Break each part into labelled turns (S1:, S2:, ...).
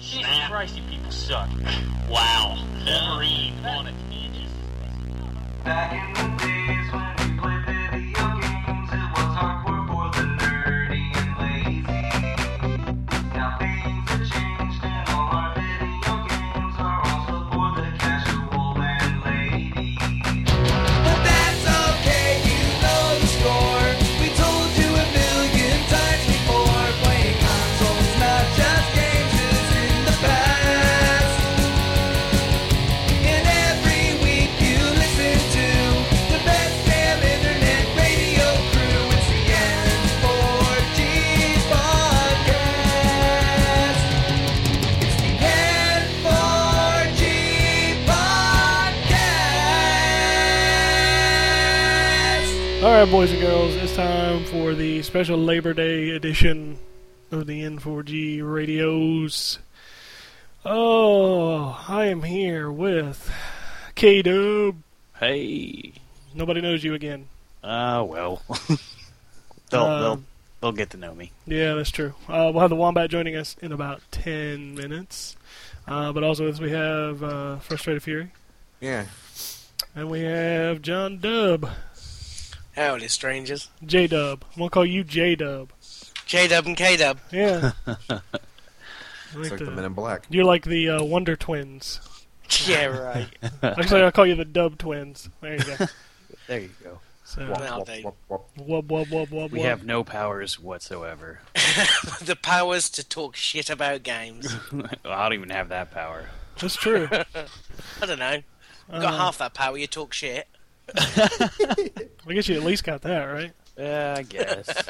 S1: Pricey people suck.
S2: Wow.
S1: Wolverine on a tangent.
S3: Back in the days when we played video games, it was hardcore for the nerdy and lazy. Now things have changed and all our video games are also for the casual and ladies.
S4: But that's okay, you know the score. We told you a million times before. Playing consoles, not just games, is in the past. And every week you listen to the best damn internet radio crew. It's the N4G podcast. It's the N4G podcast.
S5: All right, boys and girls, it's time for the special Labor Day edition of the N4G radios. Oh, I am here with K Dub.
S2: Hey.
S5: Nobody knows you again.
S2: Ah, well. they'll, they'll,
S5: Um,
S2: they'll get to know me.
S5: Yeah, that's true. Uh, we'll have the Wombat joining us in about 10 minutes. Uh, but also, with us, we have uh, Frustrated Fury,
S6: Yeah.
S5: and we have John Dub,
S7: Howdy, strangers.
S5: J Dub. I'm going to call you J Dub.
S7: J Dub and K Dub.
S5: Yeah. I
S6: It's
S5: like
S6: like the
S5: the-
S6: Men in Black.
S5: you're like the uh, Wonder Twins.
S7: Yeah, right.
S5: Actually, I'll call you the Dub Twins. There you go.
S2: There you go.
S5: So,
S7: Wow. Well, they-
S6: wop.
S5: wub, wub, wub, wub,
S2: We
S5: wub.
S2: have no powers whatsoever.
S7: the powers to talk shit about games.
S2: I don't even have that power.
S5: That's true.
S7: I don't know. You've got
S5: Uh,
S7: half that power, you talk shit.
S5: I guess you at least got that, right?
S2: Uh, I guess.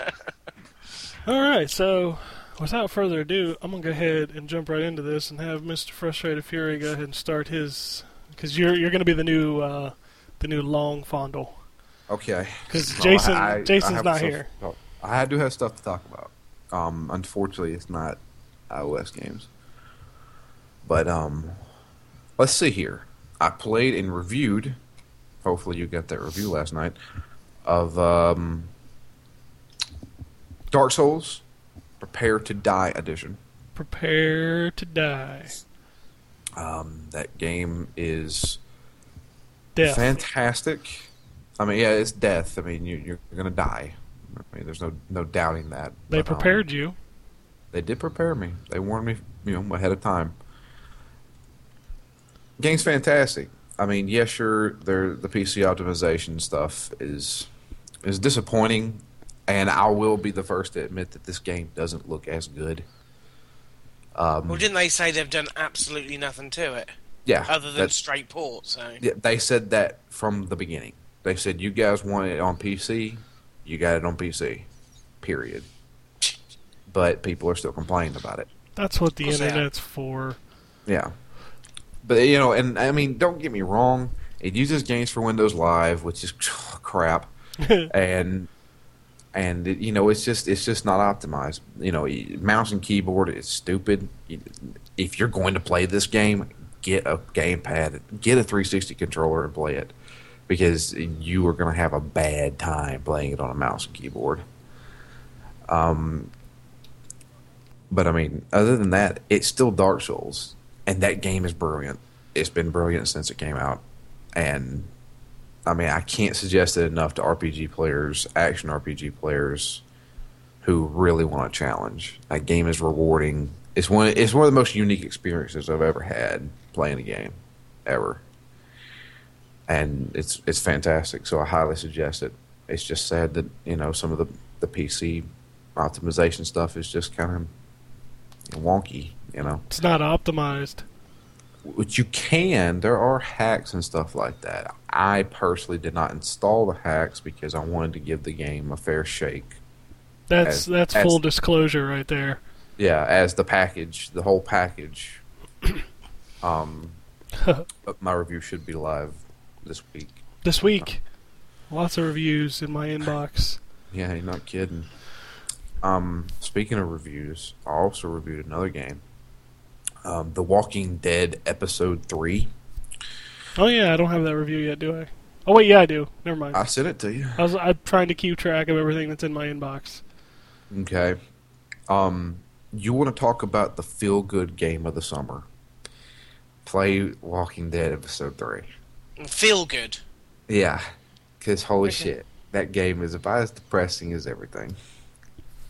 S5: All right, so without further ado, I'm going to go ahead and jump right into this and have Mr. Frustrated Fury go ahead and start his. Because you're, you're going to be the new. Uh, the new long fondle
S6: Okay.
S5: because
S6: No,
S5: Jason
S6: Oh, I- I- I
S5: Jason's
S6: have
S5: not
S6: stuff-
S5: here.
S6: no, I do have stuff to talk about. Um, unfortunately, it's not iOS games. But um, let's see here. I played and reviewed. Hopefully, you got that review last night of um, Dark Souls: Prepare to Die edition.
S5: Prepare to die.
S6: Um, that game is
S5: Death.
S6: fantastic. I mean, yeah, it's death. I mean, you, you're gonna die. I mean, there's no no doubting that.
S5: they
S6: But, um,
S5: prepared you.
S6: they did prepare me. They warned me, you know, ahead of time. Game's fantastic. I mean, yeah, sure, there the PC optimization stuff is is disappointing, and I will be the first to admit that this game doesn't look as good. Um.
S7: Well, didn't they say they've done absolutely nothing to it?
S6: Yeah,
S7: Other than
S6: that's-
S7: straight port, so.
S6: Yeah, they said that from the beginning. They said you guys want it on PC, you got it on PC. Period. But people are still complaining about it.
S5: That's what the
S7: What's that?
S5: internet's for.
S6: Yeah. But you know, and I mean, don't get me wrong, it uses games for Windows Live, which is oh, crap. and and it, you know, it's just it's just not optimized. You know, y- mouse and keyboard is stupid. You- If you're going to play this game, get a gamepad, get a 360 controller and play it because you are going to have a bad time playing it on a mouse and keyboard. Um, But I mean, other than that, it's still Dark Souls, and that game is brilliant. It's been brilliant since it came out, and I mean, I can't suggest it enough to RPG players, action RPG players, who really want a challenge. That game is rewarding. It's one. It's one of the most unique experiences I've ever had playing a game, ever. And it's it's fantastic. So I highly suggest it. It's just sad that you know some of the the PC optimization stuff is just kind of wonky, you know.
S5: It's not optimized.
S6: Which you can, there are hacks and stuff like that. I personally did not install the hacks because I wanted to give the game a fair shake.
S5: That's
S6: As-
S5: that's
S6: as-
S5: full disclosure right there.
S6: Yeah, as the package, the whole package. um, but my review should be live this week.
S5: This week, lots of reviews in my inbox.
S6: Yeah, you're not kidding. Um, speaking of reviews, I also reviewed another game, um, The Walking Dead Episode Three.
S5: Oh yeah, I don't have that review yet, do I? Oh wait, yeah, I do. Never mind.
S6: I sent it to you.
S5: I was I'm trying to keep track of everything that's in my inbox.
S6: Okay. Um, you want to talk about the feel good game of the summer? Play Walking Dead episode three.
S7: Feel good.
S6: Yeah, because holy
S7: Okay.
S6: shit, that game is about as depressing as everything.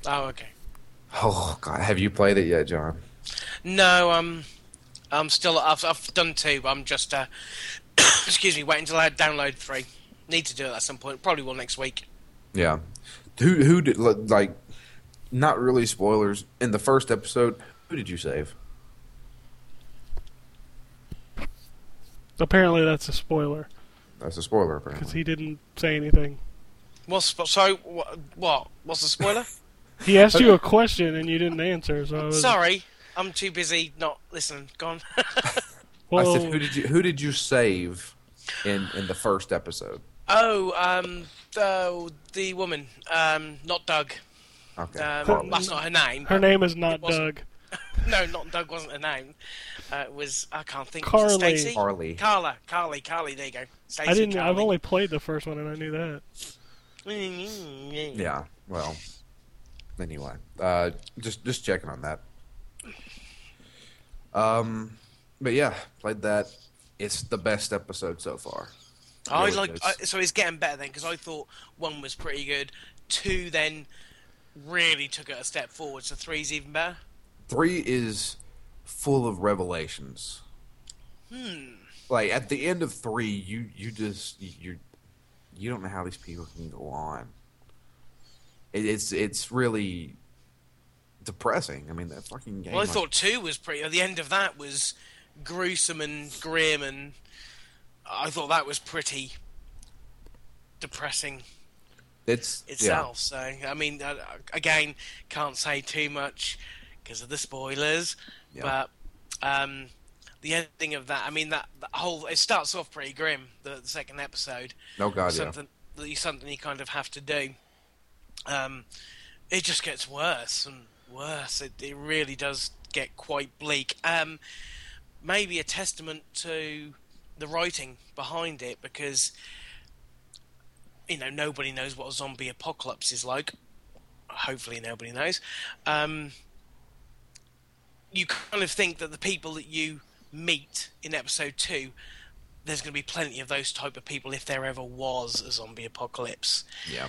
S7: Oh, okay.
S6: Oh god, have you played it yet, John?
S7: No, um, I'm still. I've, I've done two. I'm just. Uh, excuse me. Waiting until I download three. Need to do it at some point. Probably will next week.
S6: Yeah. Who who did li- like? Not really spoilers. In the first episode, who did you save?
S5: Apparently, that's a spoiler
S6: That's a spoiler,
S5: because
S6: apparently.
S5: he didn't say anything.
S7: What's so? What? what what's the spoiler?
S5: He asked you a question and you didn't answer. So I was,
S7: Sorry, I'm too busy not listening. Gone.
S5: Well,
S6: I said, who did you who did you save in in the first episode?
S7: oh, um, the, the woman. Um, not Doug.
S6: Okay,
S7: Um,
S6: Carly.
S7: that's not her name.
S5: her name is not
S7: It wasn't-
S5: Doug.
S7: No, not Doug. Wasn't her name. Uh, it was I can't think.
S5: Carly.
S7: Stacy.
S6: Carly.
S7: Carla. Carly. Carly. There you go. Stacey,
S5: I didn't. I've
S7: Carly.
S5: only played the first one and I knew that.
S6: Yeah. Well. Anyway, uh, just just checking on that. Um, but yeah, played that. It's the best episode so far.
S7: I
S6: Really
S7: like
S6: is.
S7: I, so it's getting better then because I thought one was pretty good, two then really took it a step forward, so three's even better.
S6: Three is full of revelations. Hmm. Like at the end of three, you you just you you don't know how these people can go on. It, it's it's really depressing. I mean, that fucking game.
S7: Well, I
S6: like-
S7: thought two was pretty. At the end of that was gruesome and grim, and I thought that was pretty depressing
S6: it's yeah.
S7: itself. So I mean, uh, again, can't say too much because of the spoilers.
S6: Yeah.
S7: But um, the ending of that, I mean, that, that whole it starts off pretty grim. The, the second episode,
S6: No god, yeah.
S7: something that you something you kind of have to do. Um, it just gets worse and worse. It, it really does get quite bleak. Um, maybe a testament to the writing behind it because you know nobody knows what a zombie apocalypse is like. Hopefully, nobody knows. Um, you kind of think that the people that you meet in episode two there's going to be plenty of those type of people if there ever was a zombie apocalypse.
S6: Yeah.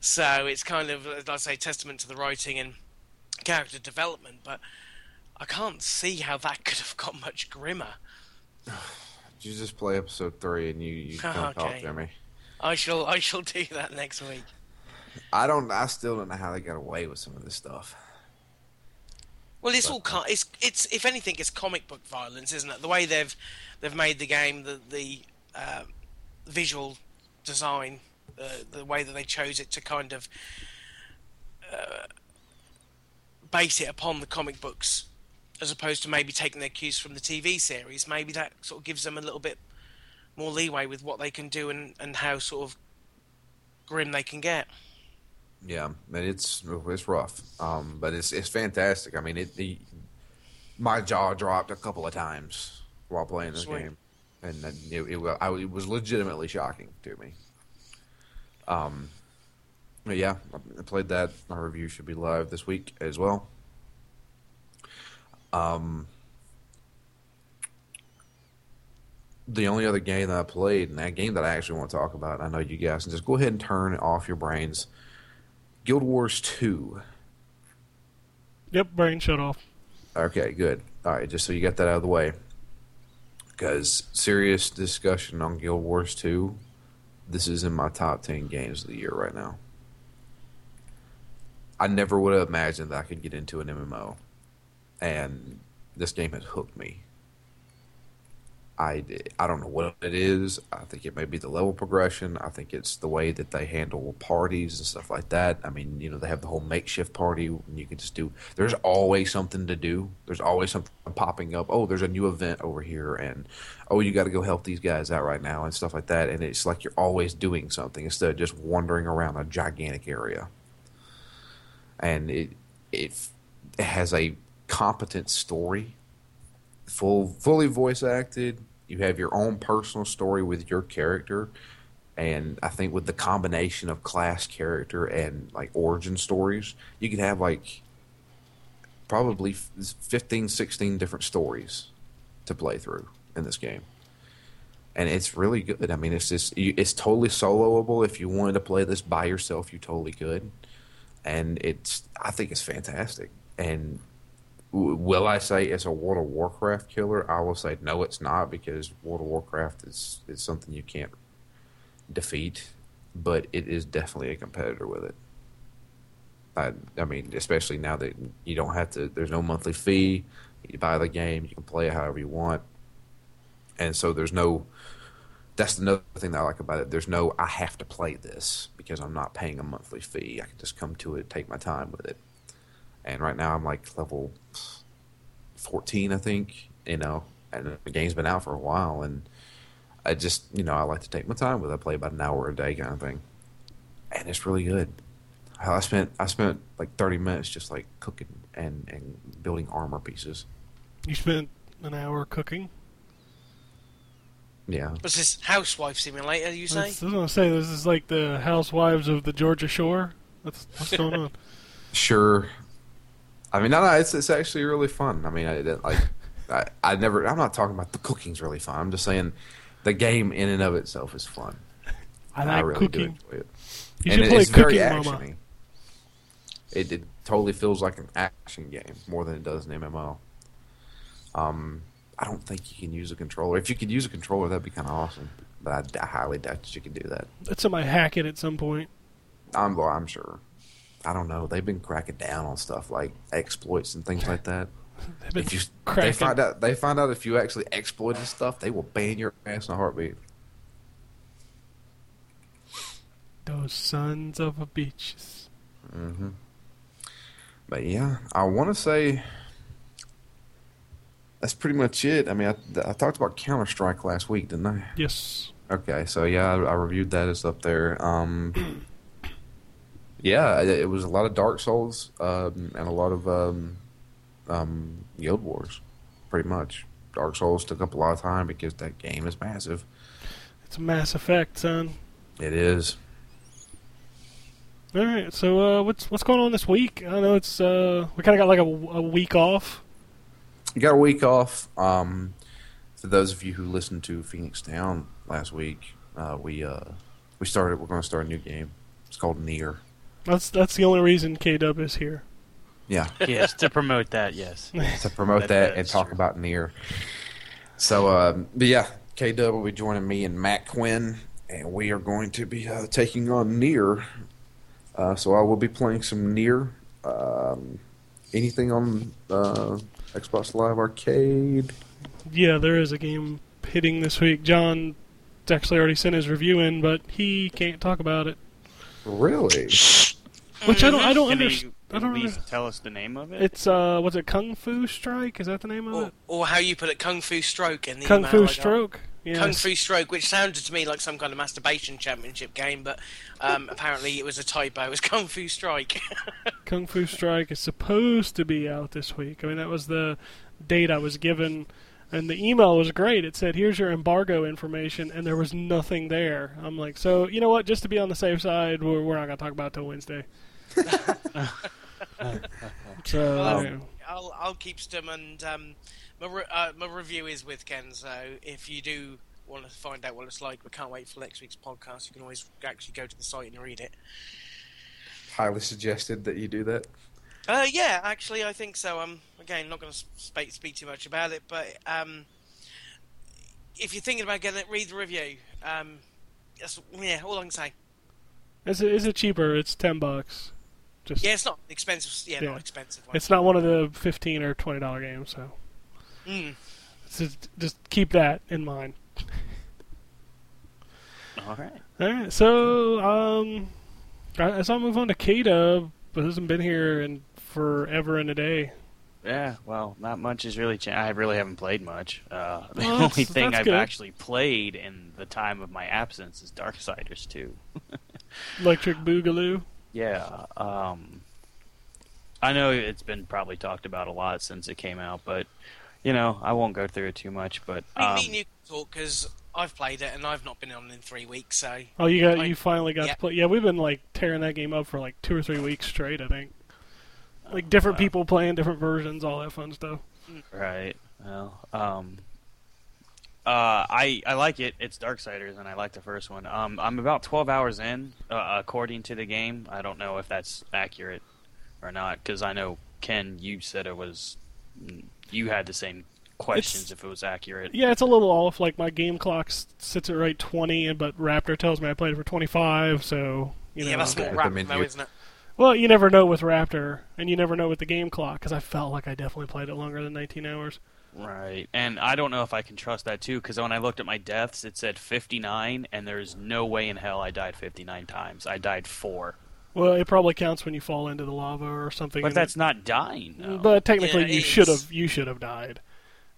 S7: So it's kind of, as I say, testament to the writing and character development. But I can't see how that could have got much grimmer.
S6: You just play episode three and you, you come talk
S7: Okay.
S6: to me.
S7: I shall, I shall do that next week.
S6: I don't. I still don't know how they got away with some of this stuff.
S7: Well, it's all co- it's it's if anything, it's comic book violence, isn't it? The way they've they've made the game, the the uh, visual design, uh, the way that they chose it to kind of uh, base it upon the comic books, as opposed to maybe taking their cues from the TV series. Maybe that sort of gives them a little bit more leeway with what they can do and and how sort of grim they can get.
S6: Yeah, and it's it's rough, um, but it's it's fantastic. I mean, it the, my jaw dropped a couple of times while playing this
S7: Sweet.
S6: game, and then it it, wa- I, it was legitimately shocking to me. Um, but yeah, I played that. My review should be live this week as well. Um, the only other game that I played, and that game that I actually want to talk about, I know you guys, and just go ahead and turn off your brains. Guild Wars 2.
S5: Yep, brain shut off.
S6: Okay, good. All right, just so you got that out of the way. Because serious discussion on Guild Wars 2, this is in my top 10 games of the year right now. I never would have imagined that I could get into an MMO. And this game has hooked me. I, d- I don't know what it is. I think it may be the level progression. I think it's the way that they handle parties and stuff like that. I mean, you know, they have the whole makeshift party and you can just do. There's always something to do. There's always something popping up. Oh, there's a new event over here, and oh, you got to go help these guys out right now and stuff like that. And it's like you're always doing something instead of just wandering around a gigantic area. And it it, it has a competent story full fully voice acted. You have your own personal story with your character, and I think with the combination of class character and like origin stories, you can have like probably f- 15, 16 different stories to play through in this game. And it's really good. I mean, it's just you, it's totally soloable. If you wanted to play this by yourself, you totally could. And it's I think it's fantastic. And w- will I say it's a World of Warcraft killer? I will say no, it's not because World of Warcraft is is something you can't defeat, but it is definitely a competitor with it. I, I mean, especially now that you don't have to, there's no monthly fee. You buy the game, you can play it however you want. And so there's no, that's another thing that I like about it. There's no, I have to play this because I'm not paying a monthly fee. I can just come to it, take my time with it. And right now I'm like level 14, I think, you know, and the game's been out for a while. And I just, you know, I like to take my time with it. I play about an hour a day kind of thing. And it's really good. I spent I spent like 30 minutes just like cooking and, and building armor pieces.
S5: You spent an hour cooking.
S6: Yeah.
S7: What's this housewife simulator? You say?
S5: That's, that's what I'm saying. This is like the housewives of the Georgia Shore. That's what's going on.
S6: Sure. I mean, no, no, it's it's actually really fun. I mean, I didn't like I, I never I'm not talking about the cooking's really fun. I'm just saying the game in and of itself is fun.
S5: I
S6: And
S5: like
S6: I really do
S5: cooking.
S6: enjoy it.
S5: You
S6: and
S5: should
S6: it-
S5: play
S6: it's very
S5: Cooking Mama.
S6: actiony. It, it totally feels like an action game more than it does an MMO. Um, I don't think you can use a controller. If you could use a controller, that'd be kind of awesome. But I d- I, highly doubt that you can do that.
S5: That's somebody hack it at some point.
S6: I'm, well, I'm sure. I don't know. They've been cracking down on stuff like exploits and things like that.
S5: They've been
S6: If you they
S5: cracking.
S6: find out they find out if you actually exploited stuff, they will ban your ass in a heartbeat.
S5: Those sons of a bitches.
S6: Mm-hmm. But yeah, I want to say that's pretty much it. I mean, I, I talked about Counter Strike last week, didn't I?
S5: Yes.
S6: Okay, so yeah, I, I reviewed that. It's up there. Um, yeah, it, it was a lot of Dark Souls um, and a lot of um, um, Guild Wars, pretty much. Dark Souls took up a lot of time because that game is massive.
S5: It's a Mass Effect, son.
S6: It is.
S5: All right. So uh, what's what's going on this week? I know it's uh, we kind of got like a, a week off.
S6: You got a week off. Um, for those of you who listened to Phoenix Town last week, uh, we uh, we started. We're going to start a new game. It's called Near.
S5: That's that's the only reason K Dub is here.
S6: Yeah,
S2: yes, to promote that, yes.
S6: to promote
S2: That-
S6: that and
S2: that's
S6: talk
S2: true.
S6: about Near. So, um, but yeah, K Dub will be joining me and Matt Quinn, and we are going to be uh, taking on Near. Uh, so I will be playing some Near. Um, anything on uh, Xbox Live Arcade?
S5: Yeah, there is a game hitting this week. John actually already sent his review in, but he can't talk about it.
S6: Really?
S5: Mm-hmm. Which I don't I don't
S2: Can
S5: understand.
S2: you
S5: I
S2: at
S5: don't
S2: least
S5: under-
S2: tell us the name of it?
S5: It's uh, what's it? Kung Fu Strike? Is that the name of
S7: Or,
S5: it?
S7: or how you put it, Kung Fu Stroke in the
S5: Kung
S7: email
S5: Fu
S7: I got.
S5: Stroke. Yeah.
S7: Kung Fu Stroke, which sounded to me like some kind of masturbation championship game, but um, apparently it was a typo. It was Kung Fu Strike.
S5: Kung Fu Strike is supposed to be out this week. I mean, that was the date I was given, and the email was great. It said, "Here's your embargo information," and there was nothing there. I'm like, so you know what? Just to be on the safe side, we're, we're not going to talk about it till Wednesday. so
S7: Um, I'll I'll keep stum and um, my re- uh, my review is with Ken. So if you do want to find out what it's like, we can't wait for next week's podcast. You can always actually go to the site and read it.
S6: Highly suggested that you do that.
S7: Uh, yeah, actually, I think so. Um, again, not going to speak speak too much about it, but um, if you're thinking about getting it, read the review. Um, that's yeah, all I can say.
S5: is it is it cheaper? It's ten bucks. Just
S7: Yeah, it's not expensive. Yeah,
S5: Yeah.
S7: not expensive. One.
S5: it's not one of the fifteen or twenty dollar games. So
S7: Mm.
S5: just just keep that in mind.
S2: All right.
S5: All right, so um, I, I saw move on to K Dub, but hasn't been here in forever and a day.
S2: Yeah, well, not much has really changed. I really haven't played much. Uh, the
S5: Well,
S2: only
S5: that's-
S2: thing
S5: that's
S2: I've
S5: good.
S2: actually played in the time of my absence is Darksiders 2.
S5: Electric Boogaloo.
S2: Yeah. Um, I know it's been probably talked about a lot since it came out, but, you know, I won't go through it too much. But
S7: I
S2: um,
S7: mean, me and you can talk because I've played it and I've not been on in three weeks. So
S5: Oh, you got
S7: Like-
S5: you finally got
S7: yeah.
S5: to play. Yeah, we've been like tearing that game up for like two or three weeks straight. I think Like different people playing different versions, all that fun stuff.
S2: Right. Well, um, uh, I I like it. It's Darksiders, and I like the first one. Um, I'm about 12 hours in, uh, according to the game. I don't know if that's accurate or not, because I know Ken, you said it was. You had the same questions if it was accurate.
S5: Yeah, it's a little off. Like my game clock s- sits at right twenty, and but Raptor tells me I played it for twenty five. So you know,
S7: yeah, that's
S6: okay.
S7: what
S6: With the
S7: rap though,
S6: menu.
S7: isn't it?
S5: well, you never know with Raptor, and you never know with the game clock because I felt like I definitely played it longer than nineteen hours.
S2: Right. And I don't know if I can trust that too, because when I looked at my deaths, it said 59, and there's no way in hell I died 59 times. I died four.
S5: Well, it probably counts when you fall into the lava or something.
S2: But
S5: and
S2: that's not dying. though.
S5: But technically,
S7: Yeah,
S5: you
S7: it's-
S5: should have you should have died,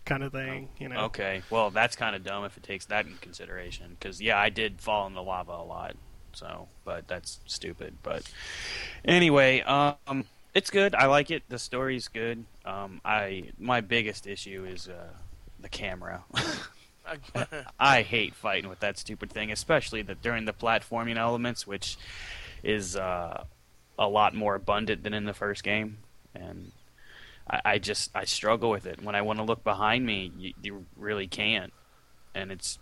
S5: kind of thing. You know.
S2: Oh, Okay. Well, that's kind of dumb if it takes that in consideration. Because yeah, I did fall in the lava a lot. So, but that's stupid. But anyway, um, it's good. I like it. The story's good. Um, I my biggest issue is uh, the camera. I hate fighting with that stupid thing, especially that during the platforming elements, which is uh, a lot more abundant than in the first game, and I, I just I struggle with it. When I want to look behind me, you, you really can't, and it's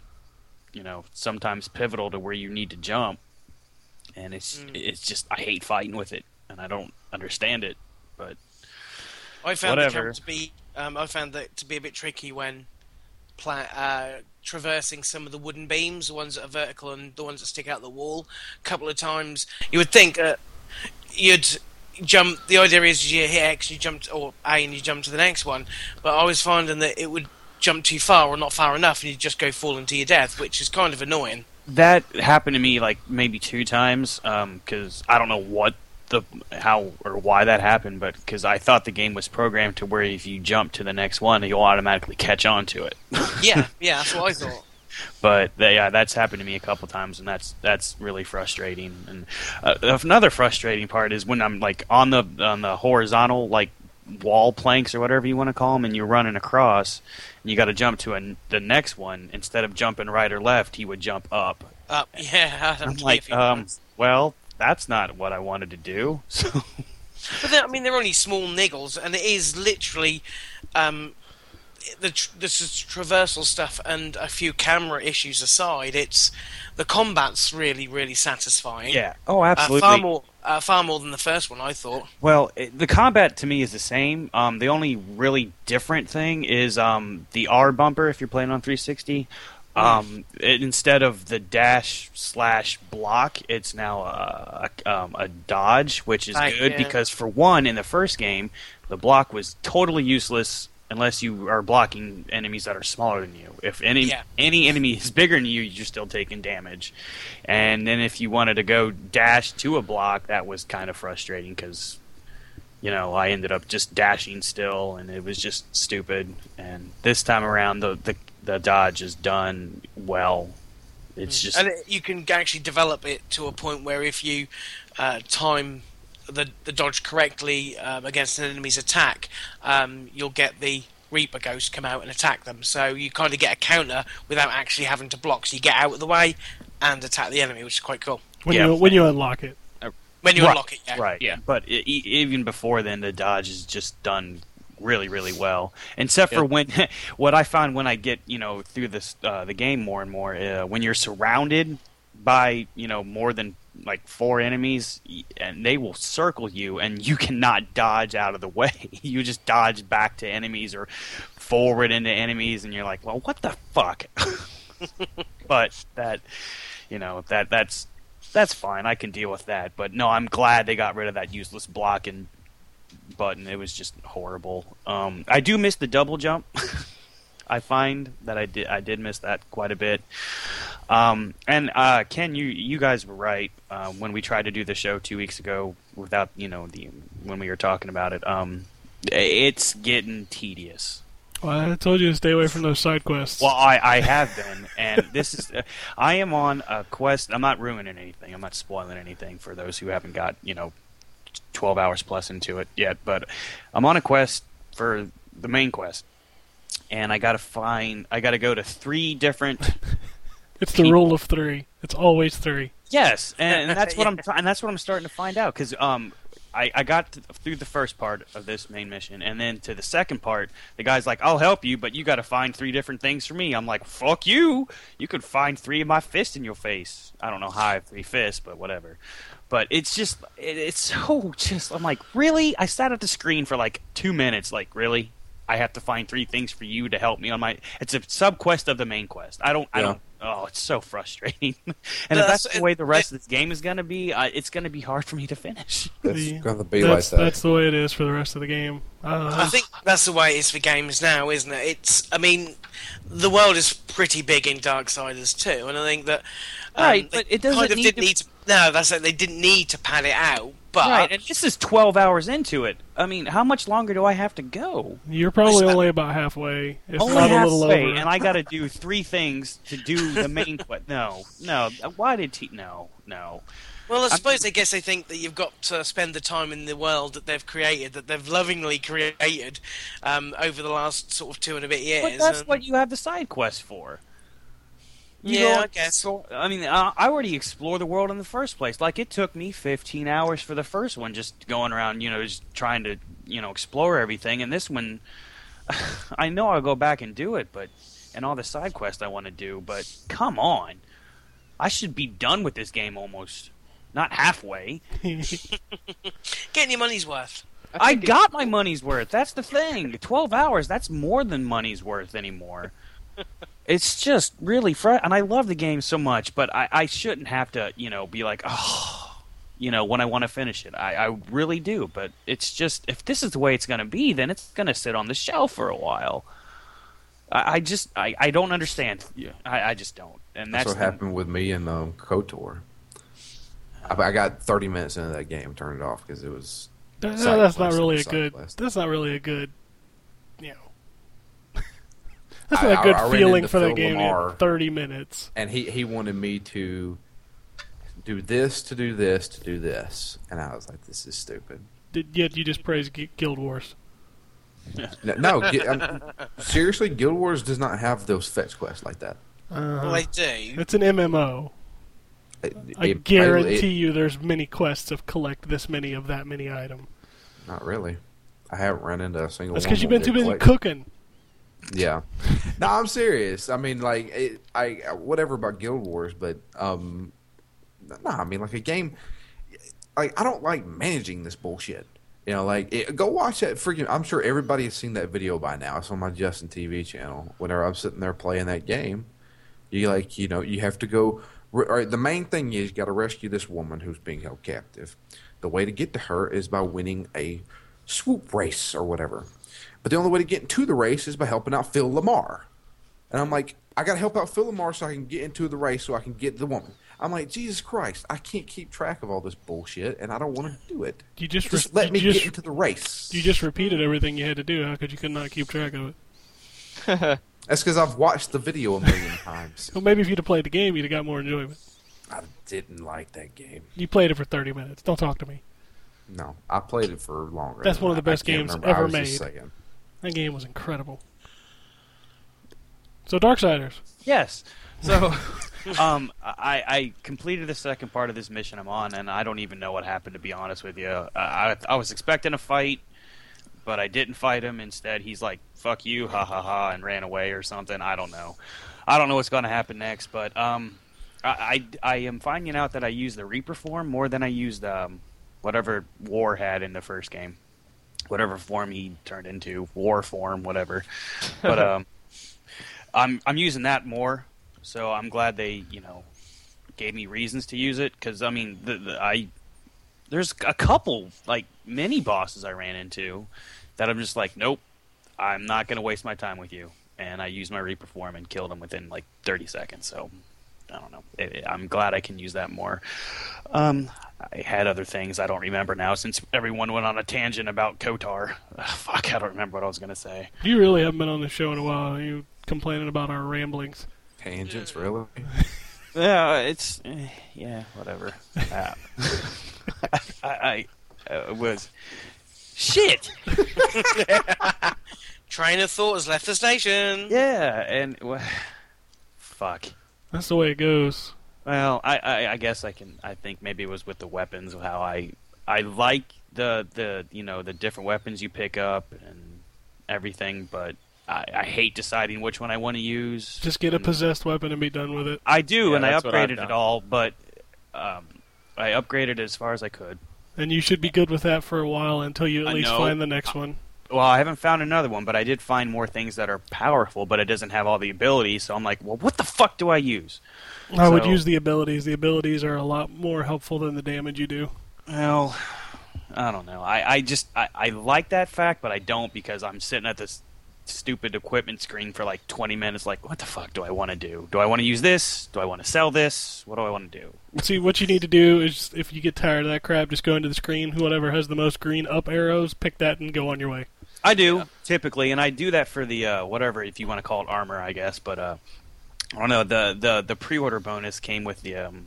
S2: you know sometimes pivotal to where you need to jump, and it's it's just I hate fighting with it, and I don't understand it, but
S7: I found the
S2: Whatever.
S7: camp to be. Um, I found that to be a bit tricky when pla- uh, traversing some of the wooden beams, the ones that are vertical and the ones that stick out the wall. A couple of times, you would think uh, you'd jump. The idea is you hit X, you jump, to, or A, and you jump to the next one. But I was finding that it would jump too far or not far enough, and you'd just go falling to your death, which is kind of annoying.
S2: that happened to me like maybe two times because I don't know what the how or why that happened, but because I thought the game was programmed to where if you jump to the next one, you'll automatically catch on to it.
S7: Yeah, yeah, that's what I thought.
S2: but th- yeah, that's happened to me a couple times, and that's that's really frustrating. And uh, another frustrating part is when I'm like on the on the horizontal like wall planks or whatever you want to call them, and you're running across, and you got to jump to an the next one instead of jumping right or left, he would jump up,
S7: Uh, yeah, I don't care
S2: I'm
S7: if
S2: like,
S7: you-
S2: um, well, that's not what I wanted to do. So
S7: But they're- I mean, they're only small niggles, and it is literally um, the tr- this is traversal stuff and a few camera issues aside. It's the combat's really, really satisfying.
S2: yeah, oh,
S7: uh,
S2: absolutely.
S7: far more, uh, far more than the first one. I thought.
S2: Well, it, the combat to me is the same. Um, the only really different thing is um, the R bumper if you're playing on 360. Um, it, instead of the dash slash block, it's now a, a, um, a dodge, which is
S7: I-
S2: good
S7: yeah.
S2: because for one, in the first game, the block was totally useless unless you are blocking enemies that are smaller than you. If any
S7: Yeah.
S2: any enemy is bigger than you, you're still taking damage. And then if you wanted to go dash to a block, that was kind of frustrating because you know, I ended up just dashing still, and it was just stupid. And this time around, the the, the dodge is done well. It's just
S7: and it, you can actually develop it to a point where if you uh, time the the dodge correctly um, against an enemy's attack, um, you'll get the Reaper Ghost come out and attack them. So you kind of get a counter without actually having to block. So you get out of the way and attack the enemy, which is quite cool.
S5: When
S2: Yeah.
S5: you when you unlock it.
S7: When you
S2: right,
S7: unlock it, yeah.
S2: right, yeah. But e e- even before then, the dodge is just done really, really well. Except for when what I found when I get you know through this uh, the game more and more, uh, when you're surrounded by you know more than like four enemies y- and they will circle you and you cannot dodge out of the way you just dodge back to enemies or forward into enemies and you're like well what the fuck but that you know that that's that's fine. I can deal with that. But no, I'm glad they got rid of that useless blocking button. It was just horrible. Um, I do miss the double jump. I find that I did I did miss that quite a bit. Um, and uh, Ken, you you guys were right uh, when we tried to do the show two weeks ago without you know the when we were talking about it. Um, it's getting tedious.
S5: Well, I told you to stay away from those side quests.
S2: Well, I, I have been, and this is uh, I am on a quest. I'm not ruining anything. I'm not spoiling anything for those who haven't got you know 12 hours plus into it yet. But I'm on a quest for the main quest, and I gotta find. I gotta go to three different.
S5: it's the rule of three. It's always three.
S2: yes, and, and that's what I'm. try- And that's what I'm starting to find out because um, I, I got to, through the first part of this main mission, and then to the second part, the guy's like, "I'll help you, but you got to find three different things for me." I'm like, "Fuck you! You could find three of my fists in your face." I don't know how I have three fists, but whatever. But it's just, it, it's so just. I'm like, really? I sat at the screen for like two minutes. Like, really? I have to find three things for you to help me on my. It's a subquest of the main quest. I don't. I
S6: Yeah.
S2: don't. Oh, it's so frustrating. and if
S7: That's-
S2: that's the way the rest of this game is gonna be, I, it's gonna be hard for me to finish.
S6: It's
S5: The-
S6: going to be
S5: that's,
S6: like that.
S5: that's the way it is for the rest of the game.
S7: I
S5: Uh,
S7: think that's the way it is for games now, isn't it? It's, I mean, the world is pretty big in Darksiders too, and I think that um,
S2: Right,
S7: they
S2: but it doesn't
S7: kind of
S2: need
S7: did
S2: to-
S7: need to. No, that's it. They didn't need to pad it out, but
S2: right, and this is 12 hours into it. I mean, how much longer do I have to go?
S5: you're probably
S7: I-
S5: only about halfway, if
S2: Only
S5: not a little
S2: halfway,
S5: over.
S2: and I got to do three things to do the main quest. No, no. Why did he? No, no.
S7: well, I suppose I guess they think that you've got to spend the time in the world that they've created, that they've lovingly created um, over the last sort of two and a bit years.
S2: But that's
S7: and-
S2: what you have the side quest for. You
S7: Yeah,
S2: go
S7: I guess.
S2: explore- I mean, I I already explored the world in the first place. Like it took me 15 hours for the first one, just going around, you know, just trying to, you know, explore everything. And this one, I know I'll go back and do it, but and all the side quests I want to do. But come on, I should be done with this game almost, not halfway.
S7: getting your money's worth.
S2: I, got my money's worth. That's the thing. Twelve hours—that's more than money's worth anymore. it's just really fr- and I love the game so much, but I, I shouldn't have to, you know, be like, oh, you know, when I want to finish it. I, I really do, but it's just if this is the way it's going to be, then it's going to sit on the shelf for a while. I, I just, I, I don't understand. Yeah. I, I just don't, and
S6: That's,
S2: that's,
S6: what
S2: the-
S6: happened with me and um, KOTOR. I, I got 30 minutes into that game, turned it off because it was.
S5: That-
S6: Side
S5: that's
S6: quest,
S5: not really a
S6: side
S5: good.
S6: quest.
S5: That's not really a good. You know. that's
S6: I-
S5: not a
S6: I-
S5: good
S6: I ran
S5: feeling
S6: into
S5: for that
S6: Phil
S5: game.
S6: Lamar.
S5: in Thirty minutes.
S6: And he, he wanted me to do this, to do this, to do this. And I was like, this is stupid.
S5: Did, yet you just praise Gu- Guild Wars.
S6: No, no Gu- I'm- seriously, Guild Wars does not have those fetch quests like that.
S2: Uh,
S7: Well, they do.
S5: It's an MMO.
S6: It-
S5: I
S6: it-
S5: guarantee
S6: it-
S5: you, there's many quests of collect this many of that many item.
S6: Not really. I haven't run into a single.
S5: That's
S6: one
S5: because you've
S6: where
S5: been
S6: they
S5: too busy
S6: collect-
S5: cooking.
S6: Yeah. no, I'm serious. I mean, like, it, I whatever about Guild Wars, but um, no, I mean, like a game. Like, I don't like managing this bullshit. You know, like, it, go watch that freaking. I'm sure everybody has seen that video by now. It's on my Justin TV channel. Whenever I'm sitting there playing that game, you like, you know, you have to go. All right, the main thing is you got to rescue this woman who's being held captive. The way to get to her is by winning a swoop race or whatever. But the only way to get into the race is by helping out Phil Lamar. And I'm like, I got to help out Phil Lamar so I can get into the race so I can get the woman. I'm like, Jesus Christ, I can't keep track of all this bullshit and I don't want to do it.
S5: You just,
S6: Just
S5: re-
S6: let me
S5: you
S6: get
S5: just,
S6: into the race.
S5: you just repeated everything you had to do. How could you could not keep track of it?
S6: That's because I've watched the video a million times.
S5: Well, maybe if you'd have played the game, you'd have got more enjoyment.
S6: I didn't like that game.
S5: You played it for 30 minutes. Don't talk to me.
S6: No, I played it for longer.
S5: That's
S6: than
S5: one of
S6: that.
S5: the best
S6: I can't
S5: games
S6: remember. I
S5: ever
S6: was just
S5: made.
S6: saying.
S5: That game was incredible. So Darksiders.
S2: Yes. So, um, I, I completed the second part of this mission I'm on, and I don't even know what happened. To be honest with you, uh, I, I was expecting a fight, but I didn't fight him. Instead, he's like, "Fuck you, ha ha ha," and ran away or something. I don't know. I don't know what's going to happen next, but um, I, I I am finding out that I use the Reaper form more than I used um, whatever War had in the first game, whatever form he turned into, War form, whatever. But um. I'm I'm using that more, so I'm glad they you know gave me reasons to use it because I mean the, the, I there's a couple like mini bosses I ran into that I'm just like nope I'm not gonna waste my time with you and I used my Reaper form and killed him within like 30 seconds so I don't know it, it- I'm glad I can use that more. Um, I had other things I don't remember now since everyone went on a tangent about Kotar. Ugh, fuck, I don't remember what I was gonna say.
S5: You really haven't been on the show in a while. You complaining about our ramblings.
S6: Tangents, really?
S2: Yeah, it's eh, yeah, whatever. Uh, I, I uh, was shit.
S7: Train of thought has left the station.
S2: Yeah, and wha- fuck.
S5: That's the way it goes.
S2: Well, I, I I guess I can. I think maybe it was with the weapons of how I I like the the you know the different weapons you pick up and everything, but I, I hate deciding which one I want to use.
S5: Just get a
S2: And-
S5: possessed weapon and be done with it.
S2: I do,
S8: Yeah,
S2: and I
S8: that's what I've
S2: upgraded it
S8: done.
S2: all, but um, I upgraded as far as I could.
S5: And you should be good with that for a while until you at
S2: I
S5: least
S2: know.
S5: find the next one.
S2: Well, I haven't found another one, but I did find more things that are powerful, but it doesn't have all the abilities. So I'm like, well, what the fuck do I use?
S5: I would
S2: So-
S5: use the abilities. The abilities are a lot more helpful than the damage you do.
S2: Well, I don't know. I, I just I, I like that fact, but I don't because I'm sitting at this stupid equipment screen for like 20 minutes. Like, what the fuck do I want to do? Do I want to use this? Do I want to sell this? What do I want to do?
S5: See, what you need to do is if you get tired of that crap, just go into the screen. Whoever has the most green up arrows, pick that and go on your way.
S2: I do typically, and I do that for the uh, whatever if you want to call it armor, I guess. But uh, I don't know. The the the pre-order bonus came with the um,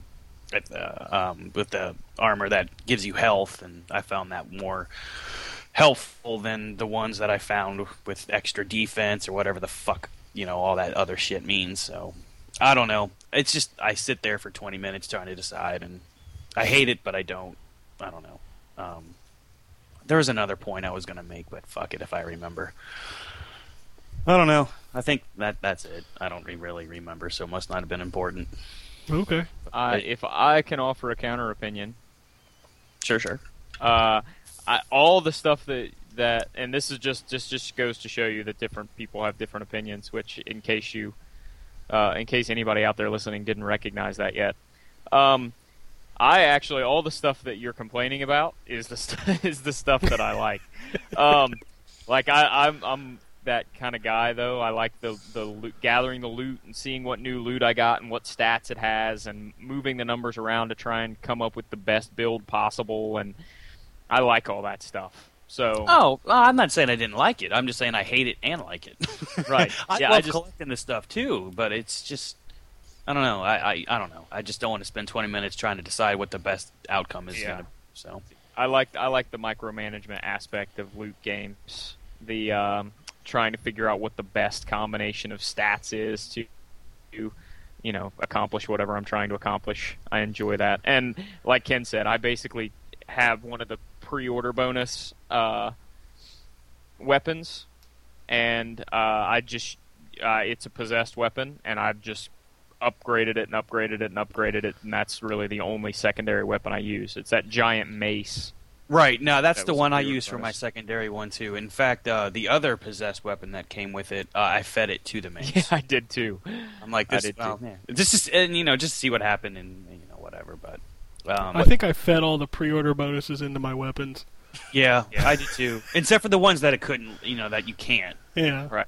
S2: with the, um, with the armor that gives you health, and I found that more helpful than the ones that I found with extra defense or whatever the fuck you know all that other shit means. So I don't know. It's just I sit there for twenty minutes trying to decide, and I hate it, but I don't. I don't know. Um, there was another point I was going to make, but fuck it if I remember. I don't know. I think that that's it. I don't re- really remember, so it must not have been important.
S5: Okay.
S8: Uh, if I can offer a counter opinion,
S2: Sure, sure.
S8: uh, I, all the stuff that that and this is just just just goes to show you that different people have different opinions. Which, in case you, uh, in case anybody out there listening didn't recognize that yet, um, I actually all the stuff that you're complaining about is the st- is the stuff that I like. um, like I, I'm I'm that kind of guy though. I like the the loot, gathering the loot and seeing what new loot I got and what stats it has and moving the numbers around to try and come up with the best build possible. And I like all that stuff. So
S2: Oh, well, I'm not saying I didn't like it. I'm just saying I hate it and like it.
S8: Right.
S2: I
S8: Yeah, I
S2: love
S8: just-
S2: collecting this stuff too, but it's just I don't know. I, I I don't know. I just don't want to spend 20 minutes trying to decide what the best outcome is
S8: Yeah.
S2: going to. So
S8: I like I like the micromanagement aspect of loot games. The um, trying to figure out what the best combination of stats is to, to, you know, accomplish whatever I'm trying to accomplish. I enjoy that. And like Ken said, I basically have one of the pre-order bonus uh, weapons, and uh, I just uh, it's a possessed weapon, and I've just upgraded it and upgraded it and upgraded it, and that's really the only secondary weapon I use. It's that giant mace.
S2: Right. No, that's
S8: That
S2: the
S8: was
S2: one I
S8: weird
S2: used for
S8: bonus.
S2: my secondary one too. In fact, uh, the other possessed weapon that came with it, uh, I fed it to the mace.
S8: Yeah, I did too.
S2: I'm like
S8: I
S2: this.
S8: did
S2: well,
S8: too.
S2: yeah. This is and you know just see what happened and you know whatever. But um,
S5: I think I fed all the pre-order bonuses into my weapons.
S2: yeah, I did too. Except for the ones that it couldn't, you know, that you can't.
S5: Yeah.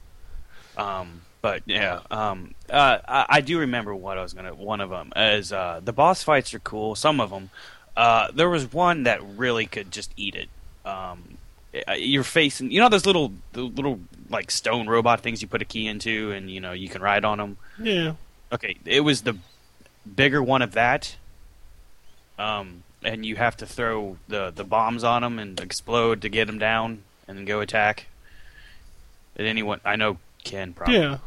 S2: Um, but yeah, um, uh, I, I do remember what I was gonna. One of them is uh, the boss fights are cool. Some of them. Uh, there was one that really could just eat it. Um, uh, you're facing, you know, those little, the little like stone robot things you put a key into, and you know you can ride on them.
S5: Yeah.
S2: Okay, it was the bigger one of that. Um, and you have to throw the the bombs on them and explode to get them down, and then go attack. Did anyone? I know Ken probably.
S5: Yeah.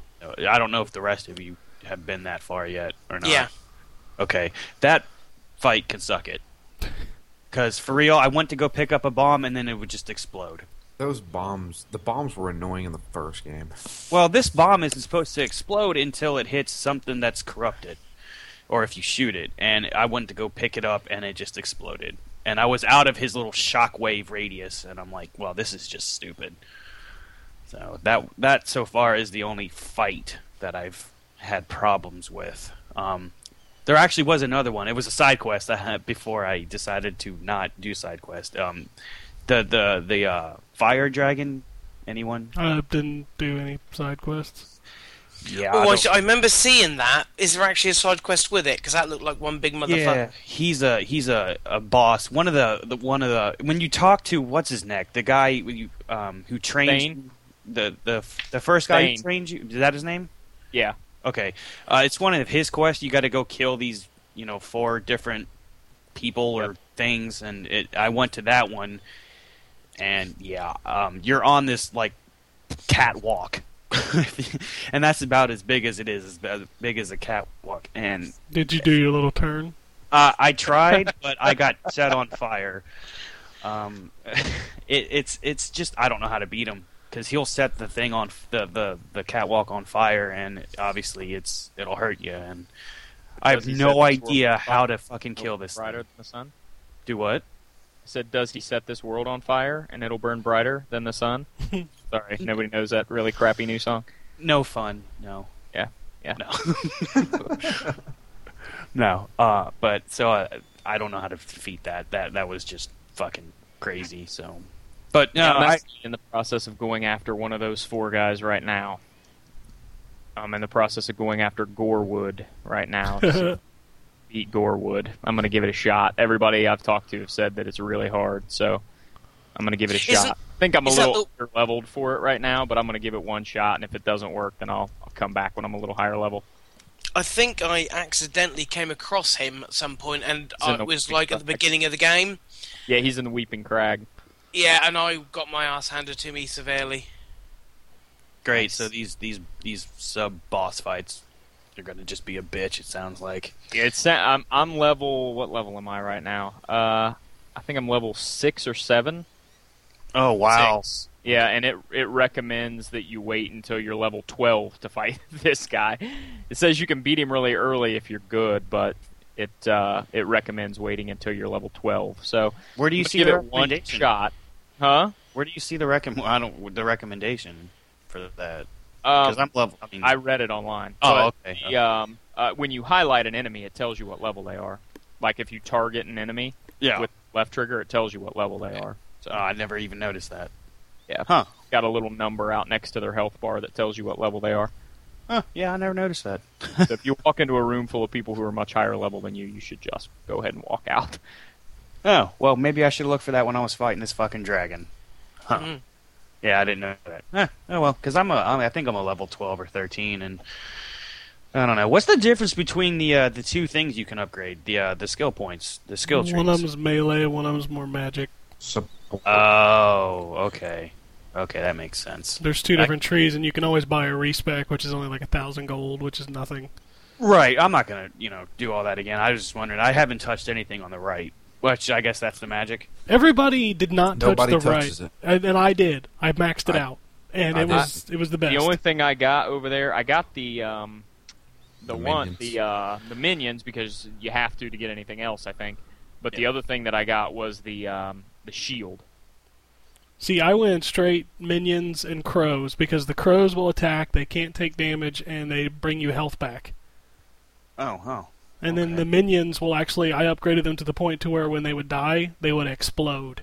S2: I don't know if the rest of you have been that far yet or not.
S7: Yeah.
S2: Okay, that fight can suck it. Cause for real, I went to go pick up a bomb and then it would just explode.
S6: Those bombs, the bombs were annoying in the first game.
S2: Well, this bomb isn't supposed to explode until it hits something that's corrupted, or if you shoot it. And I went to go pick it up, and it just exploded. And I was out of his little shockwave radius, and I'm like, "Well, this is just stupid." So that that so far is the only fight that I've had problems with. Um, there actually was another one. It was a side quest I had before I decided to not do side quest. Um, the the the uh, fire dragon. Anyone?
S5: I didn't do any side quests.
S2: Yeah. I
S7: Oh, I,
S2: don't-
S7: sh- I remember seeing that. Is there actually a side quest with it? Because that looked like one big motherfucker.
S2: he's a he's a, a boss. One of the, the one of the when you talk to what's his neck, the guy when you, um, who trains
S8: Thane?
S2: the the the first guy
S8: Thane.
S2: who trained you. Is that his name?
S8: Yeah,
S2: Okay, uh, it's one of his quests. You got to go kill these you know four different people or things, and it, I went to that one, and yeah, um, you're on this like catwalk. and that's about as big as it is, as big as a catwalk. And
S5: Did you do your little turn?
S2: uh, I tried, but I got set on fire. Um, it, it's it's just I don't know how to beat him because he'll set the thing on f- the, the the catwalk on fire, and obviously it's it'll hurt you. And I
S8: Does
S2: have
S8: he
S2: no
S8: set this
S2: idea
S8: world on
S2: how
S8: fire?
S2: to fucking kill this. thing.
S8: brighter than the sun.
S2: Do what?
S8: I said, does he set this world on fire and it'll burn brighter than the sun? Sorry, nobody knows that really crappy new song.
S2: No fun. No.
S8: Yeah, yeah.
S2: No. no. Uh, but so uh, I don't know how to defeat that. That that was just fucking crazy. So, but no,
S8: Yeah, I'm
S2: I,
S8: actually in the process of going after one of those four guys right now. I'm in the process of going after Gorewood right now. to see if I can beat Gorewood. I'm going to give it a shot. Everybody I've talked to have said that it's really hard, so I'm going to give it a
S7: Is
S8: shot.
S7: it-
S8: I think I'm a
S7: is that
S8: little under leveled for it right now, but I'm going to give it one shot, and if it doesn't work, then I'll, I'll come back when I'm a little higher level.
S7: I think I accidentally came across him at some point, and
S8: in
S7: I
S8: the
S7: was
S8: Wicked
S7: like at the
S8: Black.
S7: beginning of the game.
S8: Yeah, he's in the Weeping Crag.
S7: Yeah, and I got my ass handed to me severely.
S2: great. So these these these sub boss fights, they're gonna just be a bitch. It sounds like.
S8: Yeah, It's I'm I'm level what level am I right now? Uh, I think I'm level six or seven.
S2: Oh wow.
S8: Yeah, and it it recommends that you wait until you're level 12 to fight this guy. It says you can beat him really early if you're good, but it uh, it recommends waiting until you're level 12. So
S2: Where do you
S8: let's
S2: see
S8: give
S2: the
S8: it one
S2: recommendation?
S8: shot, huh? Um,
S2: Where do you see the recomm? I don't the recommendation for that because
S8: Um,
S2: I'm level. I mean,
S8: I read it online.
S2: Oh,
S8: But
S2: okay.
S8: the, um, uh, when you highlight an enemy, it tells you what level they are. Like if you target an enemy
S2: yeah.
S8: with uh, left trigger, it tells you what level they are.
S2: oh, I never even noticed that.
S8: Yeah.
S2: Huh.
S8: Got a little number out next to their health bar that tells you what level they are.
S2: Huh, yeah, I never noticed that.
S8: so if you walk into a room full of people who are much higher level than you, you should just go ahead and walk out.
S2: Oh, well, maybe I should look for that when I was fighting this fucking dragon. Huh.
S5: Mm-hmm.
S7: Mm.
S2: Yeah, I didn't know that. Eh, oh well, because I'm a, I, mean, I think I'm a level twelve or thirteen, and I don't know. What's the difference between the uh, the two things you can upgrade? The uh, the skill points, the skill trees.
S5: One of them's melee, one of them's more magic.
S6: Support.
S2: Oh, okay, okay, that makes sense.
S5: There's two
S2: I-
S5: different trees, and you can always buy a respec, which is only like a thousand gold, which is nothing.
S2: Right, I'm not gonna you know do all that again. I was just wondering. I haven't touched anything on the right, which I guess that's the magic.
S5: Everybody did not
S6: Nobody
S5: touch the
S6: touches
S5: right,
S6: it.
S5: And, and I did. I maxed it
S6: I-
S5: out, and
S6: I
S5: it was it was the best.
S8: The only thing I got over there, I got the um, the,
S6: The
S8: one
S6: minions.
S8: the uh, the minions because you have to to get anything else, I think. But the other thing that I got was the um, the shield.
S5: See, I went straight minions and crows because the crows will attack, they can't take damage, and they bring you health back.
S2: Oh, oh,
S5: And then
S2: Okay.
S5: the minions will actually I upgraded them to the point to where when they would die, they would explode.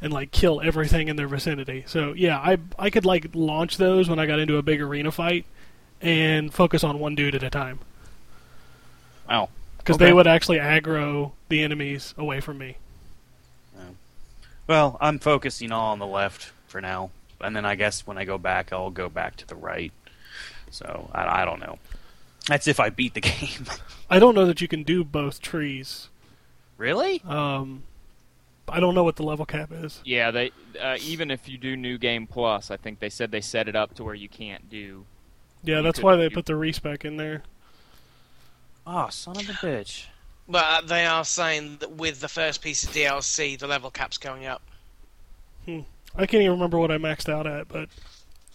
S5: And like kill everything in their vicinity. So yeah, I I could like launch those when I got into a big arena fight and focus on one dude at a time.
S2: oh.
S5: Because
S2: Okay.
S5: they would actually aggro the enemies away from me.
S2: Well, I'm focusing all on the left for now, and then I guess when I go back, I'll go back to the right. So I, I don't know. That's if I beat the game.
S5: I don't know that you can do both trees.
S2: really?
S5: Um I don't know what the level cap is.
S8: Yeah, they uh, even if you do New Game Plus, I think they said they set it up to where you can't do.
S5: Yeah,
S8: You
S5: that's
S8: could-
S5: why they
S8: you-
S5: put the respec in there.
S2: Oh, son of a bitch!
S7: But uh, they are saying that with the first piece of DLC, the level cap's going up.
S5: I can't even remember what I maxed out at, but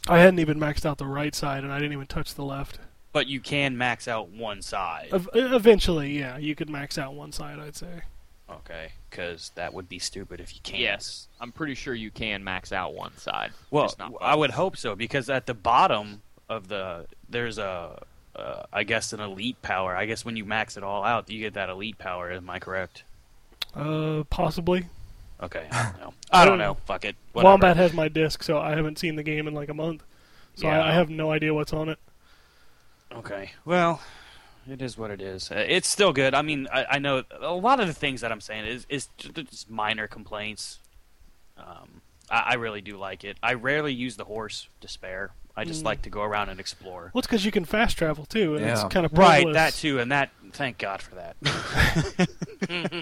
S5: I hadn't even maxed out the right side, and I didn't even touch the left.
S2: But you can max out one side.
S5: Ev- e, Eventually, yeah, you could max out one side, I'd say.
S2: Okay, because that would be stupid if you can't.
S8: Yes, I'm pretty sure you can max out one side.
S2: Well,
S8: Just not
S2: I would hope so because at the bottom of the there's a, uh, I guess an elite power. I guess when you max it all out, you get that elite power. Am I correct?
S5: Uh, possibly.
S2: Okay, I don't know. I don't know. Fuck it. Whatever.
S5: Wombat has my disc, so I haven't seen the game in like a month, so
S2: Yeah.
S5: I, I have no idea what's on it.
S2: Okay. Well, it is what it is. Uh, It's still good. I mean, I, I know a lot of the things that I'm saying is is j- just minor complaints. Um, I, I really do like it. I rarely use the horse to spare. I
S5: Mm.
S2: just like to go around and explore.
S5: Well, it's because you can fast travel too, and it's
S6: Yeah.
S5: kind of
S2: Right, that too, and that. Thank God for that,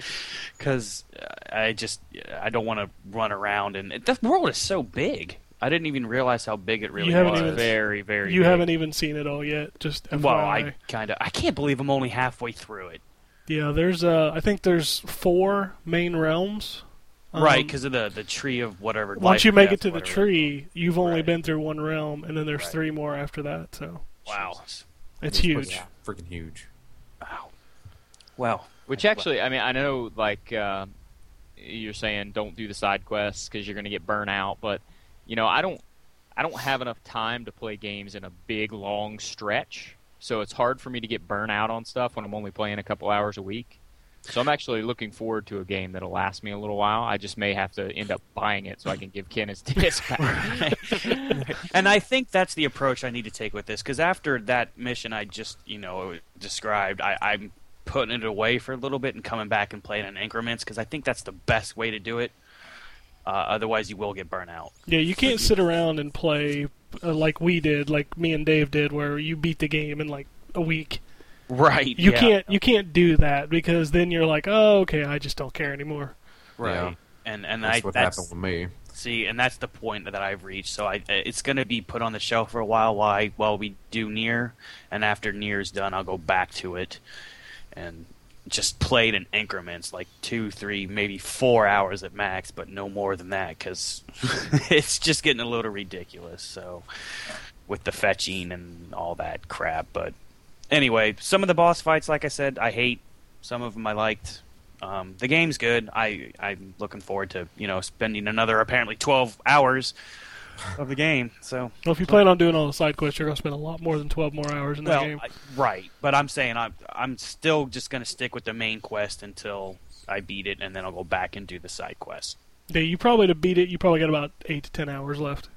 S2: because I just I don't want to run around and the world is so big. I didn't even realize how big it really
S5: haven't
S2: was.
S5: even-
S8: very very.
S5: You
S8: big.
S5: haven't even seen it all yet. Just FYI.
S2: well, I kind of I can't believe I'm only halfway through it.
S5: Yeah, there's uh, I think there's four main realms
S2: Right, 'cause right, because of the the tree of whatever.
S5: Once
S2: life
S5: you make
S2: death,
S5: it to the
S2: whatever.
S5: tree, you've only
S2: Right.
S5: been through one realm, and then there's
S2: Right.
S5: three more after that. So
S2: Wow.
S5: it's
S6: It's
S5: huge.
S6: freaking- Freaking huge.
S2: Wow. Well,
S8: Which actually, I mean, I know like uh, you're saying, don't do the side quests because you're going to get burnt out. But you know, I don't, I don't have enough time to play games in a big long stretch, so it's hard for me to get burnt out on stuff when I'm only playing a couple hours a week. So I'm actually looking forward to a game that'll last me a little while. I just may have to end up buying it so I can give Ken his disc back.
S2: and I think that's the approach I need to take with this because after that mission I just you know described, I, I'm putting it away for a little bit and coming back and playing in increments because I think that's the best way to do it. Uh, otherwise, you will get burnt out.
S5: Yeah, you can't sit around and play uh, like we did, like me and Dave did, where you beat the game in like a week.
S2: Right.
S5: You can't you can't do that because then you're like, oh, okay, I just don't care anymore.
S2: Right.
S6: Yeah.
S2: And and
S6: That's
S2: I
S6: what
S2: that's,
S6: happened with me.
S2: See, and that's the point that I've reached. So I, it's going to be put on the shelf for a while while I, while we do near, and after near is done, I'll go back to it, and just play it in increments, like two, three, maybe four hours at max, but no more than that because it's just getting a little ridiculous. So with the fetching and all that crap, but anyway, some of the boss fights, like I said, I hate. Some of them I liked. Um, the game's good. I I'm looking forward to you know spending another apparently 12 hours of the game. So
S5: Well, if you plan on doing all the side quests, you're gonna spend a lot more than twelve more hours in the
S2: well,
S5: game.
S2: I- right. But I'm saying I'm I'm still just gonna stick with the main quest until I beat it, and then I'll go back and do the side quest.
S5: Yeah, you probably to beat it, you probably got about eight to ten hours left.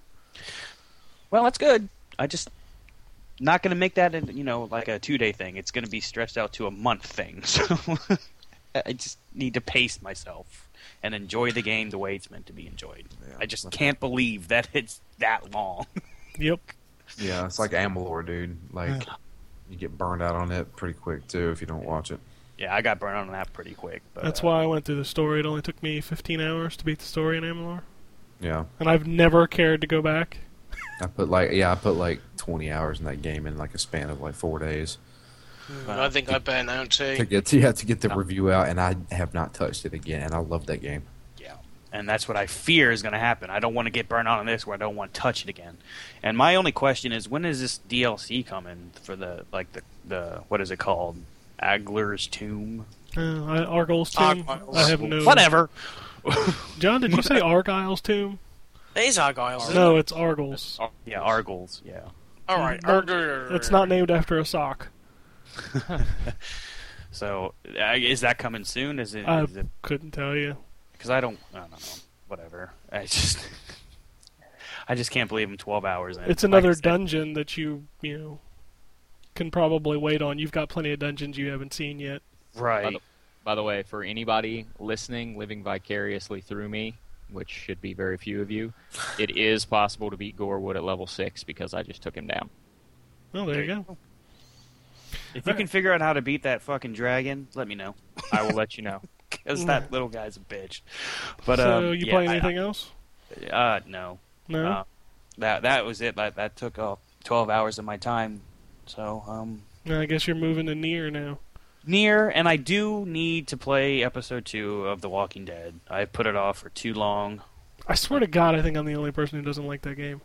S2: Well, that's good. I just not gonna make that in, you know like a two day thing. It's gonna be stretched out to a month thing. So I just need to pace myself and enjoy the game the way it's meant to be enjoyed.
S6: Yeah.
S2: I just can't believe that it's that long.
S5: Yep.
S6: Yeah, it's like Amalur, dude. Like, you get burned out on it pretty quick too if you don't watch it.
S2: Yeah, I got burned on that pretty quick. But,
S5: That's
S2: uh,
S5: why I went through the story. It only took me 15 hours to beat the story in Amalur,
S6: Yeah,
S5: and I've never cared to go back.
S6: I put like yeah I put like 20 hours in that game in like a span of like four days
S7: I think I burn out
S6: to
S7: too.
S6: get to, yeah, to get the review out, and I have not touched it again. And I love that game.
S2: Yeah, and that's what I fear is going to happen. I don't want to get burned out on this, where I don't want to touch it again. And my only question is, when is this DLC coming for the like the the what is it called? Agler's Tomb.
S5: Uh, I, Argyle's tomb.
S7: Argyle's.
S5: I have no.
S2: Whatever.
S5: John, did you say Argyle's tomb?
S7: It is Argyle. isn't
S5: No,
S7: it?
S5: it's Argyle's.
S2: Yeah, Argles. Yeah.
S7: all right.
S5: No, It's not named after a sock.
S2: So uh, is that coming soon? Is it?
S5: I
S2: Is it?
S5: couldn't tell you.
S2: Because I don't. I don't know. Whatever. I just. I just can't believe I'm 12 hours in.
S5: It's
S2: Like I
S5: another
S2: said,
S5: dungeon that you you know can probably wait on. You've got plenty of dungeons you haven't seen yet.
S2: Right.
S8: By the way, for anybody listening, living vicariously through me, which should be very few of you, it is possible to beat Gorewood at level six because I just took him down.
S5: Well, Oh, there you go.
S2: If you can figure out how to beat that fucking dragon, let me know.
S8: I will let you know.
S2: Because that little guy's a bitch. But
S5: so
S2: um,
S5: you
S2: yeah,
S5: play
S2: I-
S5: anything else?
S2: Uh, no.
S5: No.
S2: Uh, that that was it. That that took up twelve hours of my time. So um,
S5: No, I guess you're moving to near now.
S2: near, and I do need to play episode two of The Walking Dead. I put it off for too long.
S5: I swear to
S2: Uh,
S5: God, I think I'm the only person who doesn't like that game.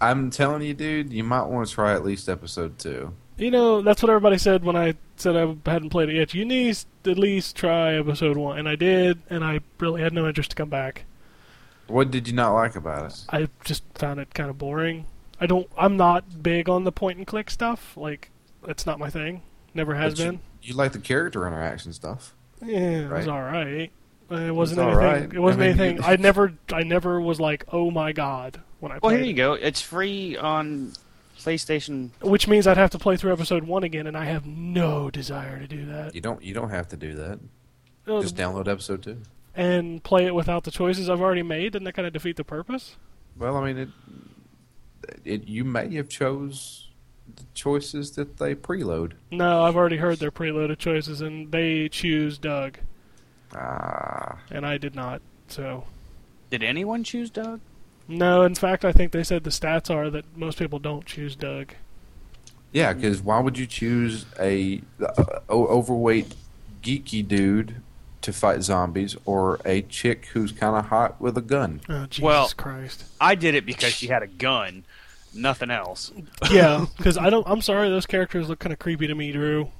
S6: I'm telling you, dude, you might want to try at least episode two.
S5: You know, that's what everybody said when I said I hadn't played it yet. You need to at least try episode one, and I did, and I really had no interest to come back.
S6: What did you not like about it?
S5: I just found it kind of boring. I don't. I'm not big on the point and click stuff. Like, that's not my thing. Never has
S6: But you-
S5: been.
S6: You, like the character interaction stuff.
S5: Yeah, it was
S6: Right.
S5: all right. It wasn't
S6: all
S5: anything.
S6: right.
S5: It wasn't
S6: I mean,
S5: anything.
S6: you-
S5: I never. I never was like, oh my god, when I
S2: Well,
S5: played.
S2: here you
S5: it.
S2: go. It's free on PlayStation.
S5: Which means I'd have to play through episode one again, and I have no desire to do that.
S6: You don't you don't have to do that.
S5: Uh,
S6: Just download episode two.
S5: and play it without the choices I've already made. Doesn't that kind of defeat the purpose?
S6: Well, I mean it. It you may have chose the choices that they preload.
S5: No, I've already heard their preloaded choices, and they choose Doug,
S6: Ah,
S5: and I did not. So
S2: Did anyone choose Doug?
S5: no. In fact, I think they said the stats are that most people don't choose Doug.
S6: yeah. Because why would you choose a uh, o- overweight geeky dude to fight zombies or a chick who's kind of hot with a gun.
S5: Oh, Jesus
S2: Well-
S5: Christ.
S2: I did it because she had a gun, nothing else.
S5: Yeah, because I don't. I'm sorry, those characters look kind of creepy to me, Drew.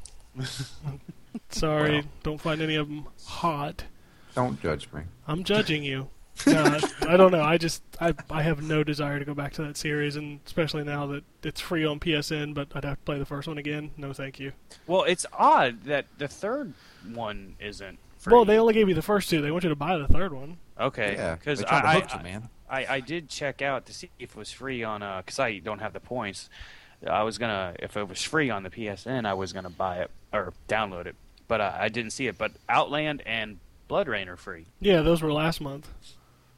S5: sorry, don't find any of them hot.
S6: Don't judge me.
S5: I'm judging you. No, I, I don't know. I just I I have no desire to go back to that series, and especially now that it's free on PSN. But I'd have to play the first one again. No, thank you.
S2: Well, it's odd that the third one isn't. Free.
S5: Well, they only gave you the first two. They want you to buy the third one.
S2: okay
S6: Yeah,
S2: because
S6: they
S2: I,
S6: tried to
S2: I,
S6: hook you, man.
S2: I I did check out to see if it was free on uh because I don't have the points. I was gonna if it was free on the PSN, I was gonna buy it or download it, but I, I didn't see it. But Outland and Blood Rain are free.
S5: Yeah, those were last month.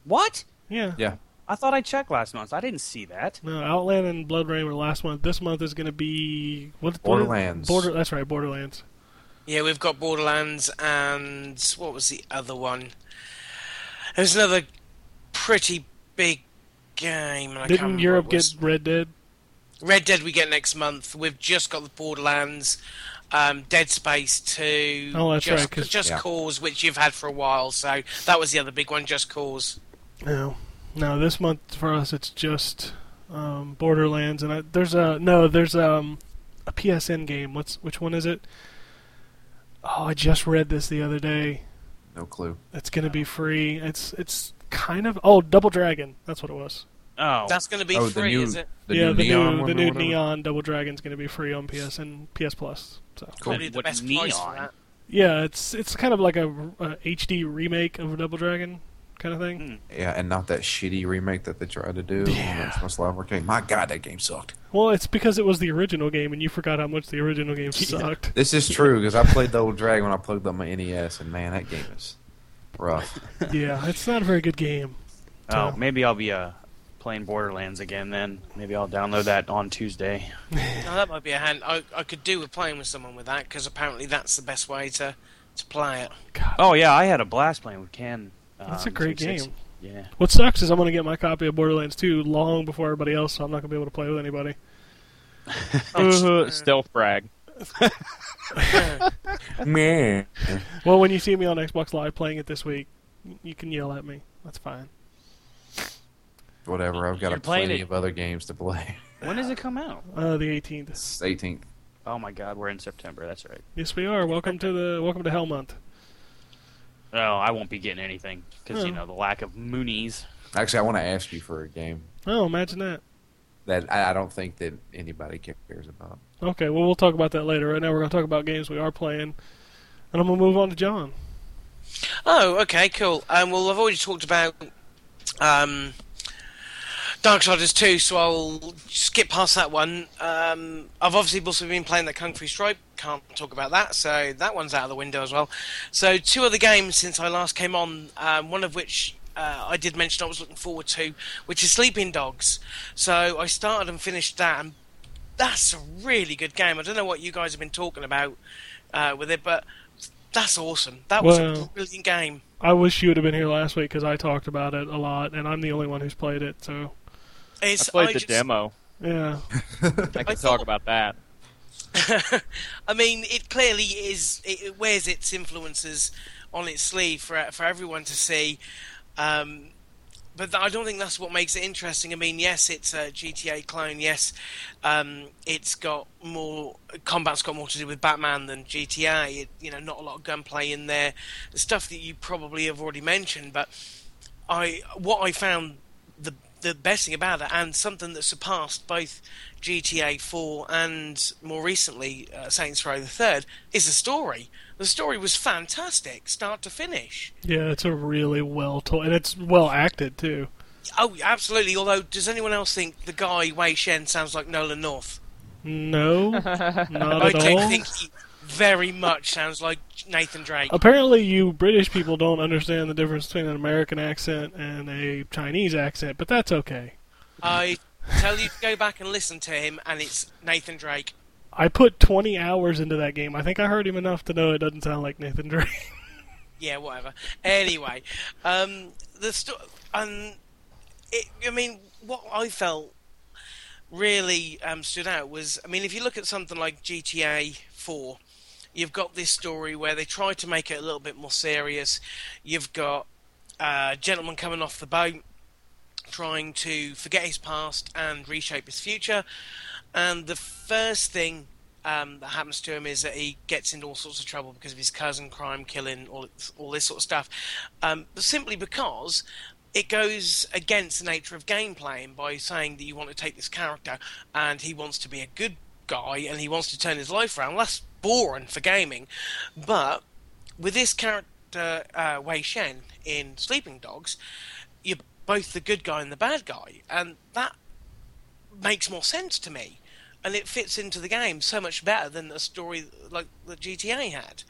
S2: What?
S5: Yeah.
S6: Yeah,
S2: I thought I checked last month. I didn't see that.
S5: No, Outland and Blood Rain were last month. This month is going to be what? what-
S6: Borderlands.
S5: Border. That's right, Borderlands.
S7: Yeah, we've got Borderlands and what was the other one? There's another pretty big game. And I can't
S5: Didn't
S7: remember
S5: Europe
S7: what it was.
S5: get Red Dead?
S7: Red Dead? We get next month. We've just got the Borderlands, um, Dead Space Two,
S5: Oh, that's
S7: Just,
S5: right, 'cause-
S7: Just
S6: Yeah.
S7: Cause, which you've had for a while. So that was the other big one, Just Cause.
S5: No, no. This month for us, it's just um, Borderlands, and I, there's a no, there's um, a PSN game. What's which one is it? Oh, I just read this the other day.
S6: no clue.
S5: It's gonna be free. It's it's kind of oh, Double Dragon. That's what it was.
S2: Oh,
S7: That's going to be
S6: oh,
S7: free,
S6: the new,
S7: is it?
S6: the
S5: yeah,
S6: new
S5: the
S6: neon
S5: new
S6: one
S5: the
S6: or
S5: new
S6: whatever?
S5: neon Double Dragon's gonna be free on PS and PS Plus. So
S7: Probably the
S2: What
S7: best price for
S2: neon?
S7: that.
S5: yeah, it's it's kind of like a, a HD remake of Double Dragon kind of thing.
S6: Yeah, and not that shitty remake that they tried to do.
S5: Yeah.
S6: Yeah. Slav arcade. My God, that game sucked.
S5: Well, it's because it was the original game, and you forgot how much the original game sucked.
S6: This is true because I played the old Dragon when I plugged up my NES, and man, that game is rough.
S5: yeah, it's not a very good game.
S2: oh, maybe I'll be uh playing Borderlands again then. Maybe I'll download that on Tuesday.
S7: Now, that might be a hand. I, I could do with playing with someone with that because apparently that's the best way to, to play it.
S2: Oh yeah, I had a blast playing with Ken.
S5: That's
S2: um,
S5: a great
S2: 360.
S5: game.
S2: Yeah.
S5: What sucks is I'm gonna get my copy of Borderlands 2 long before everybody else, so I'm not gonna be able to play with anybody.
S8: Uh, stealth brag.
S6: Meh.
S5: Well, when you see me on Xbox Live playing it this week, y- you can yell at me. That's fine.
S6: Whatever. I've got
S2: You're
S6: a
S2: playing
S6: plenty
S2: it.
S6: of other games to play.
S2: When does it come out?
S5: Uh, the 18th.
S6: It's 18th.
S2: Oh my God, we're in September. That's right.
S5: Yes, we are. Welcome to the welcome to Hell Month.
S2: Oh, I won't be getting anything because you
S5: Hmm.
S2: know the lack of Moonies.
S6: Actually, I want to ask you for a game
S5: Oh, imagine that.
S6: that I, I don't think that anybody cares about.
S5: Okay, well we'll talk about that later. Right now we're gonna talk about games we are playing, and I'm gonna move on to John.
S7: Oh, okay, cool. Um, well, I've already talked about um, Darksiders 2, so I'll skip past that one. Um, I've obviously also been playing that Kung Fu Stripe, can't talk about that, so that one's out of the window as well. So, two other games since I last came on, um, one of which uh, I did mention I was looking forward to, which is Sleeping Dogs. So, I started and finished that, and that's a really good game. I don't know what you guys have been talking about uh, with it, but that's awesome. That was a
S5: Well-
S7: brilliant game.
S5: I wish you would have been here last week because I talked about it a lot, and I'm the only one who's played it. So
S8: I
S7: It's,
S8: played the
S7: just-
S8: demo.
S5: yeah,
S8: I can
S7: thought-
S8: talk about that.
S7: I mean, it clearly is. It, it wears its influences on its sleeve for for everyone to see. Um, but I don't think that's what makes it interesting. I mean, yes, it's a GTA clone. Yes, um, it's got more combat's got more to do with Batman than GTA. It, you know, not a lot of gunplay in there. Stuff that you probably have already mentioned. But I what I found the the best thing about it, and something that surpassed both GTA 4 and more recently uh, Saints Row the Third, is the story. The story was fantastic, start to finish.
S5: yeah, it's a really well told, and it's well acted too.
S7: Oh, absolutely. Although, does anyone else think the guy Wei Shen sounds like Nolan North?
S5: No, not
S7: I
S5: at
S7: don't
S5: all.
S7: think he very much sounds like Nathan Drake.
S5: Apparently, you British people don't understand the difference between an American accent and a Chinese accent, but that's okay.
S7: I tell you to go back and listen to him, and it's Nathan Drake.
S5: I put 20 hours into that game. I think I heard him enough to know it doesn't sound like Nathan Drake.
S7: yeah, whatever. Anyway, um, the sto- and it, I mean, what I felt really um, stood out was, I mean, if you look at something like GTA Four, You've got this story where they try to make it a little bit more serious. You've got uh, a gentleman coming off the boat trying to forget his past and reshape his future. And the first thing um, that happens to him is that he gets into all sorts of trouble because of his cousin, crime, killing, all all this sort of stuff. Um, but simply because it goes against the nature of game playing by saying that you want to take this character and he wants to be a good guy and he wants to turn his life around. That's boring for gaming, but with this character uh, Wei Shen in Sleeping Dogs, you're both the good guy and the bad guy, and that makes more sense to me, and it fits into the game so much better than a story like that GTA had.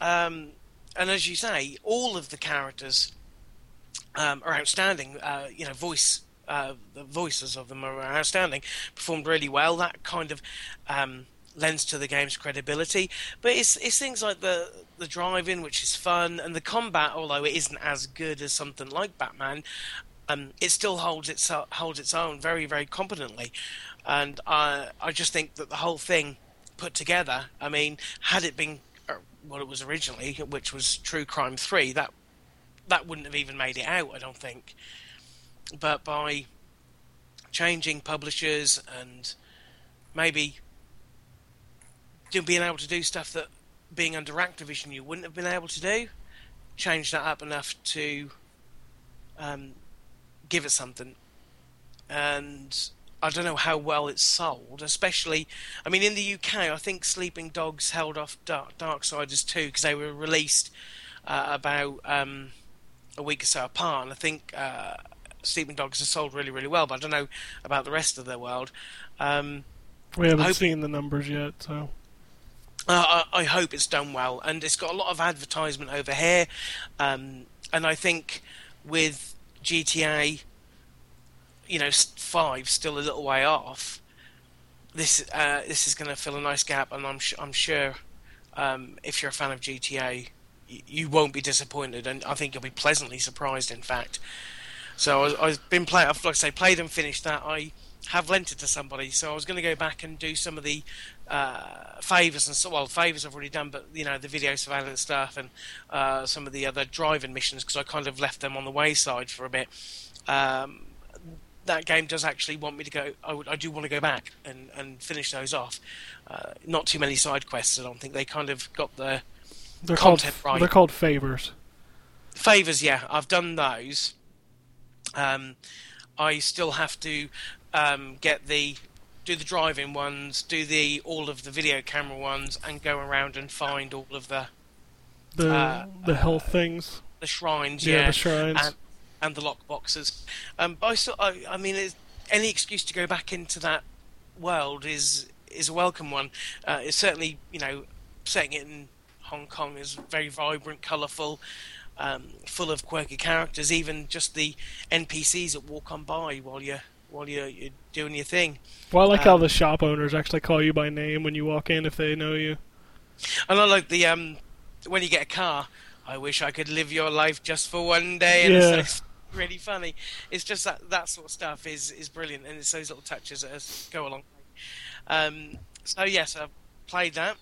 S7: Um, and as you say, all of the characters um, are outstanding. Uh, you know, voice uh, the voices of them are outstanding. Performed really well. That kind of um, lends to the game's credibility. But it's it's things like the the driving, which is fun, and the combat, although it isn't as good as something like Batman. Um, it still holds its uh, holds its own very very competently, and I I just think that the whole thing put together. I mean, had it been uh, what it was originally, which was True Crime Three, that that wouldn't have even made it out, I don't think. But by changing publishers and maybe do- being able to do stuff that being under Activision you wouldn't have been able to do, change that up enough to um, give it something. And I don't know how well it's sold, especially. I mean, in the UK, I think Sleeping Dogs held off Dark Darksiders 2 because they were released uh, about um, a week or so apart. And I think uh, Sleeping Dogs has sold really, really well, but I don't know about the rest of the world. Um,
S5: We haven't
S7: Hope-
S5: seen the numbers yet, so
S7: uh, I, I hope it's done well, and it's got a lot of advertisement over here, um, and I think with GTA, you know, s- five still a little way off. This uh, this is going to fill a nice gap, and I'm sh- I'm sure um, if you're a fan of GTA, y- you won't be disappointed, and I think you'll be pleasantly surprised. In fact, so I, I've been playing. I've like I say, played and finished that. I have lent it to somebody, so I was going to go back and do some of the uh, favors and so well favors I've already done, but you know the video surveillance stuff and uh, some of the other driving missions because I kind of left them on the wayside for a bit. Um, that game does actually want me to go. I, would, I do want to go back and, and finish those off. Uh, not too many side quests. I don't think they kind of got the
S5: they're
S7: Content,
S5: called
S7: right.
S5: they're called favors.
S7: favors yeah i've done those um, i still have to um, get the do the driving ones do the all of the video camera ones and go around and find all of the
S5: The
S7: Uh,
S5: the health things,
S7: the shrines
S5: yeah,
S7: yeah,
S5: the shrines.
S7: and, and the lock boxes um, but i still i, I mean it's, any excuse to go back into that world is is a welcome one uh, it's certainly you know setting it in hong kong is very vibrant colorful um, full of quirky characters, even just the NPCs that walk on by while you're while you're, you're doing your thing.
S5: well, I like
S7: uh,
S5: how the shop owners actually call you by name when you walk in if they know you.
S7: And I like the um when you get a car. I wish I could live your life just for one day. And
S5: Yeah.
S7: it's, it's really funny. It's just that that sort of stuff is is brilliant, and it's those little touches that us- go along. Um, so yes, I've played that.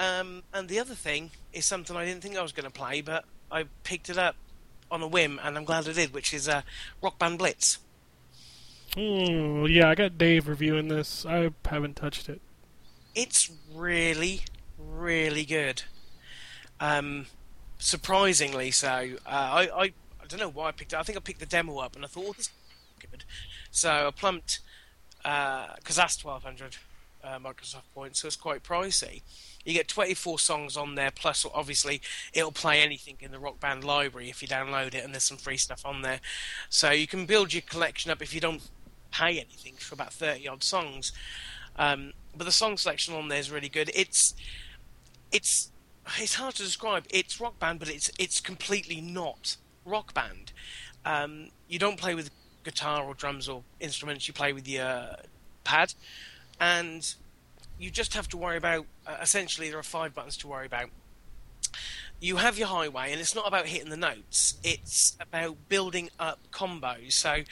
S7: Um, and the other thing is something I didn't think I was going to play, but I picked it up on a whim, and I'm glad I did, which is uh, Rock Band Blitz.
S5: Hmm, yeah, I got Dave reviewing this. I haven't touched it.
S7: it's really, really good. Um, surprisingly so. Uh, I, I, I don't know why I picked it. I think I picked the demo up and I thought, oh, this is good. So I plumped, uh, because that's 1200 uh, Microsoft points, so it's quite pricey. You get 24 songs on there, plus obviously it'll play anything in the Rock Band library if you download it, and there's some free stuff on there. So you can build your collection up if you don't pay anything for about 30 odd songs. Um, but the song selection on there is really good. It's it's it's hard to describe. It's rock band, but it's it's completely not rock band. Um, you don't play with guitar or drums or instruments. You play with your uh, pad, and you just have to worry about. Uh, essentially, there are five buttons to worry about. You have your highway, and it's not about hitting the notes. It's about building up combos. So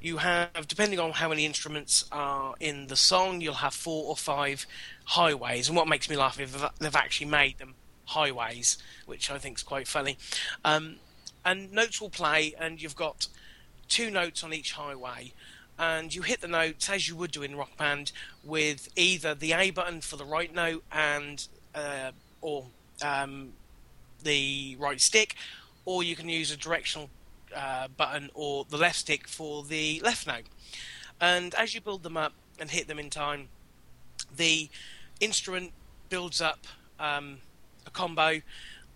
S7: you have, depending on how many instruments are in the song, you'll have four or five highways. And what makes me laugh is that they've actually made them highways, which I think is quite funny. Um, and notes will play, and you've got two notes on each highway. And you hit the notes as you would do in Rock Band with either the A button for the right note and uh, or um, the right stick, or you can use a directional uh, button or the left stick for the left note. And as you build them up and hit them in time, the instrument builds up um, a combo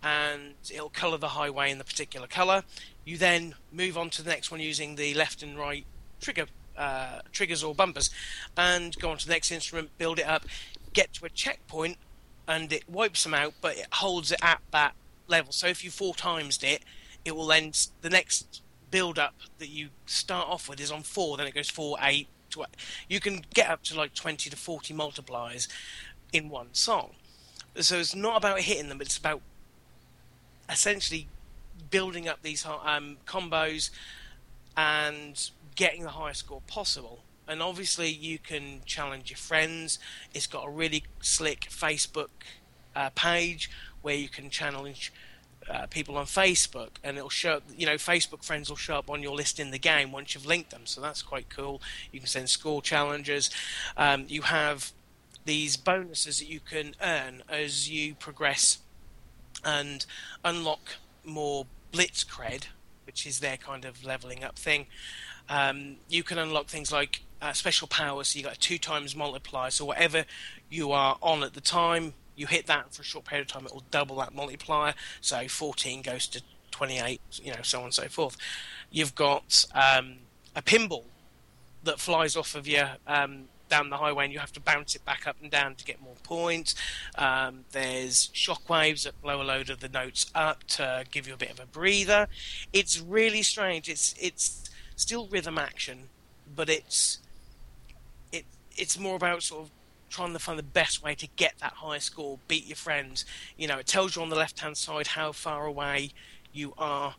S7: and it'll colour the highway in the particular colour. You then move on to the next one using the left and right trigger uh, triggers or bumpers and go on to the next instrument, build it up, get to a checkpoint and it wipes them out but it holds it at that level. So if you four times it, it will then the next build up that you start off with is on four, then it goes four, eight, tw- you can get up to like 20 to 40 multipliers in one song. So it's not about hitting them, it's about essentially building up these hi- um, combos and getting the highest score possible. And obviously, you can challenge your friends. It's got a really slick Facebook uh, page where you can challenge uh, people on Facebook, and it'll show up, you know, Facebook friends will show up on your list in the game once you've linked them. So that's quite cool. You can send score challenges. Um, you have these bonuses that you can earn as you progress and unlock more blitz cred, which is their kind of leveling up thing. Um, you can unlock things like uh, special powers, so you got a two times multiplier. So whatever you are on at the time, you hit that for a short period of time, it will double that multiplier. So 14 goes to 28, you know, so on and so forth. You've got um, a pinball that flies off of you um, down the highway, and you have to bounce it back up and down to get more points. Um, there's shockwaves that blow a load of the notes up to give you a bit of a breather. It's really strange. It's it's still rhythm action, but it's it it's more about sort of trying to find the best way to get that high score, beat your friends. You know, it tells you on the left hand side how far away you are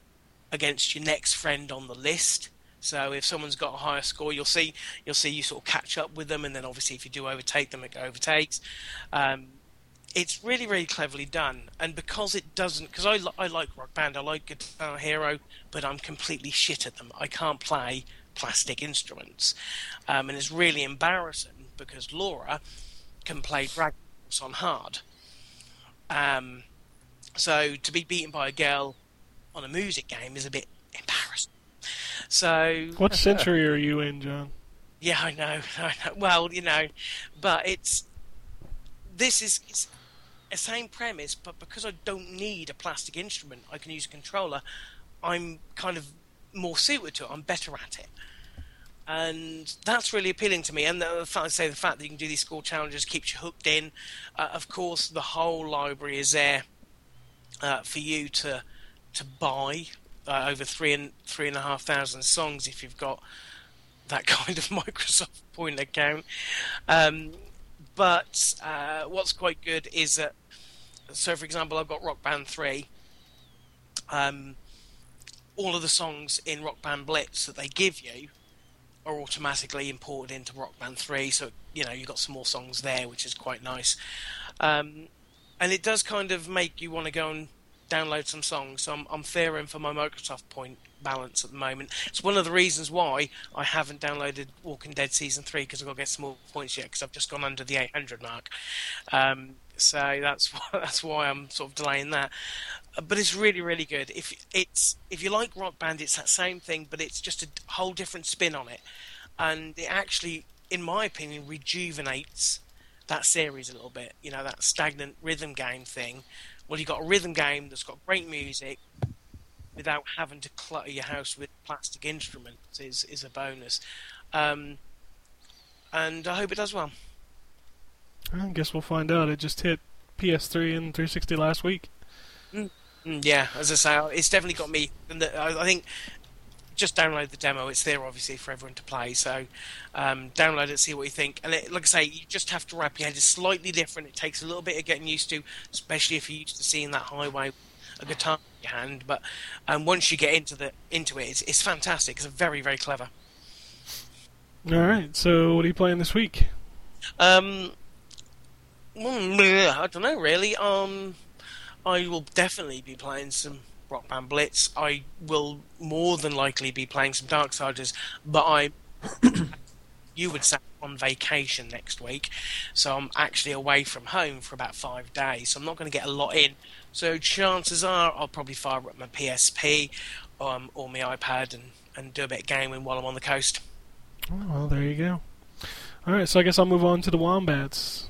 S7: against your next friend on the list. So if someone's got a higher score, you'll see you'll see you sort of catch up with them, and then obviously if you do overtake them, it overtakes. Um, it's really really cleverly done, and because it doesn't, because I, li- I like Rock Band, I like Guitar Hero, but I'm completely shit at them. I can't play plastic instruments, um, and it's really embarrassing because Laura can play Ragnaros on hard. Um, so to be beaten by a girl on a music game is a bit embarrassing. So
S5: What century are you in, John?
S7: yeah, I know, I know. Well, you know, but it's this is it's a same premise, but because I don't need a plastic instrument, I can use a controller. I'm kind of more suited to it. I'm better at it, and that's really appealing to me. And the fact, I say the fact that you can do these score challenges keeps you hooked in. Uh, of course, the whole library is there uh, for you to to buy uh, over three and three and a half thousand songs if you've got that kind of Microsoft point account. Um, but uh, what's quite good is that, so for example, I've got Rock Band 3. Um, all of the songs in Rock Band Blitz that they give you are automatically imported into Rock Band 3, so you know, you've got some more songs there, which is quite nice. Um, and it does kind of make you want to go and download some songs. So I'm, I'm fearing for my Microsoft point balance at the moment. It's one of the reasons why I haven't downloaded Walking Dead season three because I've got to get some more points yet because I've just gone under the 800 mark. Um, so that's why, that's why I'm sort of delaying that. Uh, But it's really really good. If it's if you like Rock Band, it's that same thing, but it's just a d- whole different spin on it, and it actually, in my opinion, rejuvenates that series a little bit. You know, that stagnant rhythm game thing. Well, you've got a rhythm game that's got great music without having to clutter your house with plastic instruments is, is a bonus. Um, and I hope it does well.
S5: I guess we'll find out. It just hit PS3 and 360 last week.
S7: Mm, Yeah, as I say, it's definitely got me. And the, I I think just download the demo. It's there, obviously, for everyone to play. So um, download it, see what you think. And it, like I say, you just have to wrap your head. It's slightly different. It takes a little bit of getting used to, especially if you're used to seeing that highway, a guitar in your hand. But um, once you get into the into it, it's, it's fantastic. It's very, very clever.
S5: All right. So, what are you playing this week?
S7: Um, mm, bleh, I don't know really. Um, I will definitely be playing some Rock Band Blitz. I will more than likely be playing some Darksiders, but I, you would say, on vacation next week, so I'm actually away from home for about five days. So I'm not going to get a lot in. So chances are I'll probably fire up my PSP, um, or my iPad and and do a bit of gaming while I'm on the coast.
S5: Oh, well, there you go. All right. So, I guess I'll move on to the wombats.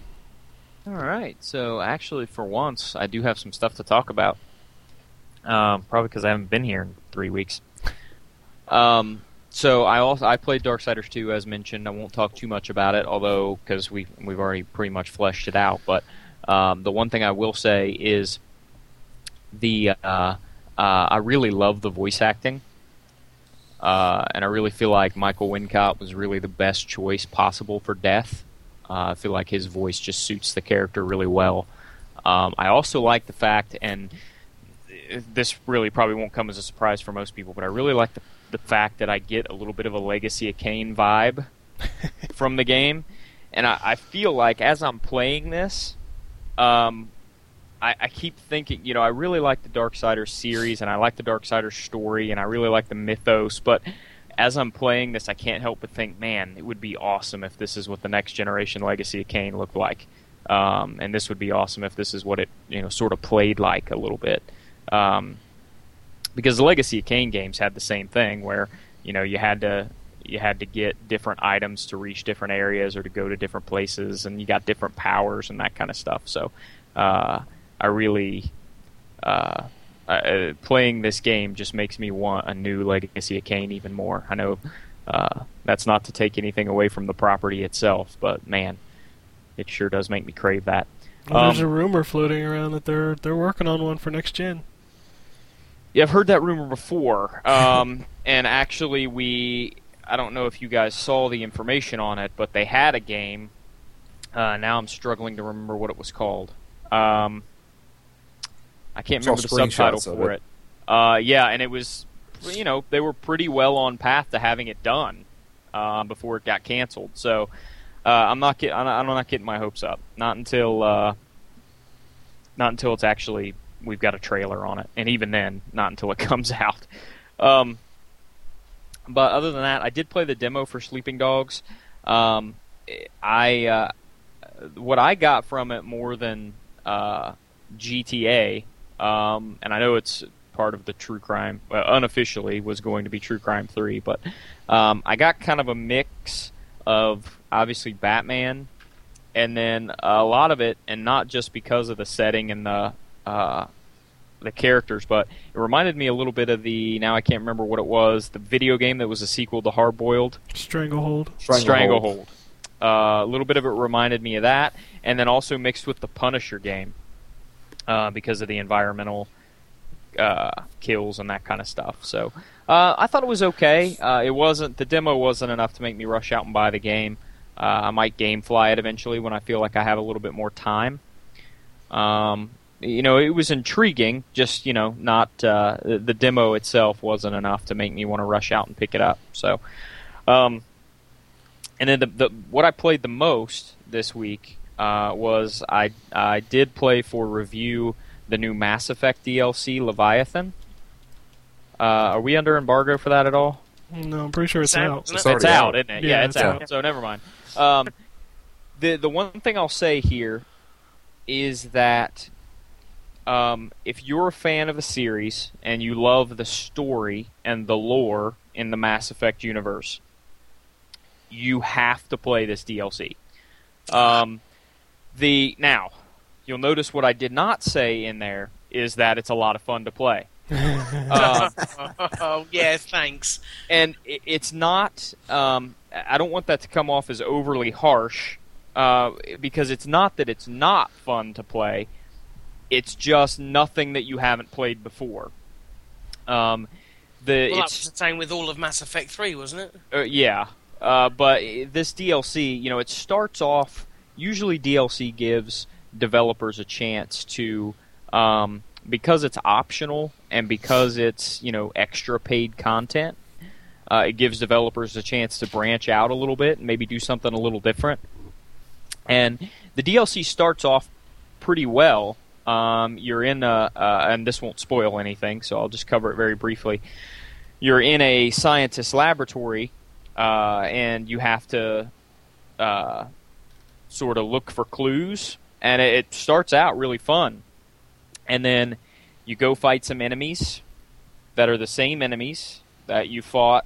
S8: All right. So actually, for once, I do have some stuff to talk about. Um, probably because I haven't been here in three weeks. Um, so I also I played Darksiders 2 as mentioned. I won't talk too much about it, although because we we've already pretty much fleshed it out. But um, the one thing I will say is the uh, uh, I really love the voice acting. Uh, and I really feel like Michael Wincott was really the best choice possible for Death. Uh, I feel like his voice just suits the character really well. Um, I also like the fact, and this really probably won't come as a surprise for most people, but I really like the, the fact that I get a little bit of a Legacy of Kane vibe from the game. And I, I feel like as I'm playing this, um, I, I keep thinking, you know, I really like the Darksiders series and I like the Darksiders story and I really like the mythos, but as I'm playing this, I can't help but think, man, it would be awesome if this is what the next generation Legacy of Kane looked like. Um, and this would be awesome if this is what it, you know, sort of played like a little bit. Um, because the Legacy of Kane games had the same thing where, you know, you had to you had to get different items to reach different areas or to go to different places and you got different powers and that kind of stuff. So, uh, I really uh, uh, playing this game just makes me want a new Legacy of Kane even more. I know uh, that's not to take anything away from the property itself, but man, it sure does make me crave that.
S5: Well, there's
S8: Um,
S5: a rumor floating around that they're they're working on one for next gen.
S8: Yeah, I've heard that rumor before. Um, and actually, we I don't know if you guys saw the information on it, but they had a game. Uh, now I'm struggling to remember what it was called. Um, I can't
S6: Saw
S8: remember the subtitle
S6: screenshots of
S8: for
S6: it.
S8: it. Uh, yeah, and it was, you know, they were pretty well on path to having it done um, before it got canceled. So uh, I'm not get, I'm not- I'm not getting my hopes up. Not until uh, not until it's actually we've got a trailer on it, and even then, not until it comes out. Um, but other than that, I did play the demo for Sleeping Dogs. Um, I uh, what I got from it more than uh, GTA, um, and I know it's part of the True Crime, uh, unofficially was going to be True Crime Three, but um, I got kind of a mix of obviously Batman, and then a lot of it, and not just because of the setting and the uh, the characters, but it reminded me a little bit of the now I can't remember what it was the video game that was a sequel to Hard Boiled.
S5: Stranglehold.
S8: Stranglehold. Uh, a little bit of it reminded me of that, and then also mixed with the Punisher game uh, because of the environmental uh, kills and that kind of stuff. So uh, I thought it was okay. Uh, it wasn't the demo wasn't enough to make me rush out and buy the game. Uh, I might gamefly it eventually when I feel like I have a little bit more time. Um, you know, it was intriguing. Just you know, not uh, the the demo itself wasn't enough to make me want to rush out and pick it up. So. Um, and then the, the what I played the most this week uh, was I I did play for review the new Mass Effect DLC Leviathan. Uh, are we under embargo for that at all?
S5: No, I'm pretty sure it's
S7: Sam-
S5: out.
S7: Sam-
S6: It's already
S8: it's out,
S6: out.
S8: isn't it?
S5: Yeah,
S8: Yeah, it's,
S5: it's
S8: out. So never mind. Um, the the one thing I'll say here is that um, if you're a fan of a series and you love the story and the lore in the Mass Effect universe, you have to play this DLC. Um, the now you'll notice what I did not say in there is that it's a lot of fun to play. Um,
S7: oh yeah, thanks.
S8: and i- it's not. Um, I don't want that to come off as overly harsh, uh, because it's not that it's not fun to play. It's just nothing that you haven't played before. Um, the
S7: Well, that
S8: it's
S7: was the same with all of Mass Effect 3, wasn't it?
S8: uh, yeah. Uh, but i- this DLC, you know, it starts off. Usually, DLC gives developers a chance to, um, because it's optional and because it's you know extra paid content. Uh, it gives developers a chance to branch out a little bit and maybe do something a little different. And the DLC starts off pretty well. Um, you're in a, uh, and this won't spoil anything, so I'll just cover it very briefly. You're in a scientist laboratory, uh, and you have to uh, sort of look for clues. And it, it starts out really fun, and then you go fight some enemies that are the same enemies that you fought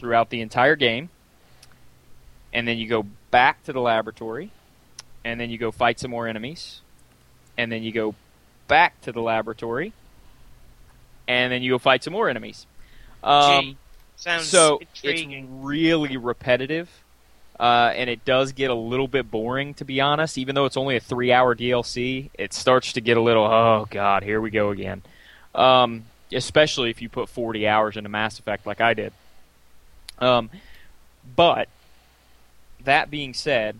S8: throughout the entire game, and then you go back to the laboratory, and then you go fight some more enemies, and then you go back to the laboratory, and then you go fight some more enemies. Um,
S7: Gee, sounds
S8: so
S7: intriguing.
S8: it's really repetitive, uh, and it does get a little bit boring, to be honest. Even though it's only a three-hour DLC, it starts to get a little. Oh God, here we go again. Um, especially if you put 40 hours into Mass Effect, like I did. Um, but that being said,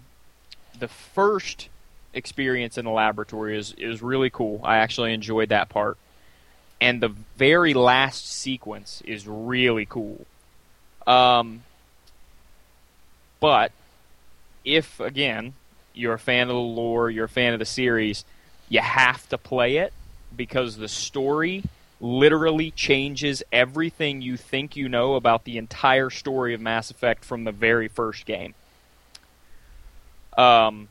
S8: the first experience in the laboratory is is really cool. I actually enjoyed that part. And the very last sequence is really cool. Um, but if again you're a fan of the lore, you're a fan of the series, you have to play it because the story literally changes everything you think you know about the entire story of Mass Effect from the very first game. Um,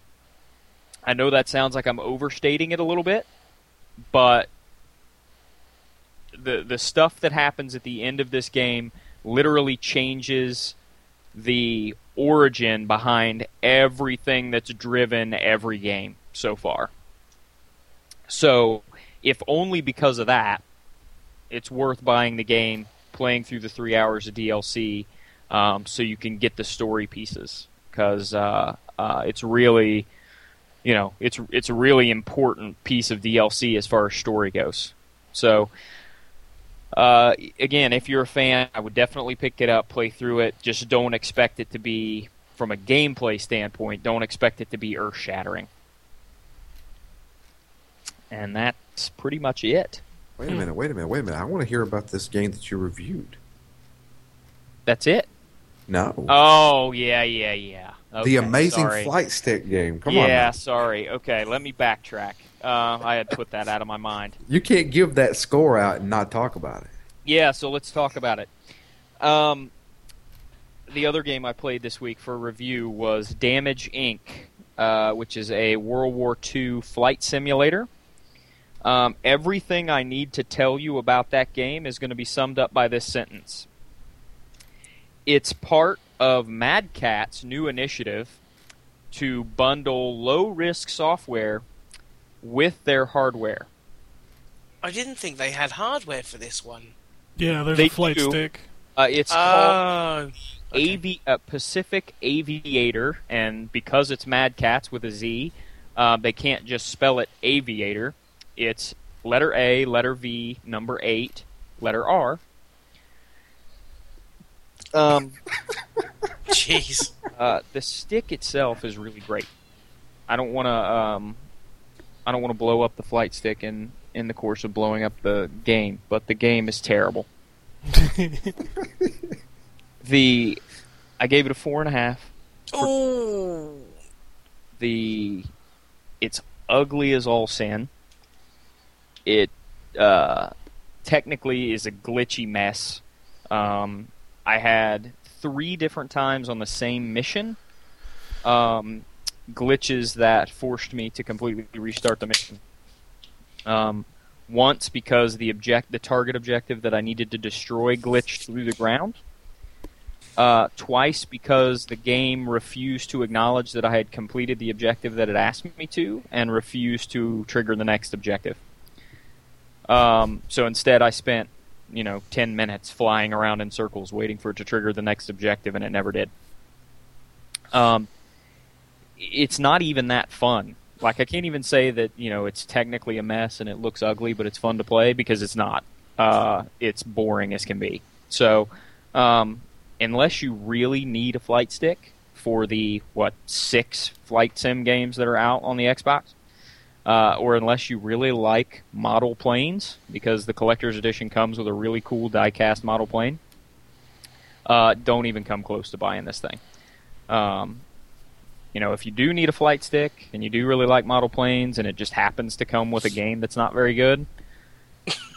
S8: I know that sounds like I'm overstating it a little bit, but the the stuff that happens at the end of this game literally changes the origin behind everything that's driven every game so far. So, if only because of that, it's worth buying the game, playing through the three hours of DLC, um, so you can get the story pieces because uh, uh, it's really, you know, it's it's a really important piece of DLC as far as story goes. So, uh, again, if you're a fan, I would definitely pick it up, play through it. Just don't expect it to be, from a gameplay standpoint, don't expect it to be earth shattering. And that's pretty much it.
S6: Wait a minute, wait a minute, wait a minute. I want to hear about this game that you reviewed.
S8: That's it.
S6: No.
S8: Oh yeah, yeah, yeah. Okay,
S6: the amazing
S8: sorry.
S6: flight stick game. Come on.
S8: yeah,
S6: now.
S8: sorry. Okay, let me backtrack. Uh, I had put that out of my mind.
S6: You can't give that score out and not talk about it.
S8: Yeah, so let's talk about it. Um, the other game I played this week for review was Damage Inc., uh, which is a World War II flight simulator. Um, everything I need to tell you about that game is going to be summed up by this sentence. It's part of Mad Cat's new initiative to bundle low risk software with their hardware.
S7: I didn't think they had hardware for this one.
S5: Yeah, there's
S8: They
S5: a flight
S8: do.
S5: stick.
S8: Uh, it's called
S7: Oh,
S8: Avi- uh, Pacific Aviator, and because it's Mad Cats with a Z, uh, they can't just spell it Aviator. It's letter A, letter V, number eight, letter R. Um,
S7: Oh, jeez.
S8: uh, the stick itself is really great. I don't want to. Um, I don't want to blow up the flight stick in in the course of blowing up the game, but the game is terrible. the I gave it a four and a half.
S7: Oh,
S8: the it's ugly as all sin. It uh, technically is a glitchy mess. Um, I had three different times on the same mission um, glitches that forced me to completely restart the mission. Um, once because the object the target objective that I needed to destroy glitched through the ground uh, twice because the game refused to acknowledge that I had completed the objective that it asked me to, and refused to trigger the next objective. Um, so instead, I spent, you know, ten minutes flying around in circles waiting for it to trigger the next objective, and it never did. Um, it's not even that fun. Like I can't even say that you know it's technically a mess and it looks ugly, but it's fun to play because it's not. Uh, it's boring as can be. So, um, unless you really need a flight stick for the what six flight sim games that are out on the Xbox, uh, or unless you really like model planes because the collector's edition comes with a really cool die-cast model plane, uh, don't even come close to buying this thing. Um, you know, if you do need a flight stick and you do really like model planes, and it just happens to come with a game that's not very good,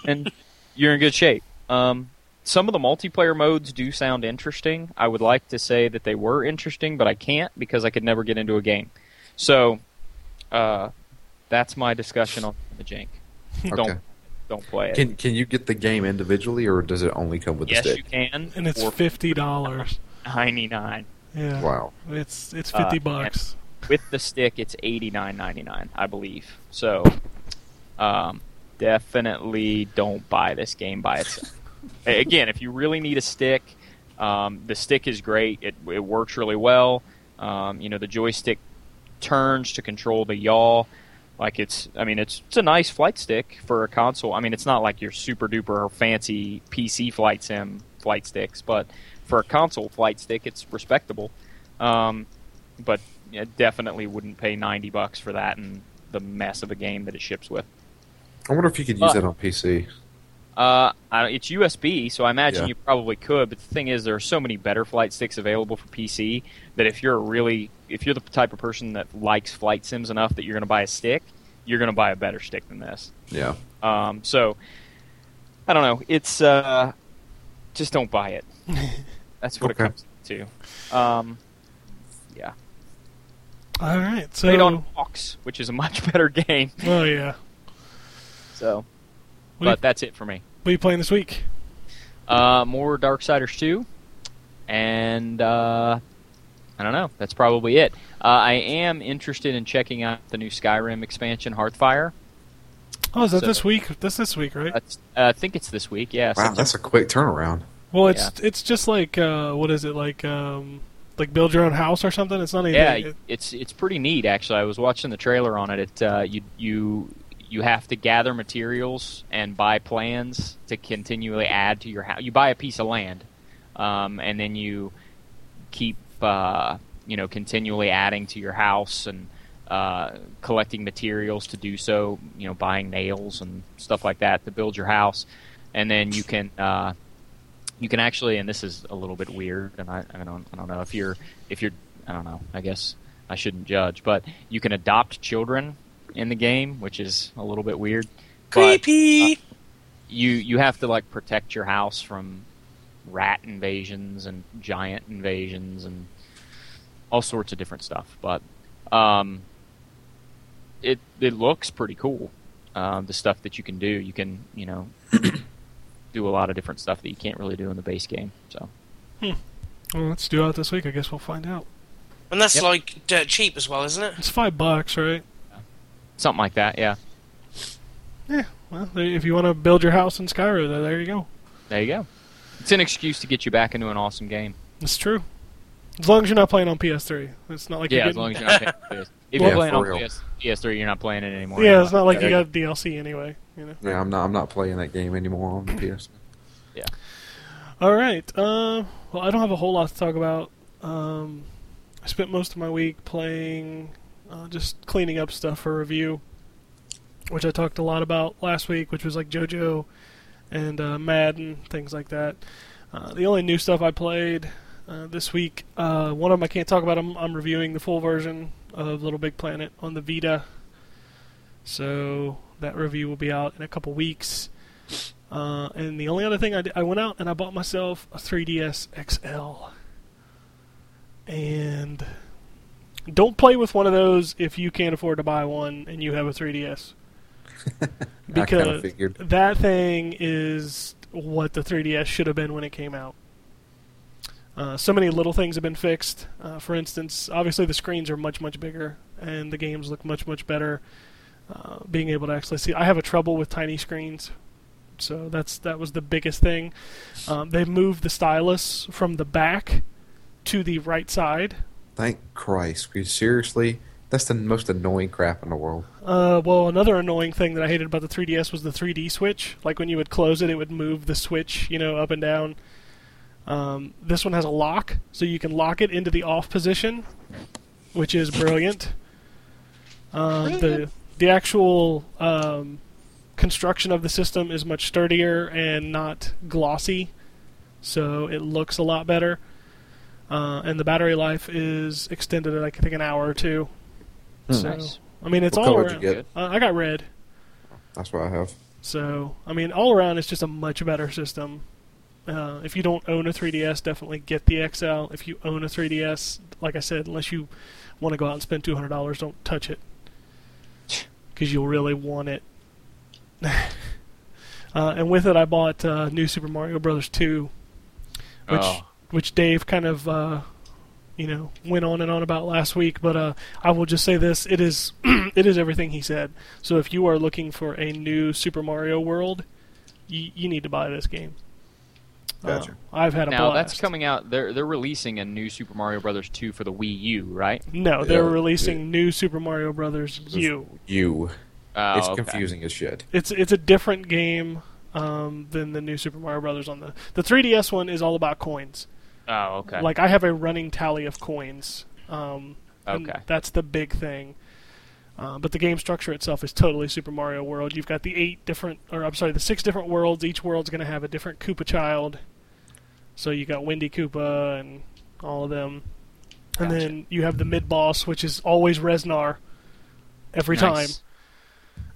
S8: and you're in good shape. Um, some of the multiplayer modes do sound interesting. I would like to say that they were interesting, but I can't because I could never get into a game. So, uh, that's my discussion on the Jink.
S6: Okay.
S8: Don't don't play it.
S6: Can can you get the game individually, or does it only come with
S8: yes,
S6: the
S8: you
S6: stick?
S8: can.
S5: and it's
S8: for
S5: fifty dollars.
S8: ninety nine.
S5: Yeah,
S6: Wow.
S5: it's it's
S8: Uh,
S5: fifty bucks.
S8: With the stick, it's eighty nine ninety nine, I believe. So, um, definitely don't buy this game by itself. A- Again, if you really need a stick, um, the stick is great. It it works really well. Um, you know, the joystick turns to control the yaw. Like it's, I mean, it's it's a nice flight stick for a console. I mean, it's not like your super duper fancy PC flight sim flight sticks, but for a console flight stick, it's respectable. Um, but yeah, definitely wouldn't pay ninety bucks for that and the mess of a game that it ships with.
S6: I wonder if you could use
S8: But-
S6: that on PC.
S8: Uh, I, it's USB, so I imagine
S6: Yeah.
S8: you probably could. But the thing is, there are so many better flight sticks available for PC that if you're a really, if you're the type of person that likes flight sims enough that you're going to buy a stick, you're going to buy a better stick than this.
S6: Yeah.
S8: Um, so I don't know. It's uh, just don't buy it. That's what
S6: Okay.
S8: it comes to. Um, yeah,
S5: All right, so
S8: played on Hawks, which is a much better game.
S5: oh yeah,
S8: So,
S5: What do you-
S8: but that's it for me.
S5: what are you playing this week?
S8: Uh, more Darksiders 2. And uh, I don't know. That's probably it. Uh, I am interested in checking out the new Skyrim expansion, Hearthfire.
S5: Oh, is that
S8: So-
S5: this week? That's this week, right?
S8: That's, uh, I think it's this week. Yeah.
S6: Wow, that's a quick turnaround.
S5: Well, it's it's just like uh, what is it like um, like build your own house or something? It's not anything.
S8: yeah,
S5: it-
S8: it's it's pretty neat actually. I was watching the trailer on it. It uh, you you you have to gather materials and buy plans to continually add to your house. You buy a piece of land, um, and then you keep uh, you know continually adding to your house and uh, collecting materials to do so. You know, buying nails and stuff like that to build your house, and then you can. Uh, you can actually, and this is a little bit weird, and I, I don't, I don't know if you're, if you're, I don't know. I guess I shouldn't judge, but you can adopt children in the game, which is a little bit weird. But,
S7: Creepy.
S8: you you have to like protect your house from rat invasions and giant invasions and all sorts of different stuff. But um, it it looks pretty cool. Um, the stuff that you can do, you can you know do a lot of different stuff that you can't really do in the base game. So
S5: well, let's do it this week. I guess we'll find out.
S7: and that's
S8: Yep.
S7: like dirt cheap as well, isn't it?
S5: It's five bucks, right?
S8: something like that. Yeah,
S5: Yeah. Well, there- if you want to build your house in Skyrim, there- there you go.
S8: there you go. It's an excuse to get you back into an awesome game.
S5: It's true. As long as you're not playing on PS3, it's not like
S8: yeah,
S5: you're
S8: as long as
S5: getting,
S8: you're not paying for this. If
S6: Well-
S8: you're playing
S6: Yeah,
S8: on
S6: for real.
S8: PS, PS3, you're not playing it anymore.
S5: yeah,
S8: anyway.
S5: it's not like you
S6: Yeah.
S5: got DLC anyway. You know.
S6: Yeah, I'm not. I'm not playing that game anymore on the PS.
S5: All right. Uh, well, I don't have a whole lot to talk about. Um, I spent most of my week playing, uh, just cleaning up stuff for review, which I talked a lot about last week, which was like JoJo and uh, Madden, things like that. Uh, the only new stuff I played uh, this week, uh, one of them I can't talk about. I'm, I'm reviewing the full version of Little Big Planet on the Vita, so that review will be out in a couple weeks. Uh, and the only other thing I did, I went out and I bought myself a 3DS XL. And don't play with one of those if you can't afford to buy one and you have a 3DS.
S6: I kind of
S5: because
S6: figured.
S5: that thing is what the 3DS should have been when it came out. Uh, so many little things have been fixed. Uh, for instance, obviously the screens are much much bigger and the games look much much better. Uh, being able to actually see, I have a trouble with tiny screens, so that's that was the biggest thing. Um, they moved the stylus from the back to the right side.
S6: Thank Christ. We seriously. That's the most annoying crap in the world.
S5: Uh, well, another annoying thing that I hated about the 3DS was the 3D switch. Like when you would close it, it would move the switch, you know, up and down. Um, this one has a lock, so you can lock it into the off position, which is brilliant. Um, the the actual um, construction of the system is much sturdier and not glossy, so it looks a lot better. Uh, and the battery life is extended at I think an hour or two. So
S8: Nice.
S5: I mean, it's
S6: What
S5: all
S6: color
S5: around.
S6: did you get?
S5: Uh, I got red.
S6: That's what I have.
S5: So, I mean, all around, it's just a much better system. Uh, if you don't own a 3DS, definitely get the XL. If you own a 3DS, like I said, unless you want to go out and spend $200, don't touch it. Because you'll really want it. uh, and with it, I bought uh, New Super Mario Brothers 2, which,
S8: Oh.
S5: which Dave kind of. Uh, you know, went on and on about last week, but uh, I will just say this: it is, it is everything he said. So if you are looking for a new Super Mario World, you, you need to buy this game.
S6: Gotcha.
S5: Uh, I've had a
S8: Now
S5: blast.
S8: that's coming out. They're they're releasing a new Super Mario Brothers 2 for the Wii U, right?
S5: No, they're
S6: Yeah,
S5: releasing
S6: yeah.
S5: new Super Mario Brothers U.
S6: You.
S8: Oh,
S6: it's
S8: okay.
S6: confusing as shit.
S5: It's it's a different game um, than the new Super Mario Brothers on the the 3DS one is all about coins.
S8: Oh, okay.
S5: Like I have a running tally of coins. Um, and
S8: Okay.
S5: That's the big thing. Uh, but the game structure itself is totally Super Mario World. You've got the eight different, or I'm sorry, the six different worlds. Each world's going to have a different Koopa child. So you got Wendy Koopa and all of them. And
S8: Gotcha.
S5: then you have the mid boss, which is always Resnar every
S8: Nice.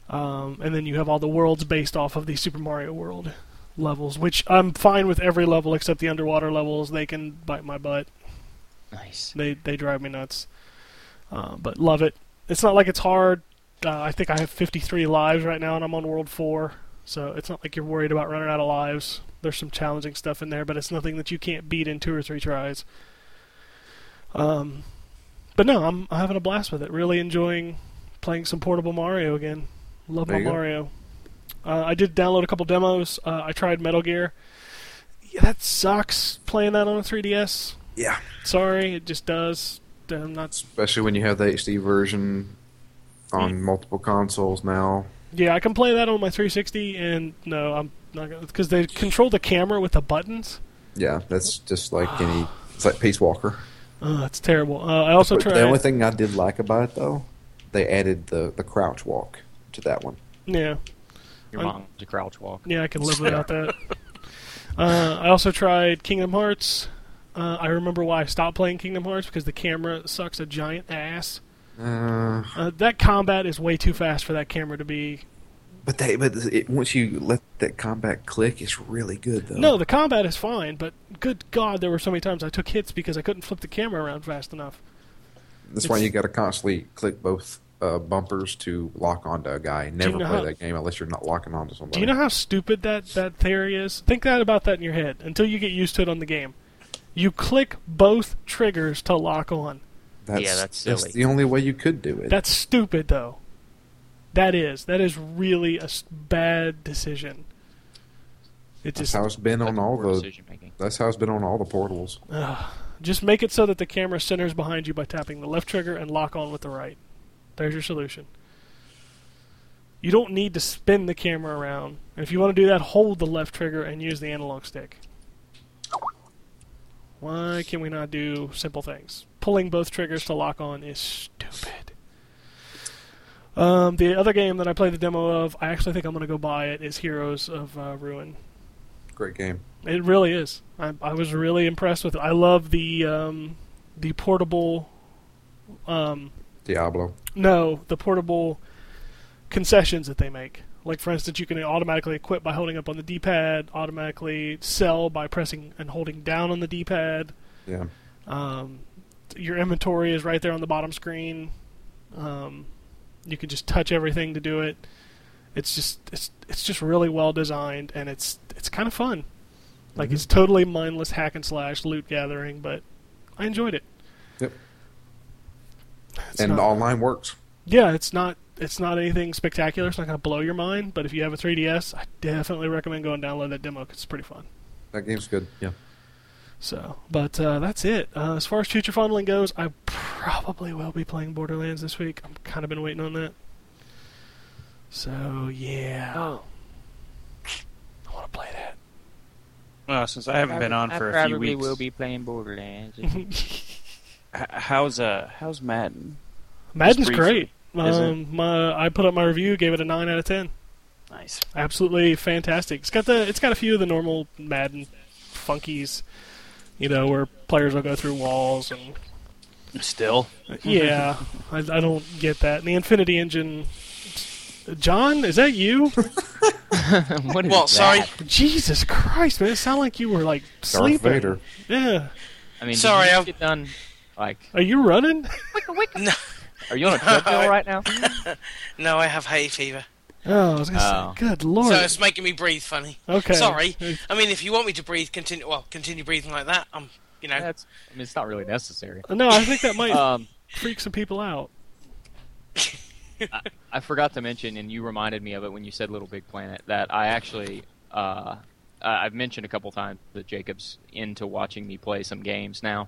S5: time. Um, and then you have all the worlds based off of the Super Mario World levels, which I'm fine with every level except the underwater levels. They can bite my butt.
S8: nice.
S5: They they drive me nuts, uh, but love it. It's not like it's hard. Uh, I think I have 53 lives right now, and I'm on world four, so it's not like you're worried about running out of lives. There's some challenging stuff in there, but it's nothing that you can't beat in two or three tries. Um, but no, I'm, I'm having a blast with it. Really enjoying playing some portable Mario again. Love
S6: There
S5: my
S6: you go.
S5: Mario. Uh, I did download a couple demos. Uh, I tried Metal Gear. Yeah, that sucks playing that on a 3DS.
S6: Yeah.
S5: Sorry, it just does. I'm not.
S6: Especially when you have the HD version on multiple consoles now.
S5: Yeah, I can play that on my 360, and no, I'm not gonna because they control the camera with the buttons.
S6: Yeah, that's just like any. It's like Peace Walker.
S5: Ugh, it's terrible. Uh, I also
S6: But
S5: tried.
S6: the only thing I did like about it, though, they added the, the crouch walk to that one.
S5: yeah,
S8: Your
S5: I'm-
S8: mom's a crouch walk.
S5: yeah, I can live without that. Uh, I also tried Kingdom Hearts. Uh, I remember why I stopped playing Kingdom Hearts because the camera sucks a giant ass.
S6: Uh,
S5: Uh, that combat is way too fast for that camera to be.
S6: but they but it, once you let that combat click, it's really good though.
S5: No, the combat is fine, but good God, there were so many times I took hits because I couldn't flip the camera around fast enough.
S6: that's why
S5: it's-
S6: you got to constantly click both uh, bumpers to lock onto a guy. Never
S5: know
S6: play
S5: how-
S6: that game unless you're not locking onto somebody.
S5: Do you know how stupid that, that theory is? Think that about that in your head until you get used to it on the game. You click both triggers to lock on.
S6: that's,
S8: Yeah, that's silly.
S6: the only way you could do it.
S5: That's stupid, though. That is. That is really a s- bad decision. It
S6: That's
S5: just
S6: how it's been on all the.
S8: decision making.
S6: That's how it's been on all the portals.
S5: just make it so that the camera centers behind you by tapping the left trigger and lock on with the right. There's your solution. You don't need to spin the camera around. And if you want to do that, hold the left trigger and use the analog stick. Why can we not do simple things? Pulling both triggers to lock on is stupid. Um, the other game that I played the demo of, I actually think I'm going to go buy it, is Heroes of uh, Ruin.
S6: Great game.
S5: It really is. I, I was really impressed with it. I love the um, the portable, um,
S6: Diablo.
S5: no, the portable concessions that they make. Like for instance, you can automatically equip by holding up on the D-pad, automatically sell by pressing and holding down on the D-pad.
S6: Yeah.
S5: Um, your inventory is right there on the bottom screen. Um, you can just touch everything to do it. It's just it's it's just really well designed and it's it's kind of fun. Like it's totally mindless hack and slash loot gathering, but I enjoyed it.
S6: Yep.
S5: It's
S6: and
S5: not-
S6: the online works.
S5: yeah, it's not it's not anything spectacular. It's not going to blow your mind, but if you have a 3DS, I definitely recommend going download that demo 'cause it's pretty fun.
S6: That game's good. Yeah.
S5: So, but uh, that's it. Uh, as far as future fondling goes, I probably will be playing Borderlands this week. I've kind of been waiting on that. So yeah, I want to play that.
S2: Well, since I haven't been on for a few weeks,
S8: playing Borderlands.
S2: H- how's uh how's Madden?
S5: Madden's great.
S2: briefly, is it?
S5: Um, my I put up my review, gave it a nine out of ten.
S2: Nice.
S5: Absolutely fantastic. It's got the it's got a few of the normal Madden funkies, you know, where players will go through walls and
S2: Still,
S5: yeah, I, I don't get that. And the Infinity Engine, John, is that you?
S8: what is
S7: What?
S8: that?
S7: Sorry,
S5: Jesus Christ, man! It sounded like you were like
S6: Darth
S5: sleeping.
S6: Vader.
S5: Yeah,
S8: I mean, did
S7: Sorry,
S8: you
S7: I'm-
S8: get done. Like,
S5: are you running?
S7: no,
S8: are you on a treadmill right now?
S7: no, I have hay fever,
S5: Oh, I was gonna
S8: Oh.
S5: say, good lord.
S7: so it's making me breathe funny.
S5: okay,
S7: Sorry. I mean, if you want me to breathe, continue. Well, continue breathing like that. I'm, you know,
S8: That's. I mean, it's not really necessary.
S5: No, I think that might
S7: Uh.
S8: Um,
S5: freak some people out.
S8: I forgot to mention, and you reminded me of it when you said Little Big Planet, that I actually, uh, I- I've mentioned a couple times that Jacob's into watching me play some games now,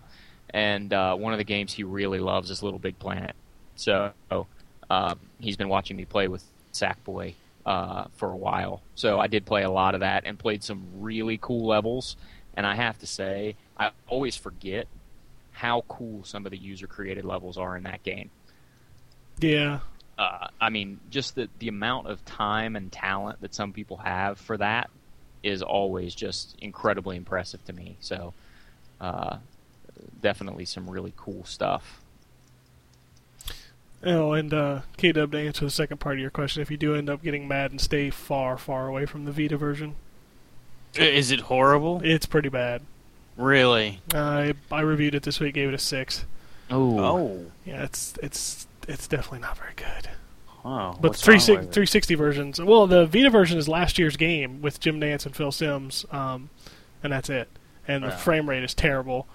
S8: and uh, one of the games he really loves is Little Big Planet. So uh, he's been watching me play with Sackboy uh, for a while. So I did play a lot of that and played some really cool levels. And I have to say, I always forget how cool some of the user created levels are in that game
S5: Yeah,
S8: uh, I mean, just the, the amount of time and talent that some people have for that is always just incredibly impressive to me. So, uh, definitely some really cool stuff.
S5: Oh, and uh, K Dub, to answer the second part of your question, if you do end up getting mad and stay far, far away from the Vita version,
S2: is it horrible?
S5: it's pretty bad.
S2: Really?
S5: I I reviewed it this week, gave it a six.
S2: Oh,
S5: Yeah, it's it's it's definitely not very good.
S2: oh.
S5: But
S2: what's
S5: the 36
S2: wrong with it?
S5: 360 versions, well, the Vita version is last year's game with Jim Nance and Phil Sims, um, and that's it. And the
S2: Wow.
S5: frame rate is terrible.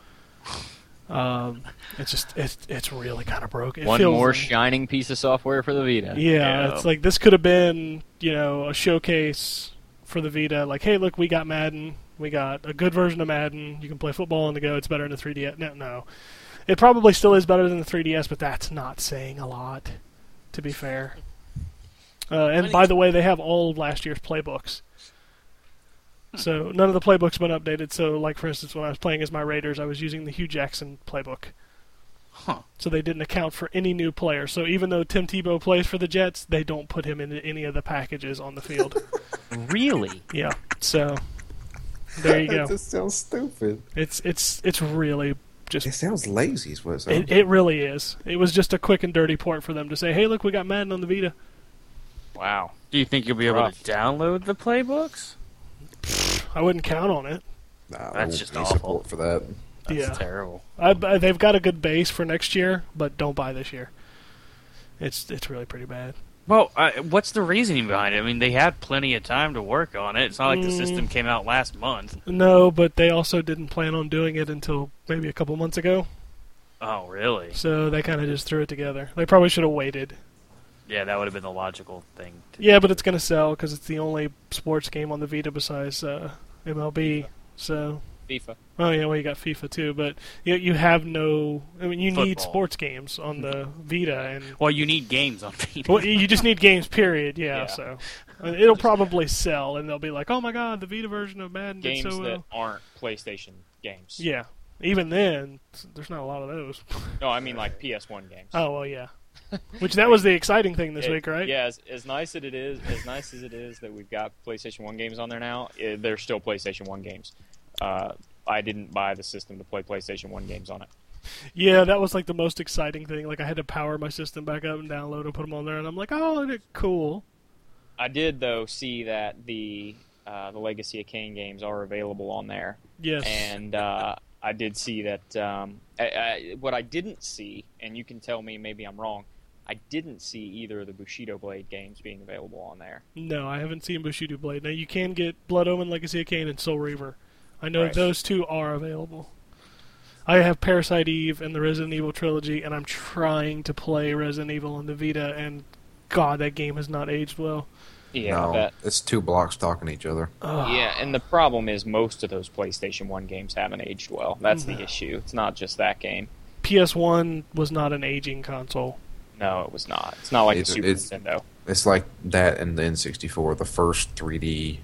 S5: Um, it's just it's it's really kind of broken. It
S8: one
S5: feels-
S8: more shining piece of software for the Vita.
S5: Yeah, it's like this could have been, you know, a showcase for the Vita. Like, hey, look, we got Madden. We got a good version of Madden. You can play football on the go. It's better than the 3DS. No, no. It probably still is better than the 3DS, but that's not saying a lot, to be fair. Uh, and by the way, they have all of last year's playbooks. So none of the playbooks been updated. So, like for instance, when I was playing as my Raiders, I was using the Hugh Jackson playbook. So they didn't account for any new players. So even though Tim Tebow plays for the Jets, they don't put him in any of the packages on the field.
S8: really.
S5: yeah. So there you
S6: That
S5: go.
S6: just sounds stupid.
S5: It's it's it's really
S6: It
S5: just
S6: sounds lazy, is what it sounds.
S5: it, it really is. It was just a quick and dirty port for them to say, "Hey, look, we got Madden on the Vita."
S8: Wow.
S2: do you think you'll be able
S8: Rough.
S2: to download the playbooks?
S5: I wouldn't count on it.
S6: Nah, there
S2: That's
S6: won't
S2: just
S6: be
S2: awful.
S6: Support for that.
S2: That's
S5: yeah.
S2: terrible.
S5: I, I- they've got a good base for next year, but don't buy this year. It's it's really pretty bad.
S2: Well, uh, what's the reasoning behind it? I mean, they had plenty of time to work on it. It's not like the
S5: Mm.
S2: system came out last month.
S5: No, but they also didn't plan on doing it until maybe a couple months ago.
S2: Oh, really?
S5: So they kind of just threw it together. They probably should have waited.
S2: Yeah, that would have been the logical thing. To
S5: Yeah, but it's going to sell because it's the only sports game on the Vita besides uh, MLB. So,
S8: FIFA.
S5: oh yeah, well you got FIFA too, but you you have no. I mean, you need
S2: Football.
S5: sports games on the Vita, and
S2: Well, you need games on Vita.
S5: well, you just need games. Period. Yeah.
S8: Yeah.
S5: So, Uh, it'll probably sell, and they'll be like, "Oh my God, the Vita version of Madden did
S8: Games
S5: so
S8: that
S5: well."
S8: aren't PlayStation games.
S5: Yeah. Even then, there's not a lot of those.
S8: No, I mean like PS1 games.
S5: Oh well, yeah. Which that was the exciting thing this
S8: It-
S5: week, right?
S8: Yeah, as, as nice as it is, as nice as it is that we've got PlayStation One games on there now, eh, they're still PlayStation One games. Uh, I didn't buy the system to play PlayStation One games on it.
S5: Yeah, that was like the most exciting thing. Like I had to power my system back up and download and put them on there, and I'm like, oh, isn't it cool?
S8: I did though see that the uh, the Legacy of Kane games are available on there,
S5: Yes.
S8: and uh, I did see that. Um, I, I, what I didn't see, and you can tell me maybe I'm wrong, I didn't see either of the Bushido Blade games being available on there.
S5: no, I haven't seen Bushido Blade. Now you can get Blood Omen, Legacy of Kain, and Soul Reaver. I know
S8: Right.
S5: those two are available. I have Parasite Eve and the Resident Evil trilogy, and I'm trying to play Resident Evil on the Vita. And God, that game has not aged well.
S8: Yeah,
S6: no,
S8: that
S6: it's two blocks talking to each other.
S8: Yeah, and the problem is most of those PlayStation 1 games haven't aged well. That's
S5: No.
S8: the issue. It's not just that game.
S5: PS1 was not an aging console.
S8: No, it was not. It's not like
S6: It's-
S8: the Super
S6: it's-
S8: Nintendo.
S6: It's like that and the N64. The first 3D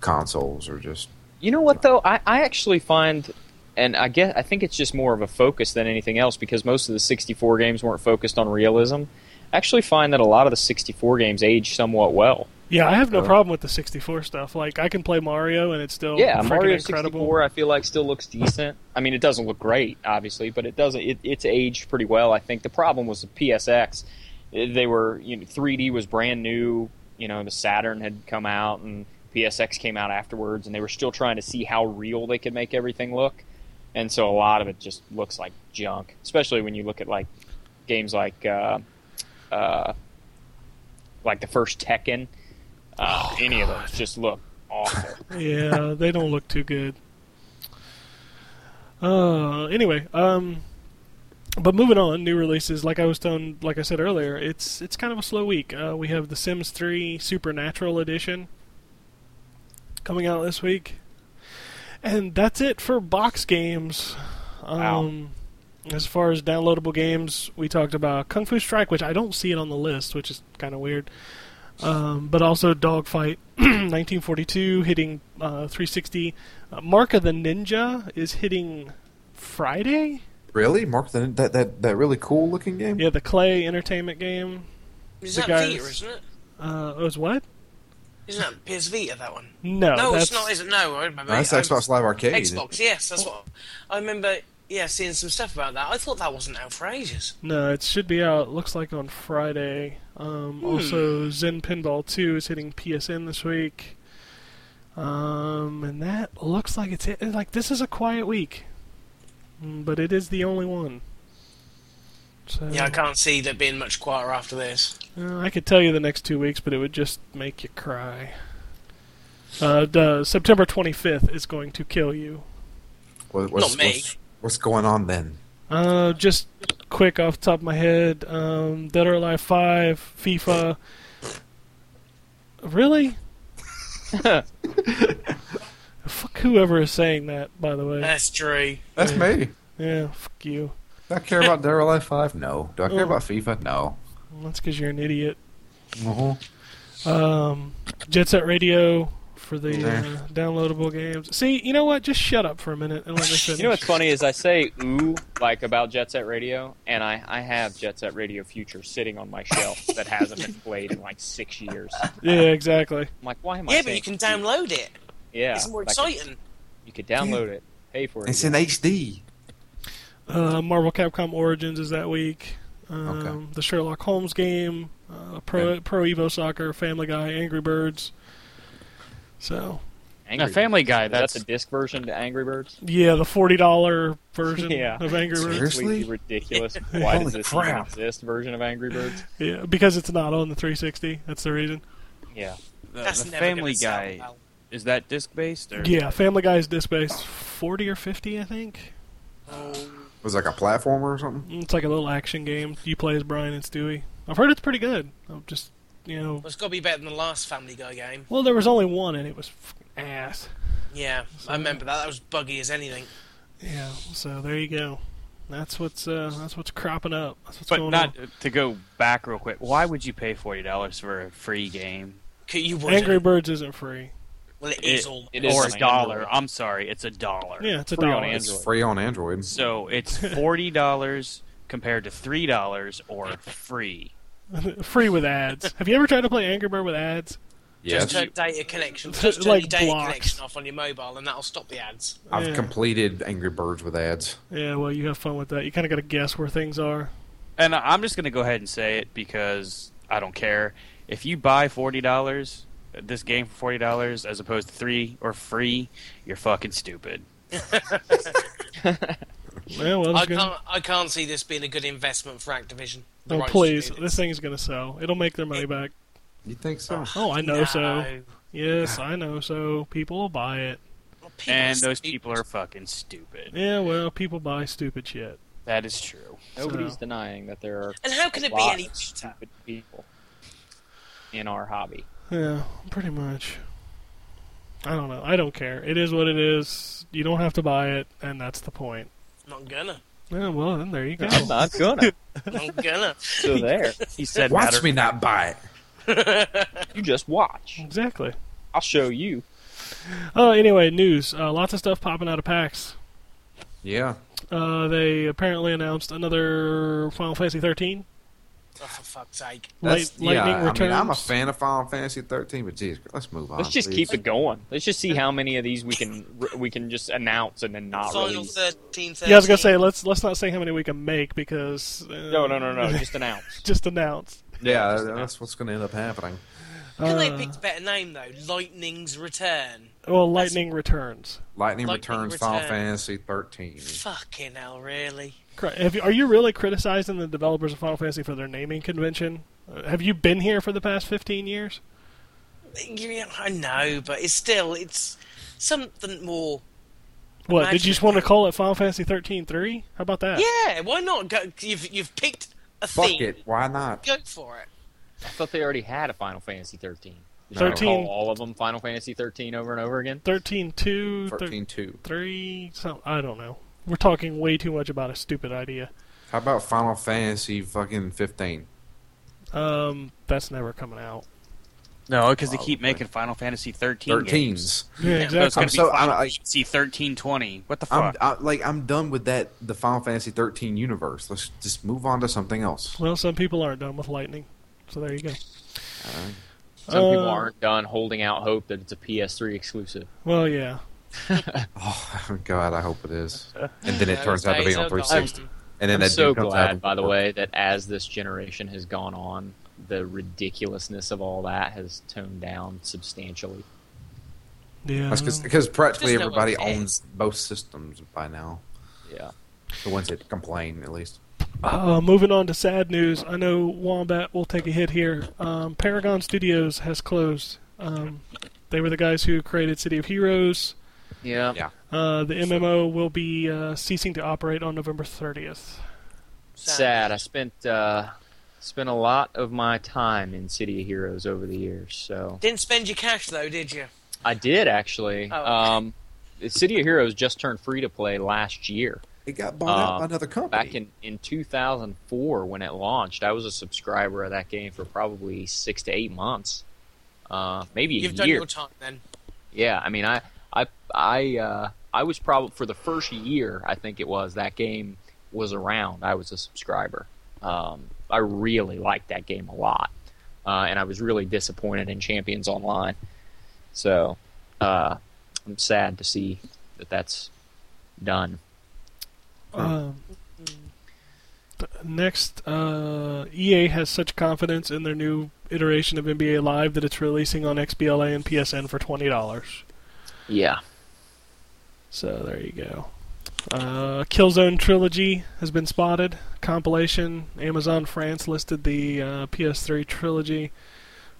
S6: consoles are just
S8: You know what though? I, I actually find and I guess I think it's just more of a focus than anything else because most of the 64 games weren't focused on realism. I actually find that a lot of the 64 games age somewhat well.
S5: Yeah, I have no
S6: Uh,
S5: problem with the 64 stuff. Like, I can play Mario and it's still
S8: yeah,
S5: freaking
S8: Mario
S5: incredible.
S8: 64 I feel like still looks decent. I mean, it doesn't look great, obviously, but it doesn't. It, it's aged pretty well. I think the problem was the PSX. Eh, They were you know, 3D was brand new. You know, the Saturn had come out and PSX came out afterwards, and they were still trying to see how real they could make everything look. And so a lot of it just looks like junk, especially when you look at like games like uh, uh, like the first Tekken. Uh, any of those just look awful.
S5: yeah, they don't look too good. Uh, anyway, um, but moving on, new releases. Like I was telling, like I said earlier, it's it's kind of a slow week. Uh, we have The Sims 3 Supernatural Edition coming out this week, and that's it for box games.
S8: Wow.
S5: Um, As far as downloadable games, we talked about Kung Fu Strike, which I don't see it on the list, which is kind of weird. Um, but also Dogfight 1942 hitting uh, 360. Uh, Mark of the Ninja is hitting Friday.
S6: Really, Mark? The, that that that really cool looking game.
S5: Yeah, the Clay Entertainment game.
S7: Is
S5: The
S7: that
S5: guys-
S7: Vita, isn't it?
S5: Uh, it was what?
S7: Isn't that PS Vita, that one?
S5: No,
S7: no,
S5: that's,
S7: it's not, is it? No, I remember.
S6: No, that's
S7: I'm-
S6: Xbox Live Arcade.
S7: Xbox, yes, that's what. I remember, yeah, seeing some stuff about that. I thought that wasn't out for ages.
S5: No, it should be out. Looks like on Friday.
S7: Hmm.
S5: Um, Also, Zen Pinball 2 is hitting PSN this week. Um, and that looks like it's hit. Like this is a quiet week, Mm, but it is the only one. So
S7: Yeah, I can't see there being much quieter after this.
S5: Uh, I could tell you the next two weeks, but it would just make you cry. Uh, the September 25th is going to kill you.
S6: What, what's,
S7: Not me.
S6: What's, what's going on then?
S5: Uh, just quick off the top of my head, um, Dead or Alive 5, FIFA. Really? Fuck whoever is saying that, by the way.
S7: That's true.
S6: That's me.
S5: Yeah, fuck you.
S6: Do I care about Dead or Alive Five? No. Do I care
S5: Oh.
S6: about FIFA? No.
S5: Well, That's because you're an idiot.
S6: Uh-huh.
S5: Um, Jet Set Radio for the
S6: Nah.
S5: uh, downloadable games. See, you know what? Just shut up for a minute and let me finish.
S8: You know what's funny is I say ooh like about Jet Set Radio, and I, I have Jet Set Radio Future sitting on my shelf that hasn't been played in like six years. I'm
S5: yeah, exactly.
S8: like, why am I?
S7: Yeah, but
S8: saying
S7: you can
S8: ooh?
S7: download it.
S8: Yeah,
S7: It's more
S8: like, it's-
S7: exciting.
S8: you can download it, pay for it.
S6: It's in HD.
S5: Uh, Marvel Capcom Origins is that week. Um,
S6: Okay.
S5: The Sherlock Holmes game, uh, Pro Pro Evo Soccer, Family Guy, Angry Birds. So
S8: Angry
S2: Now, Family
S8: Birds.
S2: Guy,
S8: Is
S2: that's-
S8: that the disc version to Angry Birds.
S5: yeah, the forty dollar version
S8: Yeah.
S5: of Angry Birds.
S6: Seriously?
S8: Completely ridiculous. Why
S6: Holy
S8: does this even
S6: crap.
S8: exist? Version of Angry Birds.
S5: Yeah, because it's not on the 360. That's the reason.
S8: Yeah,
S2: The,
S7: That's
S2: the
S7: never
S2: Family
S7: gonna sell
S2: Guy
S7: well.
S2: is that disc based or
S5: Yeah, Family Guy is disc based, forty or fifty, I think.
S6: Was it like a platformer or something.
S5: It's like a little action game. You play as Brian and Stewie. I've heard it's pretty good. I'm just you know,
S7: Well, it's got to be better than the last Family Guy game.
S5: well, there was only one and it was f- ass.
S7: Yeah, I remember that. That was buggy as anything.
S5: Yeah, so there you go. That's what's uh, that's what's cropping up. That's what's
S2: But
S5: going on.
S2: not to go back real quick. Why would you pay forty dollars for a free game
S7: Could- You would
S5: Angry Birds isn't free.
S7: Well, it is
S2: It-
S7: all.
S8: it is
S2: or
S8: on
S2: a dollar?
S8: Android.
S2: I'm sorry, it's a dollar.
S5: Yeah, it's a
S8: Free on
S5: dollar.
S8: Android.
S6: It's free on Android.
S2: So it's forty dollars compared to three dollars or free.
S5: free with ads. Have you ever tried to play Angry Bird with ads?
S7: Just
S6: yes,
S7: turn data connection. Just turn
S5: Like
S7: your data
S5: blocks.
S7: connection off on your mobile, and that'll stop the ads.
S6: I've
S5: Yeah.
S6: completed Angry Birds with ads.
S5: Yeah, well, you have fun with that. You kind of got to guess where things are.
S2: And I- I'm just going to go ahead and say it because I don't care. If you buy forty dollars, this game for forty dollars as opposed to three or free, you're fucking stupid.
S5: Yeah, well,
S7: I
S5: it's gonna-
S7: can't. I can't see this being a good investment for Activision. The
S5: oh,
S7: rights to
S5: please,
S7: do this.
S5: this thing's gonna sell. It'll make their money back.
S6: You think so?
S7: Uh-huh.
S5: Oh, I know so.
S7: No.
S5: Yes, I know so. People will buy it.
S7: Well, people
S2: And
S7: are
S2: those
S7: stupid.
S2: people are fucking stupid.
S5: Yeah, well, people buy stupid shit.
S2: That is true.
S8: nobody's
S5: So-
S8: denying that there are.
S7: And how can
S8: a
S7: it be
S8: lot
S7: any
S8: of
S7: better?
S8: stupid people in our hobby?
S5: Yeah, pretty much. I don't know. I don't care. It is what it is. You don't have to buy it, and that's the point.
S7: Not gonna.
S5: Yeah, well, then there you go.
S8: I'm not gonna.
S7: Not gonna.
S8: So there,
S2: He said, matter-
S6: Watch me not buy it.
S8: you just watch.
S5: Exactly.
S8: I'll show you.
S5: Oh, anyway, news. Uh, lots of stuff popping out of PAX.
S6: Yeah.
S5: Uh, they apparently announced another Final Fantasy 13.
S7: Oh, for fuck's sake.
S5: Light,
S6: That's-
S5: Lightning
S6: yeah,
S5: Returns.
S6: I mean, I'm a fan of Final Fantasy 13, but geez, let's move on.
S8: Let's just
S6: please.
S8: keep it going. Let's just see how many of these we can we can just announce and then not
S7: Final
S8: release.
S7: 13, 13.
S5: Yeah, I was gonna say let's let's not say how many we can make because uh,
S8: No, no, no, no. Just announce.
S5: just announce.
S6: Yeah, that's what's going to end up happening.
S7: Couldn't they
S5: Uh,
S7: have picked a better name, though? Lightning's Return.
S5: Well, Lightning Returns.
S6: Lightning,
S7: Lightning
S6: Returns Final
S7: Return.
S6: Fantasy 13.
S7: Fucking hell, really?
S5: Cri- Have you, are you really criticizing the developers of Final Fantasy for their naming convention? Uh, have you been here for the past fifteen years?
S7: Yeah, I know, but it's still, it's something more.
S5: What
S7: I'm
S5: did you just
S7: actually-
S5: want to call it Final Fantasy 13-3? How about that?
S7: Yeah, why not? Go, you've, you've picked a
S6: Fuck
S7: theme.
S6: it, why not?
S7: Go for it.
S8: I thought they already had a Final Fantasy 13. Did
S5: Thirteen.
S8: Call all of them Final Fantasy 13 over and over again.
S5: 13-2, 13
S6: 13 2.
S5: 3 some I don't know. We're talking way too much about a stupid idea.
S6: How about Final Fantasy fucking 15?
S5: Um, that's never coming out.
S2: No, because they keep
S6: Probably.
S2: making Final Fantasy 13 games.
S6: 13s.
S5: Yeah,
S2: So it's
S5: exactly.
S6: Oh,
S2: going
S6: I'm
S2: to be
S6: so-
S2: Final
S6: I'm, like-
S2: Fantasy 13, 20. What the
S6: I'm
S2: fuck?
S6: I, like I'm done with that the Final Fantasy 13 universe. Let's just move on to something else.
S5: Well, some people aren't done with lightning, so there you go.
S8: Some people
S5: Uh,
S8: aren't done holding out hope that it's a PS3 exclusive.
S5: Well, yeah.
S6: Oh God, I hope it is. And then it
S7: Those
S6: turns out to be
S7: days
S6: on
S7: are gone.
S6: 360. And then
S8: I'm
S6: that
S8: so
S6: dude comes out
S8: glad,
S6: and-
S8: by the way, that as this generation has gone on, the ridiculousness of all that has toned down substantially.
S5: Yeah.
S6: That's because practically
S7: Just no
S6: everybody
S7: one cares.
S6: owns both systems by now.
S8: Yeah.
S6: The ones that complain, at least.
S5: Uh, moving on to sad news. I know Wombat will take a hit here. Um, Paragon Studios has closed. Um, they were the guys who created City of Heroes.
S8: Yeah.
S6: Yeah.
S5: Uh, the MMO will be uh, ceasing to operate on November 30th.
S8: Sad. I spent uh, spent a lot of my time in City of Heroes over the years, so
S7: Didn't spend your cash, though, did you?
S8: I did actually.
S7: Oh, okay.
S8: Um, City of Heroes just turned free to play last year.
S6: It got bought out
S8: Uh,
S6: by another company.
S8: Back in, in 2004 when it launched, I was a subscriber of that game for probably six to eight months, uh, maybe a
S7: You've
S8: year.
S7: done your time then.
S8: Yeah, I mean, I, I, I, uh, I was probably for the first year. I think it was that game was around. I was a subscriber. Um, I really liked that game a lot, uh, and I was really disappointed in Champions Online. So, uh, I'm sad to see that that's done.
S5: Um, th- next, uh, EA has such confidence in their new iteration of NBA Live that it's releasing on XBLA and PSN for $20.
S8: Yeah,
S5: So there you go. Uh, Killzone Trilogy has been spotted. Compilation. Amazon France listed the uh, PS3 trilogy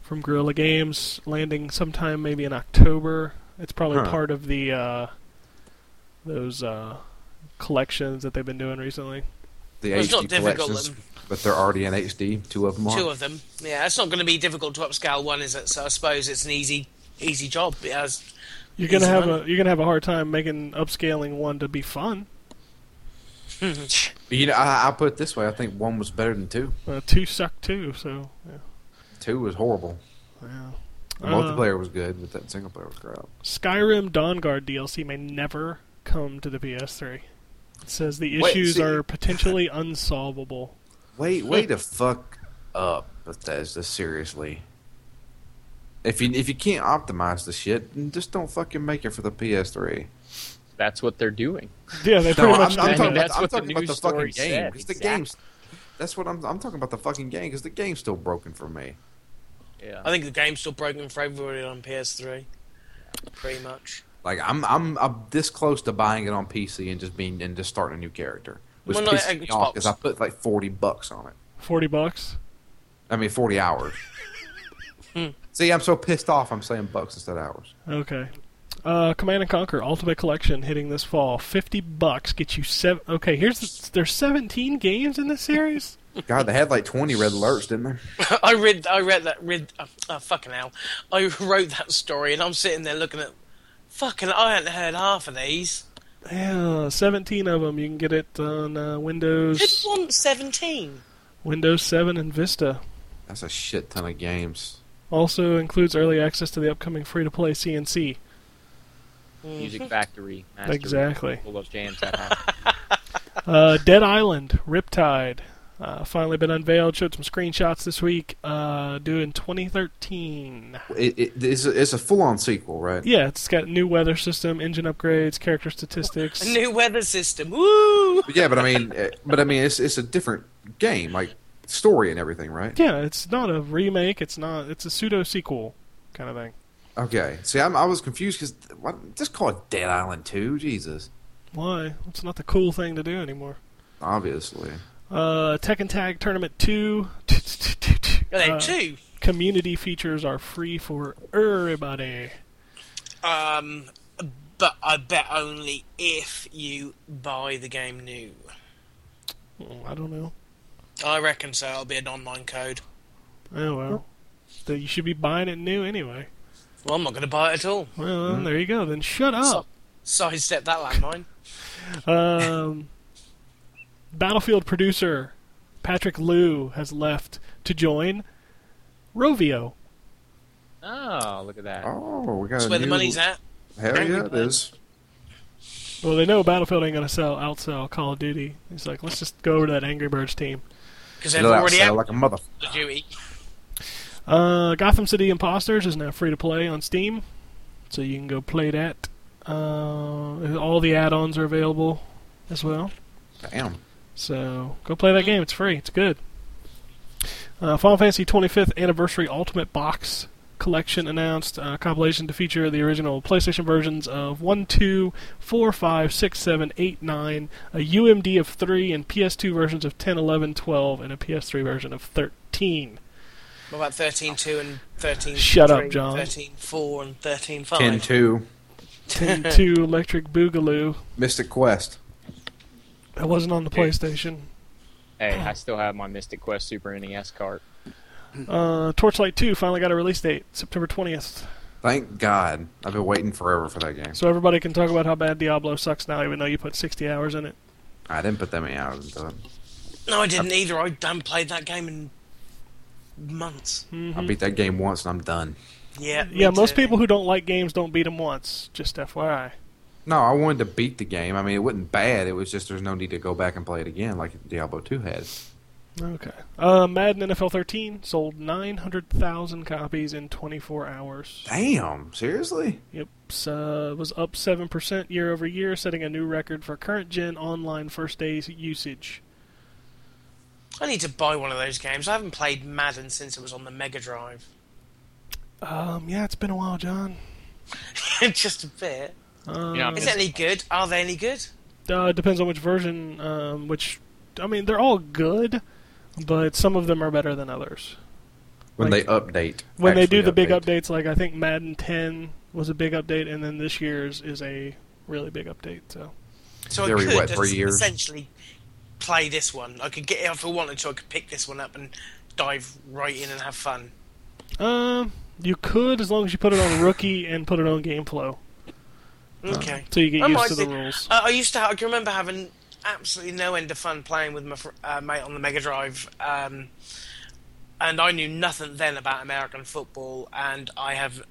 S5: from Guerrilla Games, landing sometime maybe in October. It's probably
S6: Huh.
S5: part of the uh, those uh, collections that they've been doing recently.
S6: the
S7: Well, it's not
S6: HD
S7: difficult,
S6: collections,
S7: um,
S6: but they're already in HD. Two of them are.
S7: Two of them. Yeah, it's not going to be difficult to upscale one, is it? So I suppose it's an easy, easy job. It has
S5: You're gonna
S7: Easy
S5: have
S7: money.
S5: a you're gonna have a hard time making upscaling one to be fun.
S6: But, you know, I, I put it this way: I think one was better than two.
S5: Uh, two suck too, so yeah.
S6: Two was horrible.
S5: yeah.
S6: The
S5: Uh,
S6: multiplayer was good, but that single player was crap.
S5: Skyrim Dawnguard DLC may never come to the PS3. It says the
S6: Wait,
S5: issues
S6: see-
S5: are potentially unsolvable.
S6: Wait, wait to fuck up, Bethesda. Seriously, if you if you can't optimize the shit, then just don't fucking make it for the PS3.
S8: that's what they're doing.
S5: Yeah, they pretty
S6: No, I'm, I'm
S5: much
S8: I
S6: talking,
S8: mean,
S5: did
S6: about,
S8: that's
S6: I'm
S8: what the
S6: talking about
S8: news
S6: the fucking
S8: story
S6: game.
S8: said,
S6: 'cause the
S8: exactly.
S6: game's. That's what I'm. I'm talking about the fucking game because the game's still broken for me.
S8: Yeah.
S7: I think the game's still broken for everybody on PS3. Pretty much.
S6: Like I'm, I'm, I'm this close to buying it on PC and just being and just starting a new character, which
S7: Well, no,
S6: pisses me
S7: Xbox.
S6: off because I put like forty bucks on it.
S5: forty bucks.
S6: I mean, forty hours.
S7: Hmm.
S6: See, I'm so pissed off. I'm saying bucks instead of hours.
S5: Okay. Uh, Command and Conquer Ultimate Collection hitting this fall. Fifty bucks gets you seven. Okay, here's the, there's seventeen games in this series.
S6: God, they had like twenty red alerts, didn't they?
S7: I read, I read that, read, uh, uh, fucking hell. I wrote that story, and I'm sitting there looking at, fucking, I hadn't heard half of these.
S5: Yeah, seventeen of them. You can get it on uh,
S7: Who
S5: Windows,
S7: wants 17?
S5: Windows Seven, and Vista.
S6: That's a shit ton of games.
S5: Also includes early access to the upcoming free-to-play CNC.
S8: Music Factory, Mastery,
S5: Exactly.
S8: full of jams. that happen.
S5: Uh, Dead Island, Riptide. Uh, finally been unveiled. Showed some screenshots this week. Uh, due in 2013.
S6: It, it, it's a, it's a full on sequel, right?
S5: Yeah, it's got new weather system, engine upgrades, character statistics.
S7: A new weather system. Woo!
S6: But yeah, but I mean, eh, but I mean, it's it's a different game, like story and everything, right?
S5: Yeah, it's not a remake. It's not. It's a pseudo sequel kind of thing.
S6: Okay. See, I'm, I was confused because just call it Dead Island Two. Jesus,
S5: Why? It's not the cool thing to do anymore.
S6: obviously.
S5: Uh, Tekken Tag Tournament 2.
S7: Are they
S5: Uh,
S7: two?
S5: Community features are free for everybody.
S7: Um, but I bet only if you buy the game new.
S5: Oh, I don't know.
S7: I reckon so. It'll be an online code.
S5: Oh well. Then You should be buying it new anyway.
S7: Well, I'm not going to buy it at all.
S5: Well, then there you go. Then shut up.
S7: Sidestep that landmine.
S5: Um, Battlefield producer Patrick Liu has left to join Rovio.
S9: Oh, look at that.
S6: Oh, we got
S7: That's
S6: a
S7: where the
S6: new-
S7: money's at.
S6: Hell yeah, it is.
S5: Well, they know Battlefield ain't gonna sell outsell Call of Duty. He's like, let's just go over to that Angry Birds team.
S7: Because they've
S6: It'll
S7: already
S6: outsell
S7: out
S6: like a mother.
S7: the E. duty.
S5: Uh, Gotham City Imposters is now free to play on Steam, so you can go play that. Uh, all the add-ons are available as well.
S6: Damn.
S5: So go play that game. It's free. It's good. Uh, Final Fantasy 25th Anniversary Ultimate Box Collection announced uh, compilation to feature the original PlayStation versions of 1, 2, 4, 5, 6, 7, 8, 9, a UMD of 3, and PS2 versions of 10, 11, 12, and a PS3 version of 13.
S7: What about 13.2 and 13.3?
S5: Shut up, John.
S7: 13.4 and
S5: Oh,
S7: 13.5.
S6: Ten two.
S5: 10 2 Electric Boogaloo.
S6: Mystic Quest.
S5: That wasn't on the PlayStation.
S9: Hey, I still have my Mystic Quest Super
S8: E
S9: NES cart.
S5: Uh, Torchlight 2 finally got a release date, September 20th.
S6: Thank God. I've been waiting forever for that game.
S5: So everybody can talk about how bad Diablo sucks now, even though you put 60 hours in it.
S6: I didn't put that many hours into it.
S7: No, I didn't either. I haven't played that game in months.
S5: Mm-hmm.
S6: I beat that game once and I'm done.
S7: Yeah.
S5: Yeah,
S7: me
S5: most
S7: too.
S5: people who don't like games don't beat them once. Just FYI.
S6: No, I wanted to beat the game. I mean, it wasn't bad. It was just there's no need to go back and play it again like Diablo 2 had.
S5: Okay. Uh, Madden NFL 13 sold 900,000 copies in 24 hours.
S6: Damn, seriously?
S5: Yep, so it was up 7% year over year, setting a new record for current gen online first day usage.
S7: I need to buy one of those games. I haven't played Madden since it was on the Mega Drive.
S5: Um, yeah, it's been a while, John.
S7: Just a bit.
S5: Um,
S9: You know, I'm
S7: Is it any good? Are they any good?
S5: Uh, it depends on which version. Um, which, I mean, they're all good, but some of them are better than others.
S6: When
S5: Like-
S6: they update.
S5: When they
S6: actually
S5: do the big updates, like I think Madden 10 was a big update, and then this year's is a really big update. So,
S7: So I
S6: Very
S7: could
S6: wet for
S7: es-
S6: years.
S7: essentially play this one. I could get if I wanted to, I could pick this one up and dive right in and have fun.
S5: um, you could as long as you put it on rookie and put it on game flow,
S6: Hmm.
S7: Okay.
S5: so you get
S7: I
S5: used
S7: might
S5: to the
S7: do-
S5: rules.
S7: I I used to. ha- I can remember having absolutely no end of fun playing with my fr- uh, mate on the Mega Drive, um, and I knew nothing then about American football, and I have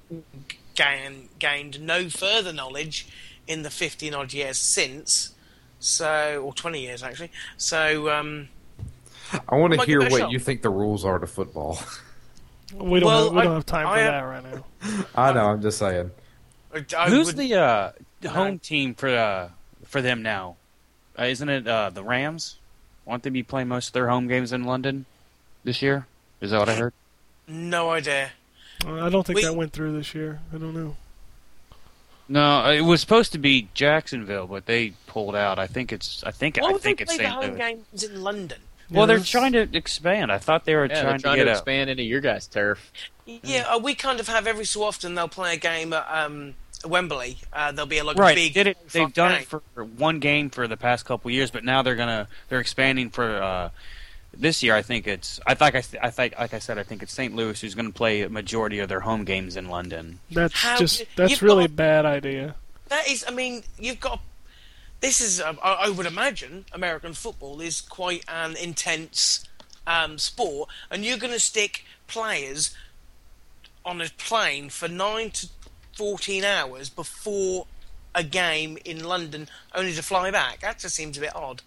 S7: g- gain, gained no further knowledge in the fifteen odd years since. So, or twenty years actually. So, um,
S6: I want to
S7: Like,
S6: hear
S7: no
S6: what
S7: shot.
S6: you think the rules are to football.
S5: We don't
S7: well,
S5: have, we don't
S7: I-
S5: have time for
S7: I have-
S5: that right now.
S6: I know, I'm just saying.
S7: I, I
S2: Who's
S7: would-
S2: the uh, home team for uh, for them now? Uh, isn't it uh, the Rams? Won't they be playing most of their home games in London this year? Is that what I heard?
S7: no idea?
S5: Uh, I don't think
S7: We-
S5: that went through this year. I don't know.
S2: No, it was supposed to be Jacksonville, but they pulled out. I think it's I think
S7: Why
S2: I
S7: would they
S2: think it's
S7: play the
S2: St.
S7: home
S2: Louis.
S7: games in London?
S2: Well, they're
S5: Yes.
S2: trying to expand. I thought they were
S9: Yeah,
S2: trying,
S9: they're trying
S2: to
S9: to,
S2: get up.
S9: expand into your guys' turf.
S7: Yeah,
S2: Mm.
S7: uh, we kind of have every so often they'll play a game at um, Wembley. Uh, there'll be a like a
S2: Right,
S7: big.
S2: did it, they've done
S7: game.
S2: it for one game for the past couple years, but now they're gonna they're expanding for uh, this year. I think it's I think I, th- I think like I said I think it's St. Louis who's going to play a majority of their home games in London.
S5: That's
S7: How
S5: just
S7: did-
S5: that's
S7: you've
S5: really a
S7: got-
S5: bad idea.
S7: That is, I mean, you've got. This is, um, I, I would imagine, American football is quite an intense um, sport, and you're going to stick players on a plane for nine to fourteen hours before a game in London, only to fly back. That just seems a bit odd.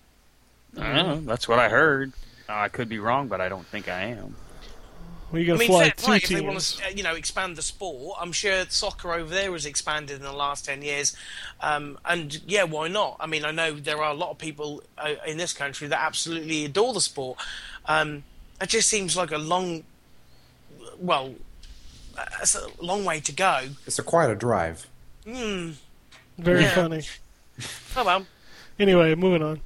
S2: Mm-hmm. I don't know, that's what I heard. Uh, I could be wrong, but I don't think I am.
S5: Well, you
S7: I
S5: got to
S7: mean,
S5: fly
S7: fair
S5: two
S7: play, if
S5: teams.
S7: they want to, you know, expand the sport, I'm sure soccer over there has expanded in the last 10 years. Um, and yeah, why not? I mean, I know there are a lot of people uh, in this country that absolutely adore the sport. Um, it just seems like a long, well, uh, it's a long way to go.
S6: It's a quite a drive.
S5: Very
S7: Yeah.
S5: funny.
S7: Oh well,
S5: Anyway, moving on.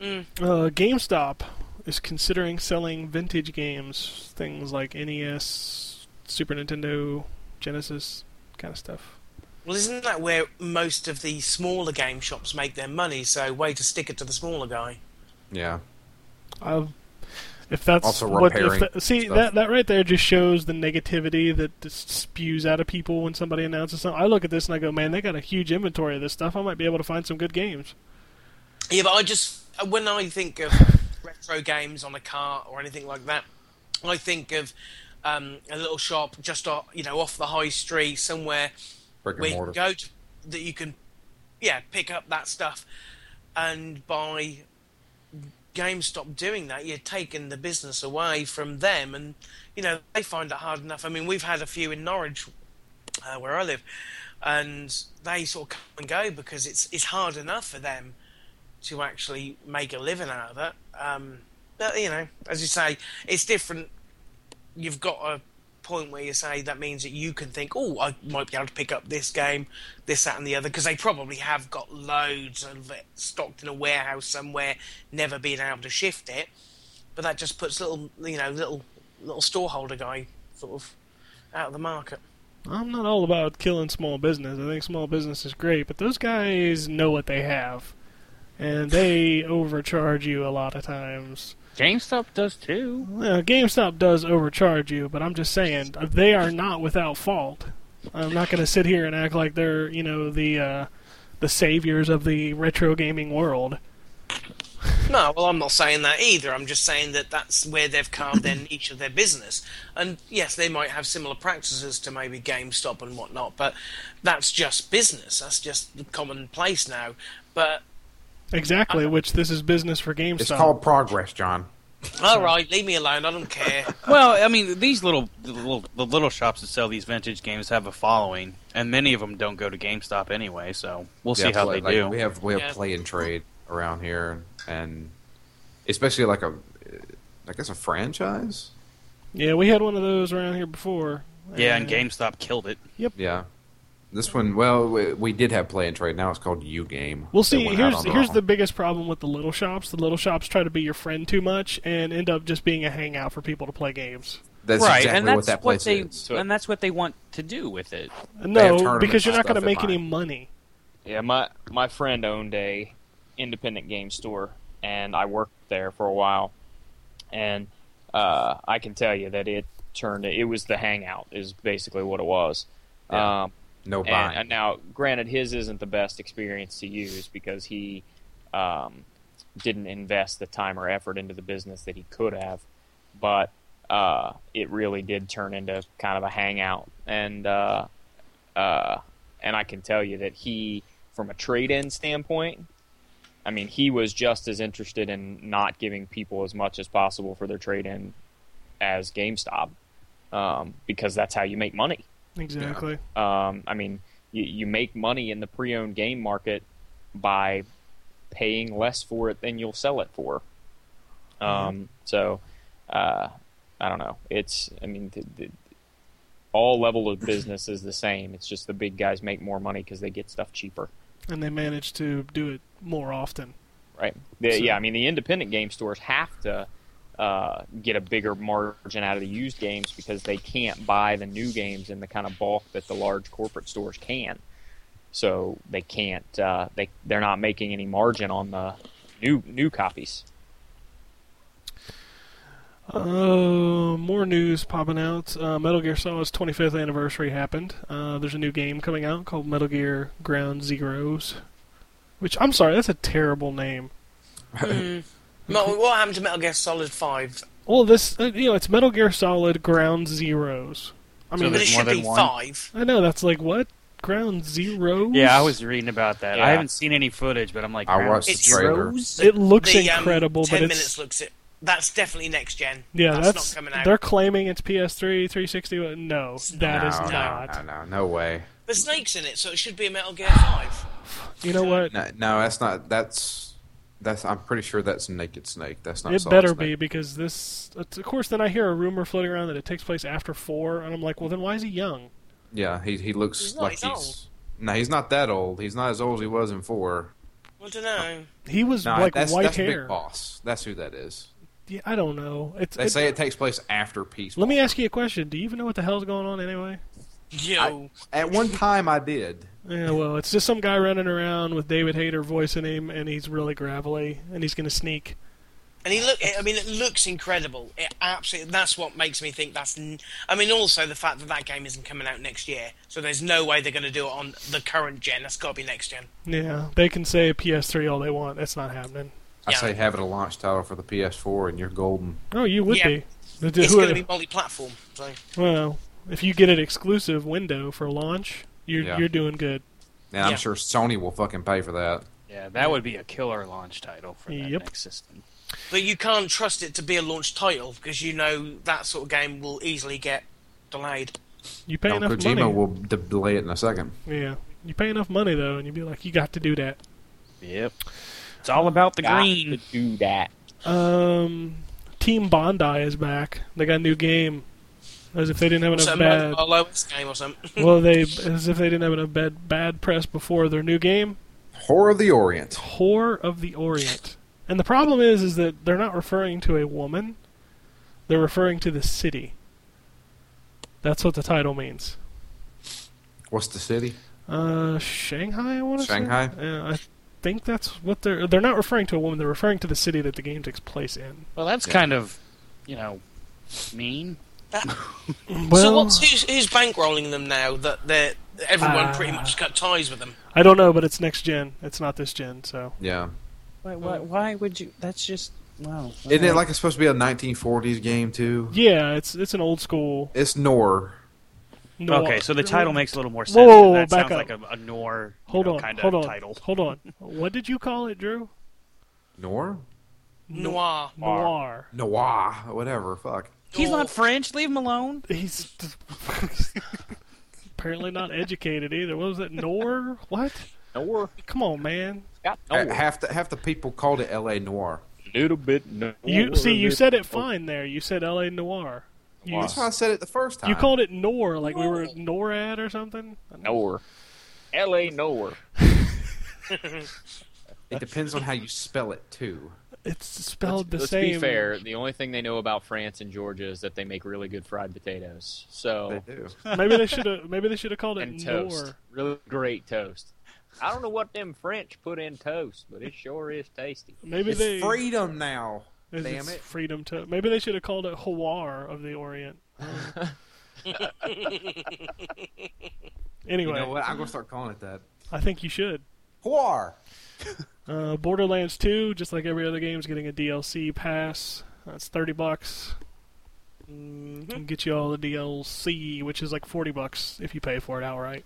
S7: Mm.
S5: Uh, GameStop is considering selling vintage games, things like NES, Super Nintendo, Genesis, kind of stuff.
S7: well, isn't that where most of the smaller game shops make their money? So, way to stick it to the smaller guy.
S6: Yeah.
S5: i if that's
S6: Also
S5: what, if
S6: repairing
S5: that, see
S6: stuff.
S5: that that right there just shows the negativity that just spews out of people when somebody announces something. I look at this and I go, man, they got a huge inventory of this stuff. I might be able to find some good games.
S7: Yeah, but I just uh, when I think of retro games on a car or anything like that, I think of um, a little shop just off, you know off the high street somewhere
S6: Brick
S7: where you
S6: and
S7: can
S6: mortar.
S7: go to, that you can yeah pick up that stuff and by GameStop doing that, you're taking the business away from them, and you know they find it hard enough. I mean, we've had a few in Norwich, uh, where I live, and they sort of come and go because it's it's hard enough for them to actually make a living out of it. Um, but you know, as you say, it's different. You've got a point where you say that means that you can think, oh, I might be able to pick up this game, this, that, and the other, because they probably have got loads of it stocked in a warehouse somewhere, never being able to shift it. But that just puts little, you know, little little storeholder guy sort of out of the market.
S5: I'm not all about killing small business. I think small business is great, but those guys know what they have, and they overcharge you a lot of times.
S2: GameStop does too.
S5: Well, GameStop does overcharge you, but I'm just saying they are not without fault. I'm not going to sit here and act like they're you know the uh, the saviors of the retro gaming world.
S7: No, well, I'm not saying that either. I'm just saying that that's where they've carved their niche of their business. And yes, they might have similar practices to maybe GameStop and whatnot, but that's just business. That's just commonplace now. But
S2: Uh,
S5: Exactly, which this is business for GameStop.
S6: It's called progress, John.
S7: all right, leave me alone. I don't care.
S2: Well, I mean, these little, the little the little shops that sell these vintage games have a following, and many of them don't go to GameStop anyway. So we'll see
S6: Yeah,
S2: how
S6: play-
S2: they
S6: like,
S2: do.
S6: We have we have
S7: Yeah.
S6: play and trade around here, and especially like a, uh, I guess a franchise.
S5: yeah, we had one of those around here before.
S2: yeah, and GameStop killed it.
S6: Yeah. This one, well, we, we did have play and trade. Now it's called U Game.
S5: Well, see, here's here's the biggest problem with the little shops. The little shops try to be your friend too much and end up just being a hangout for people to play games.
S6: that's
S2: right,
S6: exactly
S2: and that's
S6: what that place
S2: they
S6: is.
S2: and that's what they want to do with it.
S6: have
S5: No,
S6: tournaments
S5: because you're
S6: and
S5: not going to
S6: stuff
S5: make
S6: in
S5: any
S6: mine.
S5: money.
S8: Yeah, my my friend owned a independent game store, and I worked there for a while, and uh, I can tell you that it turned it was the hangout is basically what it was.
S6: Yeah.
S8: Um,
S6: No
S8: and,
S6: buying.
S8: and now, granted, his isn't the best experience to use because he um, didn't invest the time or effort into the business that he could have. But uh, it really did turn into kind of a hangout, and uh, uh, and I can tell you that he, from a trade-in standpoint, I mean, he was just as interested in not giving people as much as possible for their trade-in as GameStop, um, because that's how you make money.
S5: Exactly.
S8: Um, I mean, you, you make money in the pre-owned game market by paying less for it than you'll sell it for. Um, So, uh, I don't know. It's, I mean, th- th- all level of business is the same. It's just the big guys make more money because they get stuff cheaper,
S5: And they manage to do it more often.
S8: right? The, yeah, I mean, the independent game stores have to uh, get a bigger margin out of the used games because they can't buy the new games in the kind of bulk that the large corporate stores can. so they can't uh, they they're not making any margin on the new new copies.
S5: Uh, more news popping out. Uh, Metal Gear Solid's 25th anniversary happened. Uh, there's a new game coming out called Metal Gear Ground Zeroes, which I'm sorry, that's a terrible name.
S7: Mo- what happened to Metal Gear Solid Five?
S5: Well, this uh, you know it's Metal Gear Solid Ground Zeroes. I
S2: So
S5: mean,
S7: But it
S2: there's more
S7: should
S2: than
S7: be
S2: one?
S7: five.
S5: I know that's like what ground zeros.
S2: Yeah, I was reading about that.
S8: Yeah.
S2: I haven't seen any footage, but I'm like,
S6: I
S2: "Wow,
S6: watched the
S7: It's
S6: trailer.
S7: Zeroes.
S5: It looks
S7: The, um,
S5: incredible,
S7: Ten
S5: but
S7: minutes
S5: it's
S7: looks it That's definitely next gen.
S5: Yeah,
S7: that's,
S5: that's,
S7: not coming out.
S5: They're claiming it's PS3, 360. but No, that
S6: no,
S5: is
S6: no,
S5: not.
S6: No, no, no way.
S7: There's snakes in it, so it should be a Metal Gear Five.
S5: You know what?
S6: No, no, that's not. That's that's. I'm pretty sure that's naked snake. That's not.
S5: It
S6: Solid
S5: better be
S6: Snake.
S5: because this. Of course, then I hear a rumor floating around that it takes place after four, and I'm like, well, then why is he young?
S6: Yeah, he he looks
S7: He's not,
S6: like
S7: he's
S6: he's. No, he's not that old. He's not as old as he was in four.
S7: I don't know.
S5: He was
S6: No,
S5: like
S6: that's
S5: white
S6: that's
S5: hair.
S6: Big Boss. That's who that is.
S5: Yeah, I don't know. It's.
S6: They
S5: it-
S6: say it takes place after Peace.
S5: let me ask you a question. Do you even know what the hell's going on anyway?
S7: Yo,
S6: At one time, I did.
S5: Yeah, well, it's just some guy running around with David Hayter voicing him, and he's really gravelly, and he's going to sneak.
S7: and he look. I mean, it looks incredible. It absolutely. That's what makes me think that's. n- I mean, also the fact that that game isn't coming out next year, so there's no way they're going to do it on the current gen. That's got to be next gen.
S5: Yeah, they can say PS3 all they want. That's not happening.
S6: I
S7: Yeah.
S6: say have it a launch title for the PS4, and you're golden.
S5: Oh, you would
S7: Yeah.
S5: be. The- the-
S7: It's
S5: who-
S7: going to be multi-platform. So
S5: Well, if you get an exclusive window for launch, you're
S6: Yeah.
S5: you're doing good.
S6: And
S7: Yeah.
S6: I'm sure Sony will fucking pay for that.
S2: Yeah, that would be a killer launch title for that
S5: Yep.
S2: next system.
S7: But you can't trust it to be a launch title because you know that sort of game will easily get delayed.
S5: You pay
S6: Now,
S5: enough
S6: Kojima
S5: money.
S6: will de- delay it in a second.
S5: Yeah, you pay enough money though, and you'd be like, you got to do that.
S2: Yep. It's all about the
S9: Got
S2: green.
S9: to do that.
S5: Um, Team Bondi is back. They got a new game. As if they didn't have enough
S7: So
S5: bad.
S7: a lowest game or something.
S5: well, they as if they didn't have enough bad bad press before their new game,
S6: Horror of the Orient.
S5: Whore of the Orient. And the problem is, is that they're not referring to a woman; they're referring to the city. That's what the title means.
S6: What's the city?
S5: Uh, Shanghai, I want to
S6: Shanghai?
S5: say. Yeah, I think that's what they're. They're not referring to a woman. They're referring to the city that the game takes place in.
S2: Well, that's
S6: Yeah.
S2: kind of, you know, mean.
S5: Well,
S7: so what's who's, who's bankrolling them now that they're everyone pretty
S5: Ah.
S7: much got ties with them?
S5: I don't know, but it's next gen. It's not this gen. So
S6: Yeah.
S2: Why, why, why would you? That's just wow.
S6: Isn't it like it's supposed to be a 1940s game, too?
S5: yeah, it's it's an old school.
S6: It's Nor.
S5: noir-
S2: okay, so the title makes a little more sense.
S5: Whoa,
S2: that
S5: back
S2: sounds like a,
S5: up.
S2: a Nor you
S5: hold
S2: know,
S5: on,
S2: kind
S5: hold
S2: of
S5: on,
S2: title.
S5: hold on. What did you call it, Drew?
S6: Nor?
S7: Noir.
S5: Noir.
S6: Noir. Whatever. Fuck.
S2: He's
S7: Nor.
S2: not French. Leave him alone.
S5: He's apparently not educated either. What was it? Noir? What?
S9: Nor
S5: Come on, man.
S9: got
S7: Oh.
S6: Uh,
S9: nowhere.
S6: Half the, half the people called it L.A. Noir.
S9: little bit. Nowhere,
S5: You see, you
S9: little-
S5: said it fine there. You said L.A. Noir. You
S6: That's how I said it the first time.
S5: You called it Nor, like we were NORAD or something.
S9: Nowhere. L.A. Nowhere.
S6: It depends on how you spell it, too.
S5: It's spelled the
S9: Let's
S5: same.
S9: be fair. The only thing they know about France and Georgia is that they make really good fried potatoes.
S6: They
S5: Oh.
S9: So
S6: do.
S5: Maybe they should have. Maybe they should have called it
S9: and toast,
S5: Nor.
S9: really great toast. I don't know what them French put in toast, but it sure is tasty.
S5: Maybe they.
S6: It's freedom now.
S5: it's-
S6: Damn
S5: it's
S6: it.
S5: Freedom to. Maybe they should have called it Hawar of the Orient.
S6: You
S5: anyway,
S6: know what? I'm going to start calling it that.
S5: I think you should.
S6: Noir.
S5: Uh, Borderlands 2, just like every other game, is getting a DLC pass. That's thirty bucks.
S6: Mm-hmm.
S5: Can get you all the DLC, which is like forty bucks if you pay for it outright.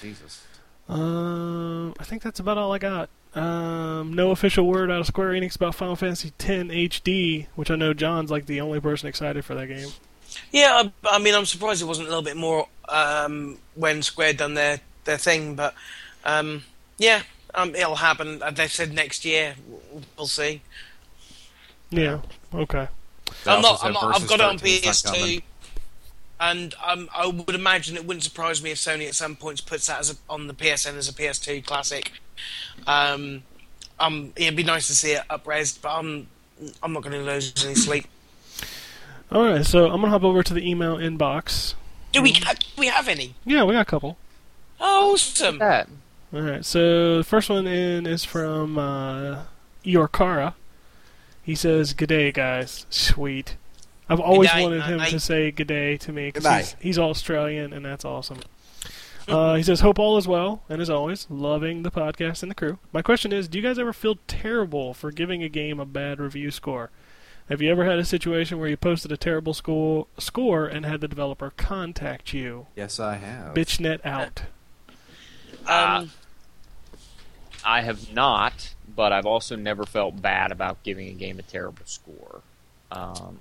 S6: Jesus.
S5: Um, I think that's about all I got. Um, no official word out of Square Enix about Final Fantasy X HD, which I know John's like the only person excited for that game.
S7: Yeah, I, I mean, I'm surprised it wasn't a little bit more um, when Square done their their thing, but um, yeah, um, it'll happen. Uh, They said next year. W- We'll see.
S5: Yeah. Okay.
S6: They
S7: I'm
S6: also
S7: not,
S6: said
S7: I'm not,
S6: Versus
S7: I've got it on
S6: 13 's not coming.
S7: PS2, and um, I would imagine it wouldn't surprise me if Sony at some point puts that as a, on the PSN as a PS2 classic. Um, um, it'd be nice to see it upraised, but I'm I'm not going to lose any sleep.
S5: All right. So I'm gonna hop over to the email inbox.
S7: Do we ha- do we have any?
S5: Yeah, we got a couple.
S7: Awesome.
S9: That
S5: All right. So the first one in is from uh, Yorkara. He says, "G'day, guys. Sweet. I've always
S7: G'day, uh,
S5: wanted him
S7: mate.
S5: to say g'day to me 'cause
S6: G'day.
S5: he's, he's Australian and that's awesome." Uh, he says, "Hope all is well, and as always, loving the podcast and the crew. My question is, do you guys ever feel terrible for giving a game a bad review score? Have you ever had a situation where you posted a terrible score score and had the developer contact you?
S6: Yes, I have.
S5: Bitchnet out."
S8: Uh,
S7: Um,
S9: I have not, but I've also never felt bad about giving a game a terrible score.
S10: Um,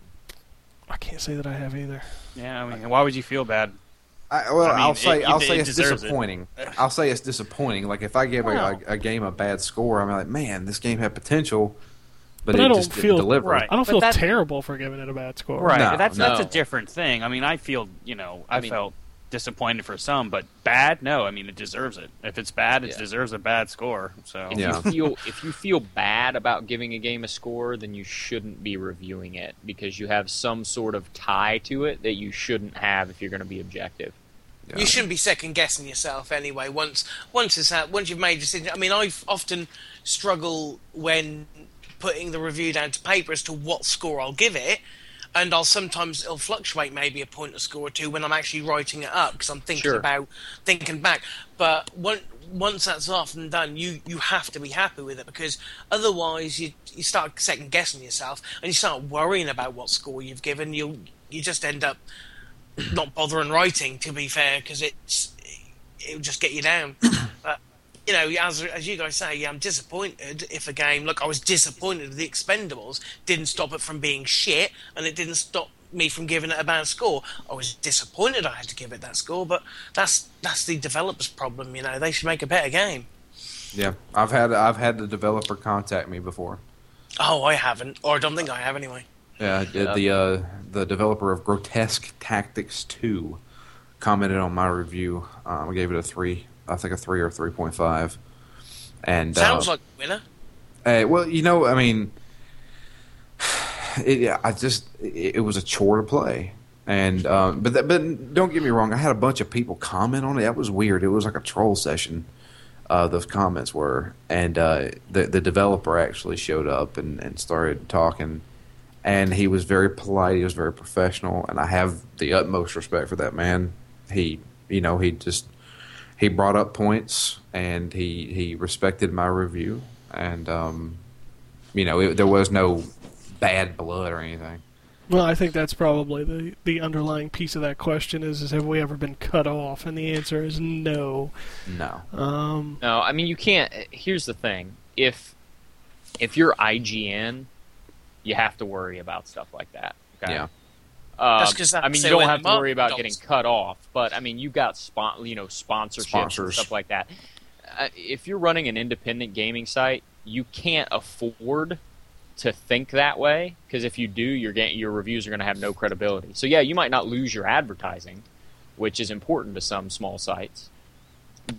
S5: I can't say that I have either.
S2: Yeah, I mean, why would you feel bad?
S6: I, well,
S2: I mean,
S6: will say
S2: it-
S6: I'll
S2: it-
S6: say
S2: it
S6: it's
S2: deserves it.
S6: disappointing. I'll say it's disappointing. Like if I give
S10: Well.
S6: a, a, a game a bad score, I'm like, man, this game had potential, but,
S5: But
S6: it
S5: I don't
S6: just didn't
S5: feel-
S6: deliver.
S2: right.
S5: I don't
S2: But
S5: feel
S2: that-
S5: terrible for giving it a bad score.
S2: Right.
S6: No,
S2: but that's that's a
S8: no.
S2: different thing. I mean, I feel you know, I,
S8: I mean-
S2: felt disappointed for some, but bad? No, I mean it deserves it. If it's bad, it
S8: Yeah.
S2: deserves a bad score. So
S8: If
S6: Yeah.
S8: you feel if you feel bad about giving a game a score, then you shouldn't be reviewing it because you have some sort of tie to it that you shouldn't have if you're going to be objective.
S6: Yeah.
S7: You shouldn't be second guessing yourself anyway. Once once it's out, once you've made a decision. I mean, I've often struggle when putting the review down to paper as to what score I'll give it, and I'll sometimes it'll fluctuate maybe a point, a score or two when I'm actually writing it up because I'm thinking
S8: Sure.
S7: about thinking back. But once once that's off and done, you you have to be happy with it because otherwise you you start second guessing yourself and you start worrying about what score you've given. You you just end up not bothering writing, to be fair, because it's it'll just get you down. but you know, as as you guys say, yeah, I'm disappointed if a game. Look, I was disappointed with the Expendables. Didn't stop it from being shit, and it didn't stop me from giving it a bad score. I was disappointed I had to give it that score, but that's that's the developers' problem. You know, they should make a better game.
S6: Yeah, I've had I've had the developer contact me before.
S7: Oh, I haven't, or I don't think I have anyway.
S6: Yeah, the the, uh, the developer of Grotesque Tactics Two commented on my review. Um, I gave it a three, I think a three or three point five. And
S7: Sounds
S6: uh,
S7: like a winner.
S6: Hey, Uh, well, you know, I mean, it, I just it, it was a chore to play, and um, but that, but don't get me wrong, I had a bunch of people comment on it. That was weird. It was like a troll session. Uh, those comments were, and uh, the the developer actually showed up and, and started talking, and he was very polite. He was very professional, and I have the utmost respect for that man. He, you know, he just he brought up points and he he respected my review and um you know it, there was no bad blood or anything
S5: Well, I think that's probably the, the underlying piece of that question is, is have we ever been cut off? And the answer is no.
S6: no
S5: Um,
S8: No, I mean you can't. Here's the thing: if if you're IGN, you have to worry about stuff like that. Okay?
S6: Yeah.
S8: Um,
S7: That's 'cause that's
S8: I mean,
S7: the
S8: you don't
S7: way
S8: have
S7: the
S8: to worry about
S7: market
S8: getting
S7: goes.
S8: cut off, but I mean, you got spon- you know sponsorships and
S6: Sponsors.
S8: stuff like that. Uh, If you're running an independent gaming site, you can't afford to think that way because if you do, your ga- your reviews are going to have no credibility. So yeah, you might not lose your advertising, which is important to some small sites,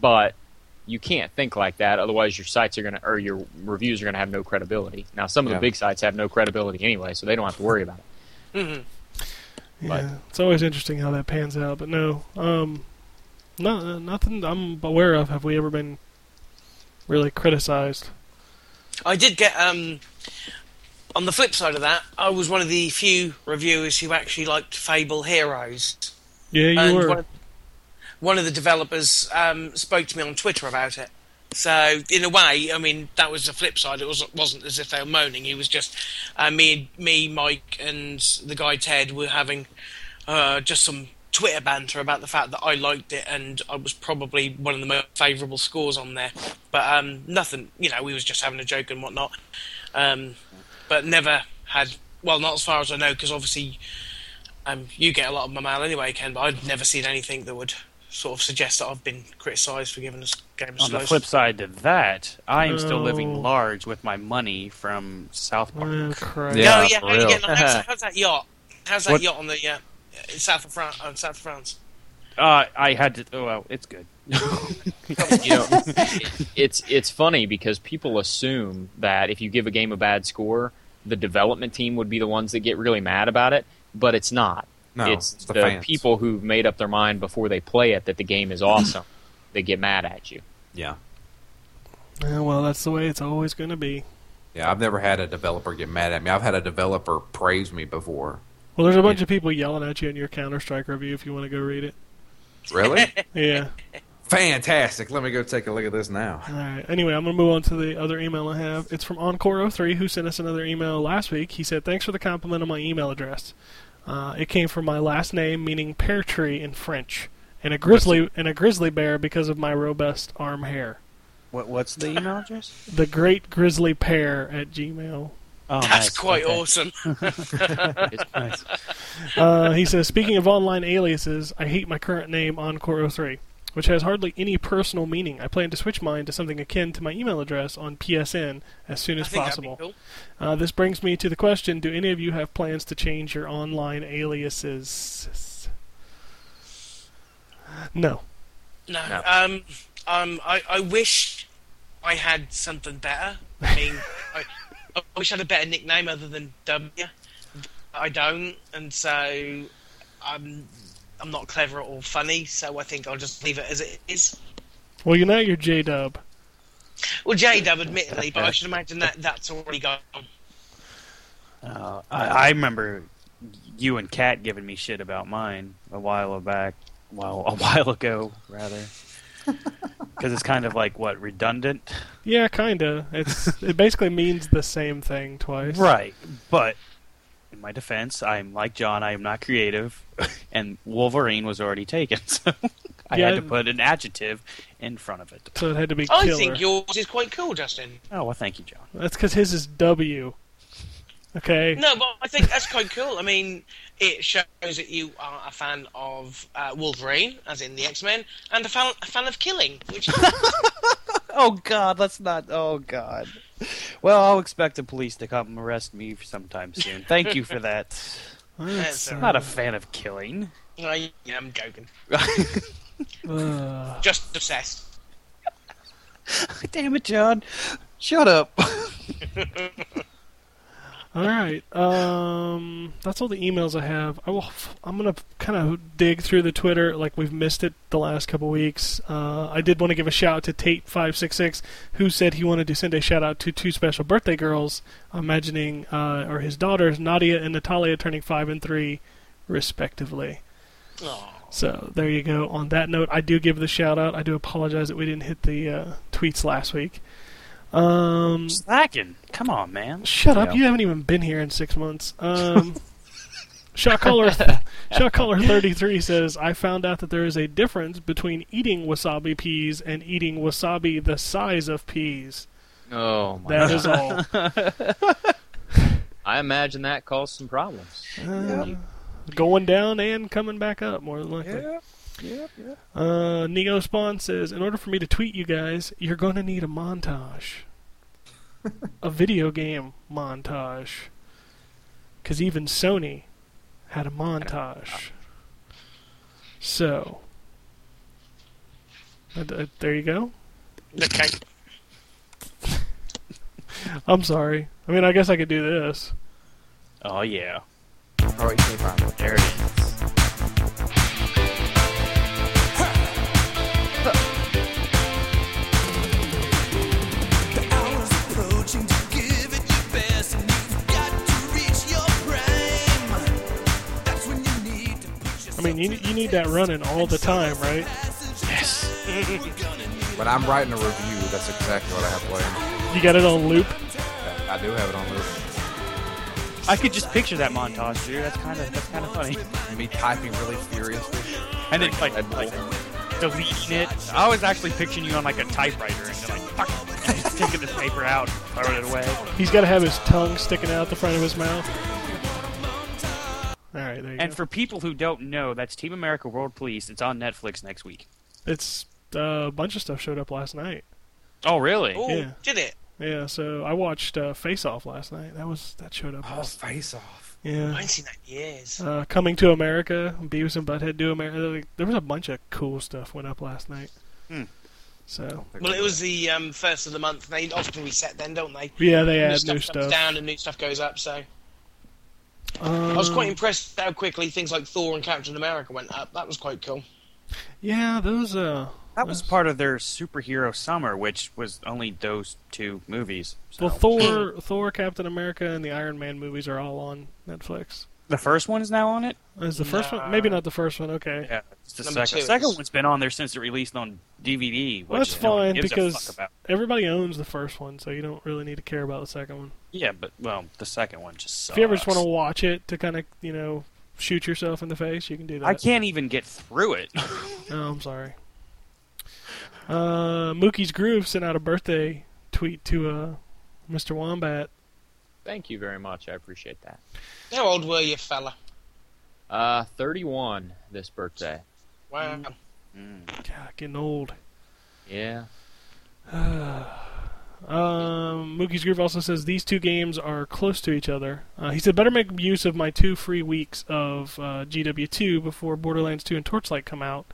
S8: but you can't think like that. Otherwise, your sites are going to or your reviews are going to have no credibility. Now, some of
S6: Yeah.
S8: the big sites have no credibility anyway, so they don't have to worry about it.
S5: yeah, it's always interesting how that pans out. But no, um, no, nothing I'm aware of. Have we ever been really criticized?
S7: I did get um on the flip side of that, I was one of the few reviewers who actually liked Fable Heroes.
S5: Yeah, you
S7: and
S5: were.
S7: One, of, one of the developers um, spoke to me on Twitter about it. So in a way, I mean, that was the flip side. It wasn't, wasn't as if they were moaning. It was just uh, me, me, Mike, and the guy Ted were having uh, just some Twitter banter about the fact that I liked it and I was probably one of the most favourable scores on there. But um, nothing, you know, we was just having a joke and whatnot. Um, but never had, well, not as far as I know, because obviously um, you get a lot of my mail anyway, Ken, but I'd never seen anything that would sort of suggest that I've been criticised for giving this game a
S2: On the
S7: slice.
S2: flip side to that, I am still
S5: No.
S2: living large with my money from South Park.
S5: Oh, crap.
S6: Yeah.
S7: oh, yeah,
S6: for
S7: how you
S6: real.
S7: getting on? How's, how's that yacht? How's that
S2: What-
S7: yacht on the uh, in south of France? Uh, south of France.
S2: Uh, I had to. Oh, well, it's good.
S8: you know, it- it's it's funny because people assume that if you give a game a bad score, the development team would be the ones that get really mad about it, but it's not.
S6: No,
S8: it's,
S6: it's
S8: the,
S6: the fans.
S8: people who've made up their mind before they play it that the game is awesome. they get mad at you.
S6: yeah
S5: Yeah, well, that's the way it's always going to be.
S6: yeah i've never had a developer get mad at me i've had a developer praise me before
S5: Well, there's a bunch of people yelling at you in your Counter Strike review if you want to go read it.
S6: really
S5: Yeah.
S6: fantastic let me go take a look at this now
S5: All right. Anyway, I'm going to move on to the other email I have. It's from Encore03, who sent us another email last week. He said, Thanks for the compliment on my email address. Uh, it came from my last name, meaning pear tree in French, and a grizzly and a grizzly bear because of my robust arm hair.
S2: What, what's the email address?
S5: The great grizzly pear at gmail
S2: Oh,
S7: That's
S2: nice.
S7: quite
S2: Okay.
S7: awesome.
S2: Nice.
S5: Uh, he says, speaking of online aliases, I hate my current name, Encore 03, which has hardly any personal meaning. I plan to switch mine to something akin to my email address on PSN as soon
S7: I
S5: as
S7: think
S5: possible.
S7: that'd be cool.
S5: Uh, this brings me to the question: Do any of you have plans to change your online aliases? No.
S7: No,
S6: No.
S7: um, um, I, I wish I had something better. I mean, I, I wish I had a better nickname other than W. I don't, and so I'm I'm not clever or funny, so I think I'll just leave it as it is.
S5: Well, you know you're J Dub.
S7: Well, J Dub, admittedly, but I should imagine that that's already gone.
S2: Uh, I, I remember you and Kat giving me shit about mine a while back. Well, a while ago, rather. Because it's kind of like what redundant,
S5: Yeah, kinda. It's it basically means the same thing twice.
S2: right? But in my defense, I'm like John. I am not creative, and Wolverine was already taken, so I had
S5: Yeah.
S2: to put an adjective in front of it.
S5: So it had to be
S7: Oh, I
S5: killer.
S7: think yours is quite cool, Justin.
S2: Oh well, thank you, John.
S5: That's because his is W. Okay.
S7: No, but I think that's quite cool. I mean, it shows that you are a fan of uh, Wolverine, as in the X Men, and a fan, a fan of killing, which is
S2: Oh God, let's not. Oh God. Well, I'll expect the police to come arrest me sometime soon. Thank you for that.
S5: That's,
S2: I'm not a fan of killing.
S7: I am joking.
S5: uh,
S7: Just obsessed.
S2: Damn it, John. Shut up.
S5: all right. Um, that's all the emails I have. I will. f- I'm gonna kind of dig through the Twitter like we've missed it the last couple weeks. Uh, I did want to give a shout out to Tate five six six who said he wanted to send a shout out to two special birthday girls. I'm imagining uh, or his daughters Nadia and Natalia turning five and three, respectively.
S7: Aw.
S5: So there you go. On that note, I do give the shout out. I do apologize that we didn't hit the uh, tweets last week. Um,
S2: Slacking. Come on, man.
S5: Shut up!
S6: Yeah.
S5: You haven't even been here in six months. Um, shot caller, shot caller thirty three says, "I found out that there is a difference between eating wasabi peas and eating wasabi the size of peas.
S9: Oh my!
S5: That is all."
S9: I imagine that caused some problems.
S5: Uh, Going down and coming back up, more than likely.
S6: Yeah, yeah, yeah.
S5: Uh, Neo Spawn says, "In order for me to tweet you guys, you're going to need a montage, a video game montage, because even Sony had a montage." So, uh, uh, there you go.
S7: Okay.
S5: I'm sorry. I mean, I guess I could do this.
S2: Oh yeah.
S6: All right, you can't find it.
S2: There it is.
S5: I mean, you you need that running all the time, right?
S6: When I'm writing a review, that's exactly what I have playing.
S5: You got it on loop.
S6: I do have it on loop.
S2: I could just picture that montage, dude. That's kind of that's kind of funny.
S6: Me typing really furiously.
S2: And then like,
S6: Red Bull.
S2: like deleting it. I was actually picturing you on like a typewriter and you're like, fuck, and just taking this paper out, throwing it away.
S5: He's got to have his tongue sticking out the front of his mouth. All right, there you go.
S2: And for people who don't know, that's Team America World Police. It's on Netflix next week.
S5: It's uh, a bunch of stuff showed up last night.
S2: Oh really?
S7: Oh,
S5: Yeah.
S7: did it?
S5: Yeah, so I watched uh, Face Off last night. That was that showed up.
S6: Oh,
S5: last-
S6: face off.
S7: I
S5: yeah.
S7: ain't seen that in years.
S5: Uh, Coming to America, Beavis and Butthead do America. Like, there was a bunch of cool stuff went up last night.
S2: Hmm.
S5: So
S7: Well, it was the um, first of the month. and They often reset then, don't they?
S5: yeah, they
S7: new
S5: add
S7: stuff
S5: new
S7: comes
S5: stuff.
S7: down and new stuff goes up. So
S5: Um,
S7: I was quite impressed how quickly things like Thor and Captain America went up. That was quite cool.
S5: yeah, those. Uh,
S2: That was part of their superhero summer, which was only those two movies. So.
S5: well, Thor, Thor, Captain America, and the Iron Man movies are all on Netflix.
S2: the first one is now on it.
S5: Is the first one? Maybe not the first one. Okay.
S2: Yeah, it's the
S7: Number
S2: second.
S7: two
S2: second
S7: is-
S2: one's been on there since it released on DVD. Which
S5: Well, that's
S2: no one
S5: fine
S2: gives a
S5: because
S2: fuck about.
S5: everybody owns the first one, so you don't really need to care about the second one.
S2: yeah, but well, the second one just sucks.
S5: If you ever just want to watch it to kind of, you know, shoot yourself in the face, you can do that.
S2: I can't even get through it.
S5: Oh, I'm sorry. Uh, Mookie's Groove sent out a birthday tweet to uh, Mr. Wombat.
S8: Thank you very much. I appreciate that.
S7: How old were you, fella?
S8: Uh, 31 this birthday.
S7: Wow.
S5: Mm. God, getting old.
S8: Yeah.
S5: Um, Mookie's Groove also says these two games are close to each other. Uh, he said, better make use of my two free weeks of uh, GW2 before Borderlands 2 and Torchlight come out,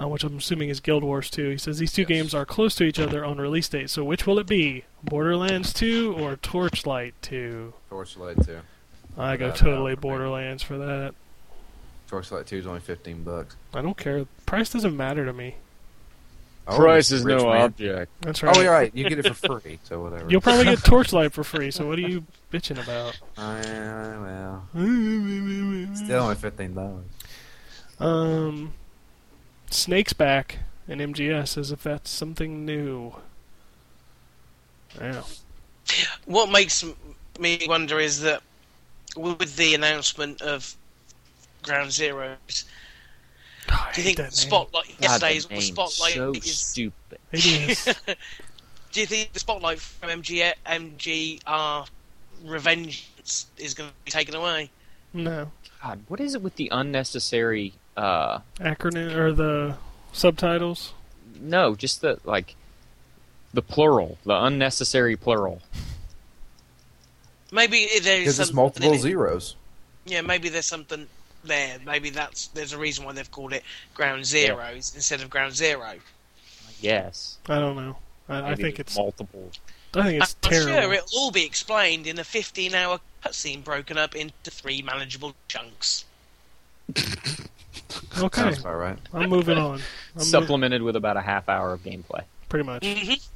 S5: uh, which I'm assuming is Guild Wars 2. He says these two games are close to each other on release date, so which will it be? Borderlands 2 or Torchlight 2?
S6: Torchlight two.
S5: I go
S6: Without a doubt
S5: totally
S6: for me.
S5: Borderlands for that.
S6: Torchlight two is only fifteen bucks.
S5: I don't care. Price doesn't matter to me.
S9: Price is
S6: Oh, rich
S9: no
S6: man.
S9: object.
S5: That's right.
S6: Oh, you're right. You get it for free, so whatever.
S5: You'll probably get Torchlight for free, so what are you bitching about?
S6: Uh, well, still only fifteen dollars.
S5: Um, Snake's back in MGS as if that's something new. Yeah.
S7: What makes m- me wonder is that with the announcement of Ground Zeroes,
S5: I
S7: do
S5: hate
S7: you think
S5: that name.
S7: Spotlight yesterday's
S9: God, the name's
S7: Spotlight
S9: so
S7: is
S9: stupid.
S5: It is.
S7: Do you think the spotlight from MG, MGR Revengeance uh, is going to be taken away?
S5: no.
S9: God, what is it with the unnecessary? uh
S5: Acronym or the subtitles?
S9: No, just the like, the plural, the unnecessary plural.
S7: Maybe there's
S6: Because it's
S7: something
S6: multiple
S7: in it.
S6: zeros.
S7: Yeah, maybe there's something there. Maybe that's there's a reason why they've called it Ground Zeroes instead of Ground Zero.
S9: Yes,
S5: I don't know. I, I
S9: Maybe
S5: think
S9: there's
S5: it's.
S9: multiple.
S5: I think it's
S7: I'm
S5: terrible.
S7: sure it'll all be explained in a 15-hour cutscene broken up into three manageable chunks.
S5: okay,
S6: Sounds about right.
S5: I'm moving on. I'm mo-
S9: supplemented with about a half hour of gameplay.
S5: pretty much.
S7: Mhm.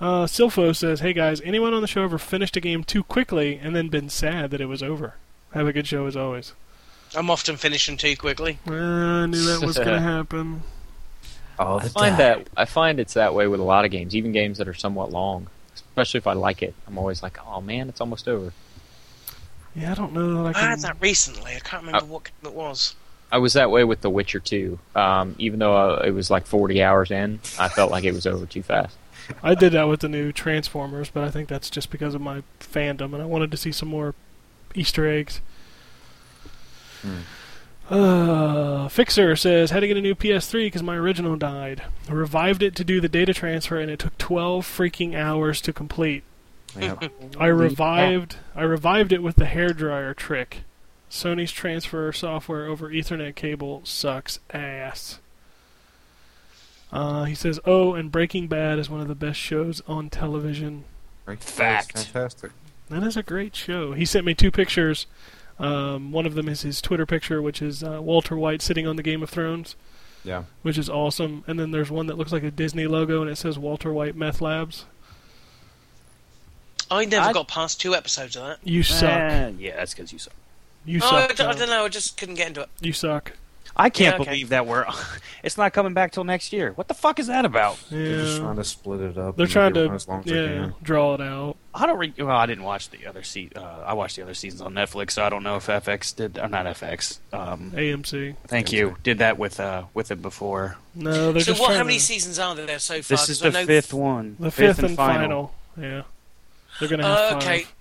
S5: Uh, Silfo says, "Hey guys, anyone on the show ever finished a game too quickly and then been sad that it was over? Have a good show as always." Uh,
S7: I'm often finishing too quickly.
S5: I knew that was gonna happen.
S6: All
S9: I
S6: the
S9: find
S6: time.
S9: that I find it's that way with a lot of games, even games that are somewhat long. Especially if I like it, I'm always like, "Oh man, it's almost over."
S5: Yeah, I don't know that I
S7: I
S5: can.
S7: had that recently. I can't
S6: Uh,
S7: remember what game it was.
S9: I was that way with The Witcher 2. Um, even though uh, it was like 40 hours in, I felt like it was over too fast.
S5: I did that with the new Transformers, but I think that's just because of my fandom, and I wanted to see some more Easter eggs. Uh, Fixer says, "Had to get a new PS3 because my original died. I revived it to do the data transfer, and it took 12 freaking hours to complete.
S6: Yep.
S5: I revived, I revived it with the hairdryer trick. Sony's transfer software over Ethernet cable sucks ass." Uh, he says, "Oh, and Breaking Bad is one of the best shows on television.
S6: Fact. Fantastic.
S5: That is a great show." He sent me two pictures. Um, one of them is his Twitter picture, which is uh, Walter White sitting on the Game of Thrones,
S6: Yeah.
S5: which is awesome. And then there's one that looks like a Disney logo, and it says Walter White Meth Labs.
S7: I never
S2: I-
S7: got past two episodes of that.
S5: You suck.
S2: Eh, yeah, that's because you suck.
S5: You
S7: Oh, I,
S5: suck.
S7: d- I
S5: John.
S7: don't know. I just couldn't get into it.
S5: You suck.
S2: I can't
S7: Yeah, okay.
S2: believe that we're. it's not coming back till next year. What the fuck is that about?
S6: They're just trying
S5: Yeah.
S6: to split it up.
S5: They're
S6: and
S5: trying
S6: do it
S5: to
S6: as long as they
S5: yeah,
S6: can.
S5: draw it out.
S2: I don't. Re- well, I didn't watch the other se- uh I watched the other seasons on Netflix, so I don't know if FX did or not FX. Um,
S5: AMC.
S2: thank you. Did that with uh with it before.
S5: No, they're
S7: So,
S5: just
S7: what?
S5: trying
S7: How many
S5: to-
S7: seasons are there so far?
S2: This is
S7: 'Cause I
S2: the
S7: know-
S2: fifth one.
S5: Uh, The fifth, and final. Yeah, they're gonna have
S7: Oh, Uh, Okay.
S5: five.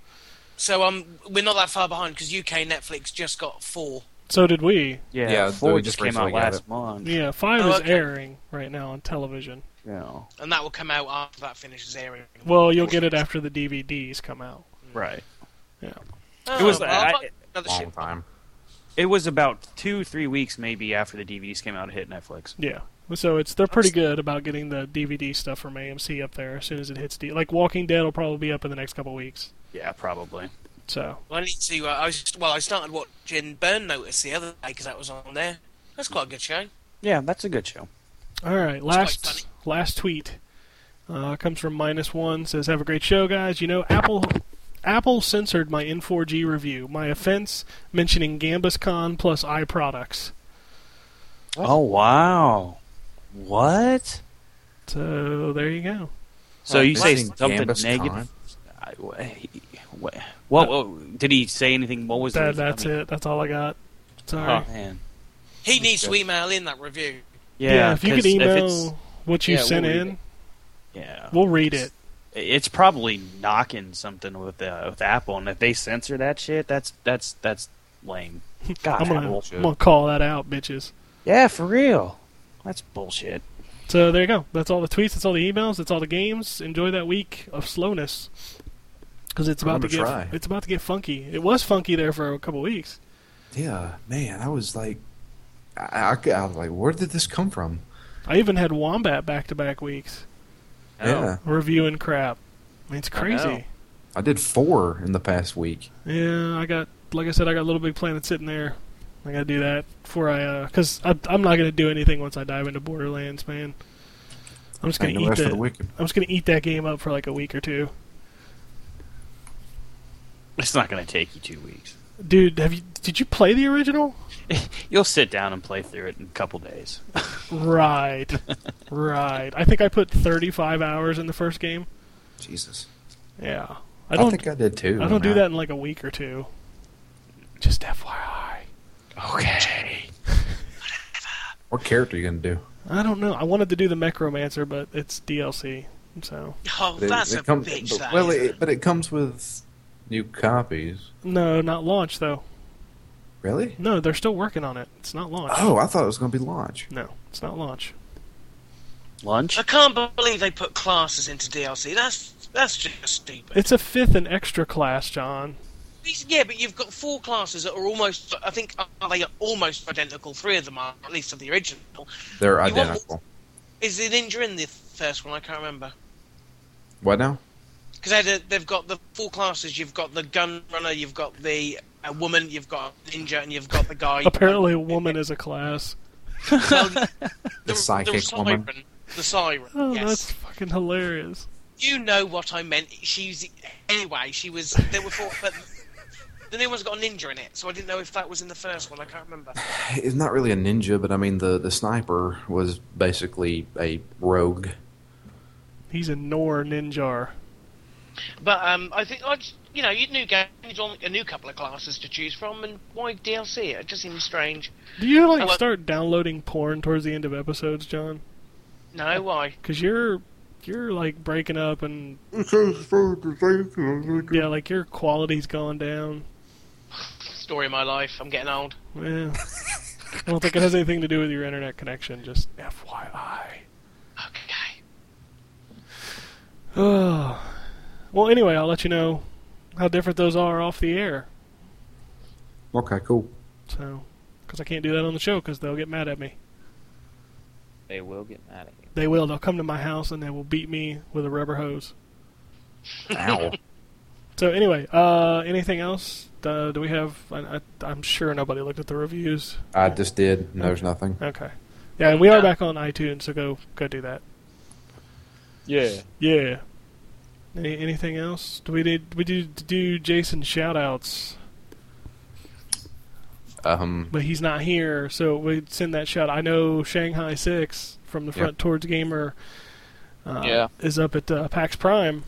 S7: So um, we're not that far behind because UK Netflix just got four.
S5: So did we.
S2: Yeah,
S6: Yeah,
S2: four
S6: we just
S2: just came out
S6: recently got
S2: last month. Yeah.
S5: Yeah, five
S7: Oh,
S5: is
S7: okay.
S5: airing right now on television.
S7: and that will come out after that finishes airing.
S5: Well, you'll get it after the DVDs come out.
S2: Right.
S7: Oh,
S2: it was-
S7: well,
S2: I-
S7: I'd like another
S6: Long
S7: ship.
S6: time.
S2: It was about two, three weeks maybe after the DVDs came out to hit Netflix.
S5: Yeah. So it's they're pretty good about getting the DVD stuff from AMC up there as soon as it hits. D- like Walking Dead will probably be up in the next couple weeks.
S2: Yeah, probably.
S5: So
S7: I need to. Uh, I was well. I started watching Burn Notice the other day because that was on there. That's quite a good show.
S2: Yeah, that's a good show.
S5: all right,
S7: quite
S5: last last tweet uh, comes from minus one says Have a great show, guys. You know Apple Apple censored my N4G review. My offense mentioning Gambus Con plus i products.
S2: Oh wow. What?
S5: So there you go.
S2: So you say
S6: Mentioning
S2: something
S6: Gambus
S2: negative?
S6: Khan?
S2: I, wha- he- wha- what, what- Did he say anything? What was
S5: That,
S2: the- I
S5: that's
S2: mean,
S5: it. That's all I got. Sorry.
S2: Oh man.
S7: He needs to email in that review.
S2: Yeah.
S5: Yeah, if you
S2: 'cause
S5: could
S2: if
S5: email
S2: it's-
S5: what you
S9: Yeah,
S5: sent
S9: we'll read
S5: in,
S9: it.
S2: yeah.
S5: we'll read it.
S2: it's probably knocking something with uh, with Apple, and if they censor that shit, that's that's that's lame. God,
S5: I'm gonna,
S2: Apple.
S5: I'm gonna call that out, bitches.
S2: Yeah, for real. That's bullshit.
S5: So there you go. That's all the tweets. That's all the emails. That's all the games. Enjoy that week of slowness, because it's
S6: I'm
S5: about to get
S6: gonna try.
S5: it's about to get funky. It was funky there for a couple weeks.
S6: Yeah, man, I was like, I, I, I was like, where did this come from?
S5: I even had Wombat back to back weeks
S2: Oh.
S6: Yeah,
S5: reviewing crap. I mean, it's
S2: know.
S5: crazy.
S6: I did four in the past week.
S5: Yeah, I got like I said, I got Little Big Planet sitting there. I gotta do that before I, because I I'm not gonna do anything once I dive into Borderlands, man. I'm just gonna
S6: Ain't no
S5: eat
S6: rest for the
S5: that.
S6: wicked.
S5: I'm just gonna eat that game up for like a week or two.
S2: It's not gonna take you two weeks.
S5: Dude, have you did you play the original?
S2: You'll sit down and play through it in a couple days.
S5: Right. right. I think I put 35 hours in the first game.
S6: Jesus,
S5: Yeah. I
S6: I,
S5: don't I,
S6: think I did too.
S5: don't do
S6: man.
S5: that in like a week or two. Just FYI.
S2: Okay.
S6: What character you gonna do?
S5: I don't know. I wanted to do the Necromancer, but it's DLC. So
S7: Oh,
S6: They-
S7: that's
S6: they
S7: a
S6: come-
S7: bitch.
S6: but-
S7: that
S6: well,
S7: is.
S6: it, but it comes with new copies.
S5: no, not launch though.
S6: Really?
S5: No, they're still working on it. It's not launch.
S6: Oh, I thought it was gonna be launch.
S5: No, it's not launch.
S2: Lunch?
S7: I can't believe they put classes into DLC. That's that's just stupid.
S5: It's a fifth and extra class, John.
S7: Yeah, but you've got four classes that are almost. I think are they almost identical. Three of them are, at least of the original.
S6: They're
S7: You want-
S6: identical.
S7: Is the ninja in the first one? I can't remember.
S6: What now?
S7: Because they they've got the four classes. You've got the gun runner. You've got the uh, woman. You've got ninja, and you've got the guy.
S5: Apparently, a woman is a class.
S7: Well, the,
S6: The psychic
S7: siren,
S6: woman.
S7: The siren.
S5: Oh,
S7: yes.
S5: that's fucking hilarious.
S7: you know what I meant. She's anyway. She was. There were four, but the new one's got a ninja in it, so I didn't know if that was in the first one. I can't remember.
S6: It's not really a ninja, but I mean the the sniper was basically a rogue.
S5: He's a Nor Ninjar.
S7: But um, I think I, just- you know, you new games on a new couple of classes to choose from, and why DLC? It just seems strange.
S5: Do you like
S7: Hello.
S5: start downloading porn towards the end of episodes, John?
S7: No, why?
S5: Cause you're you're like breaking up and yeah, like your quality's gone down.
S7: Story of my life. I'm getting old.
S5: Yeah. I don't think it has anything to do with your internet connection. Just FYI.
S7: Okay.
S5: well, anyway, I'll let you know how different those are off the air.
S6: Okay, cool.
S5: So, because I can't do that on the show, because they'll get mad at me.
S9: They will get mad at you.
S5: They will. They'll come to my house and they will beat me with a rubber hose.
S6: Ow.
S5: So anyway, uh, anything else? Uh, do we have? I, I, I'm sure nobody looked at the reviews.
S6: I just did. and There's nothing.
S5: Okay. Yeah, and we are back on iTunes, so go go do that.
S9: Yeah.
S5: Yeah. Any, anything else? Do we need we do do Jason shout outs,
S6: Um,
S5: but he's not here, so we send that shout. I know Shanghai Six from the
S6: Yeah.
S5: Front Towards Gamer. Uh,
S9: Yeah.
S5: is up at uh, PAX Prime.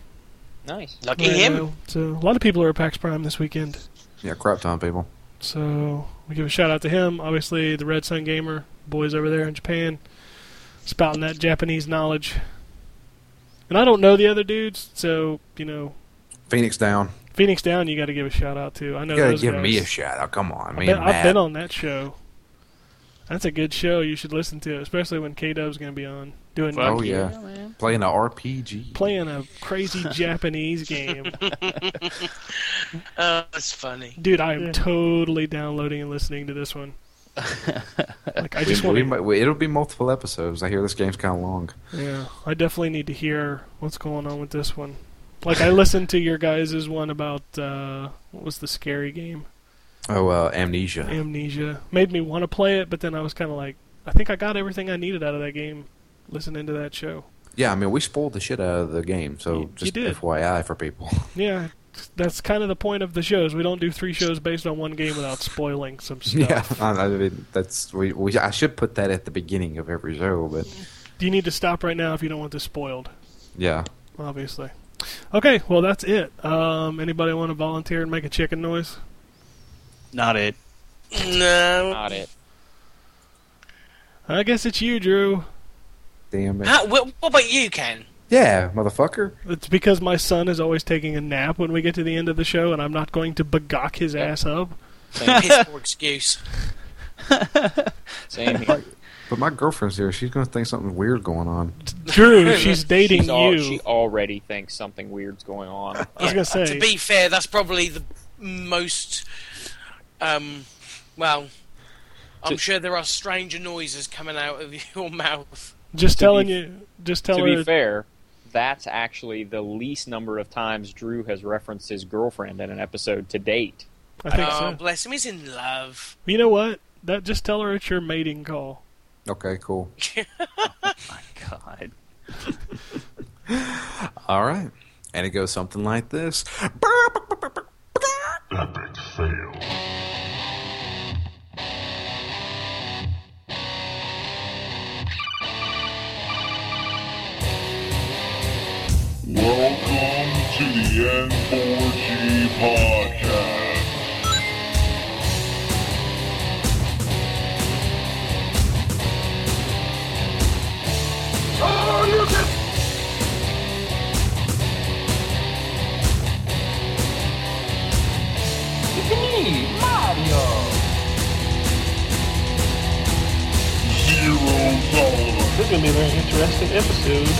S9: Nice.
S7: Lucky
S5: right
S7: him.
S5: now. So a lot of people are at PAX Prime this weekend.
S6: yeah, crap time, people.
S5: So we give a shout out to him. Obviously, the Red Sun Gamer boys over there in Japan, spouting that Japanese knowledge. And I don't know the other dudes, so you know,
S6: Phoenix down.
S5: Phoenix Down, you got to give a shout out to. I know
S6: You gotta
S5: those
S6: give
S5: guys.
S6: me a shout out. Come on,
S5: I've
S6: me
S5: been,
S6: and
S5: I've
S6: Matt.
S5: been on that show. That's a good show. You should listen to it, especially when K Dub's going to be on doing
S8: Fuck
S6: oh yeah, playing an RPG.
S5: playing a crazy Japanese game.
S7: Oh, that's funny.
S5: Dude, I am totally downloading and listening to this one. like I
S6: We-
S5: just
S6: we
S5: want to
S6: might- we- it'll be multiple episodes. I hear this game's kind of long.
S5: Yeah, I definitely need to hear what's going on with this one. Like I listened to your guys' one about uh, what was the scary game,
S6: Oh, uh, Amnesia.
S5: Amnesia. Made me want to play it, but then I was kind of like, I think I got everything I needed out of that game. Listening to that show,
S6: Yeah, I mean we spoiled the shit out of the game, so
S5: You- you
S6: just
S5: did.
S6: FYI for people.
S5: yeah, that's kind of the point of the shows. We don't do three shows based on one game without spoiling some stuff.
S6: yeah, I, I mean that's we, we. I should put that at the beginning of every show, but
S5: You need to stop right now if you don't want this spoiled.
S6: yeah,
S5: Obviously. Okay, well that's it. Um, anybody want to volunteer and make a chicken noise?
S2: Not it.
S7: No.
S9: Not it.
S5: I guess it's you, Drew.
S6: damn it.
S7: How, wh- what about you, Ken?
S6: Yeah, motherfucker.
S5: It's because my son is always taking a nap when we get to the end of the show, and I'm not going to bagok his ass up.
S7: Piss poor excuse.
S8: Same here.
S6: But my girlfriend's here. She's gonna think something weird going on.
S5: Drew, she's dating
S8: She's al-
S5: you.
S8: She uh, already thinks something weird's going on.
S5: I was gonna say.
S7: uh, To be fair, that's probably the most. Um, well, I'm sure there are stranger noises coming out of your mouth.
S5: just
S8: to
S5: telling
S8: be-
S5: you. Just
S8: to
S5: telling
S8: be
S5: her.
S8: fair, that's actually the least number of times Drew has referenced his girlfriend in an episode to date.
S5: I think
S7: Oh,
S8: Um,
S5: so.
S7: bless him, he's in love.
S5: You know what? That just tell her it's your mating call.
S6: Okay, cool.
S2: God.
S6: All right. And it goes something like this.
S11: Welcome to the N4G podcast. Zero tolerance.
S5: This is gonna be a very interesting episode.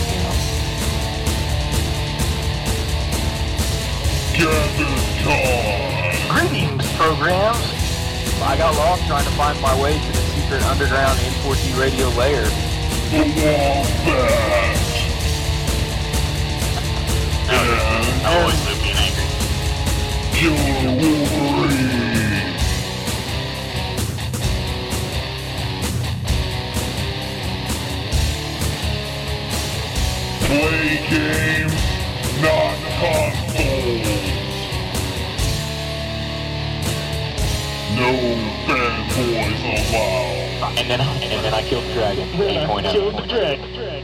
S11: Gather time.
S12: Greetings, programs.
S1: I got lost trying to find my way to the secret underground N4G radio layer.
S11: The Wombat. And
S12: I always live being angry.
S11: Killer Wolverine. Play games, not consoles. No fanboys allowed.
S1: And then, and then I killed the dragon. 8.0.
S12: Drag, drag.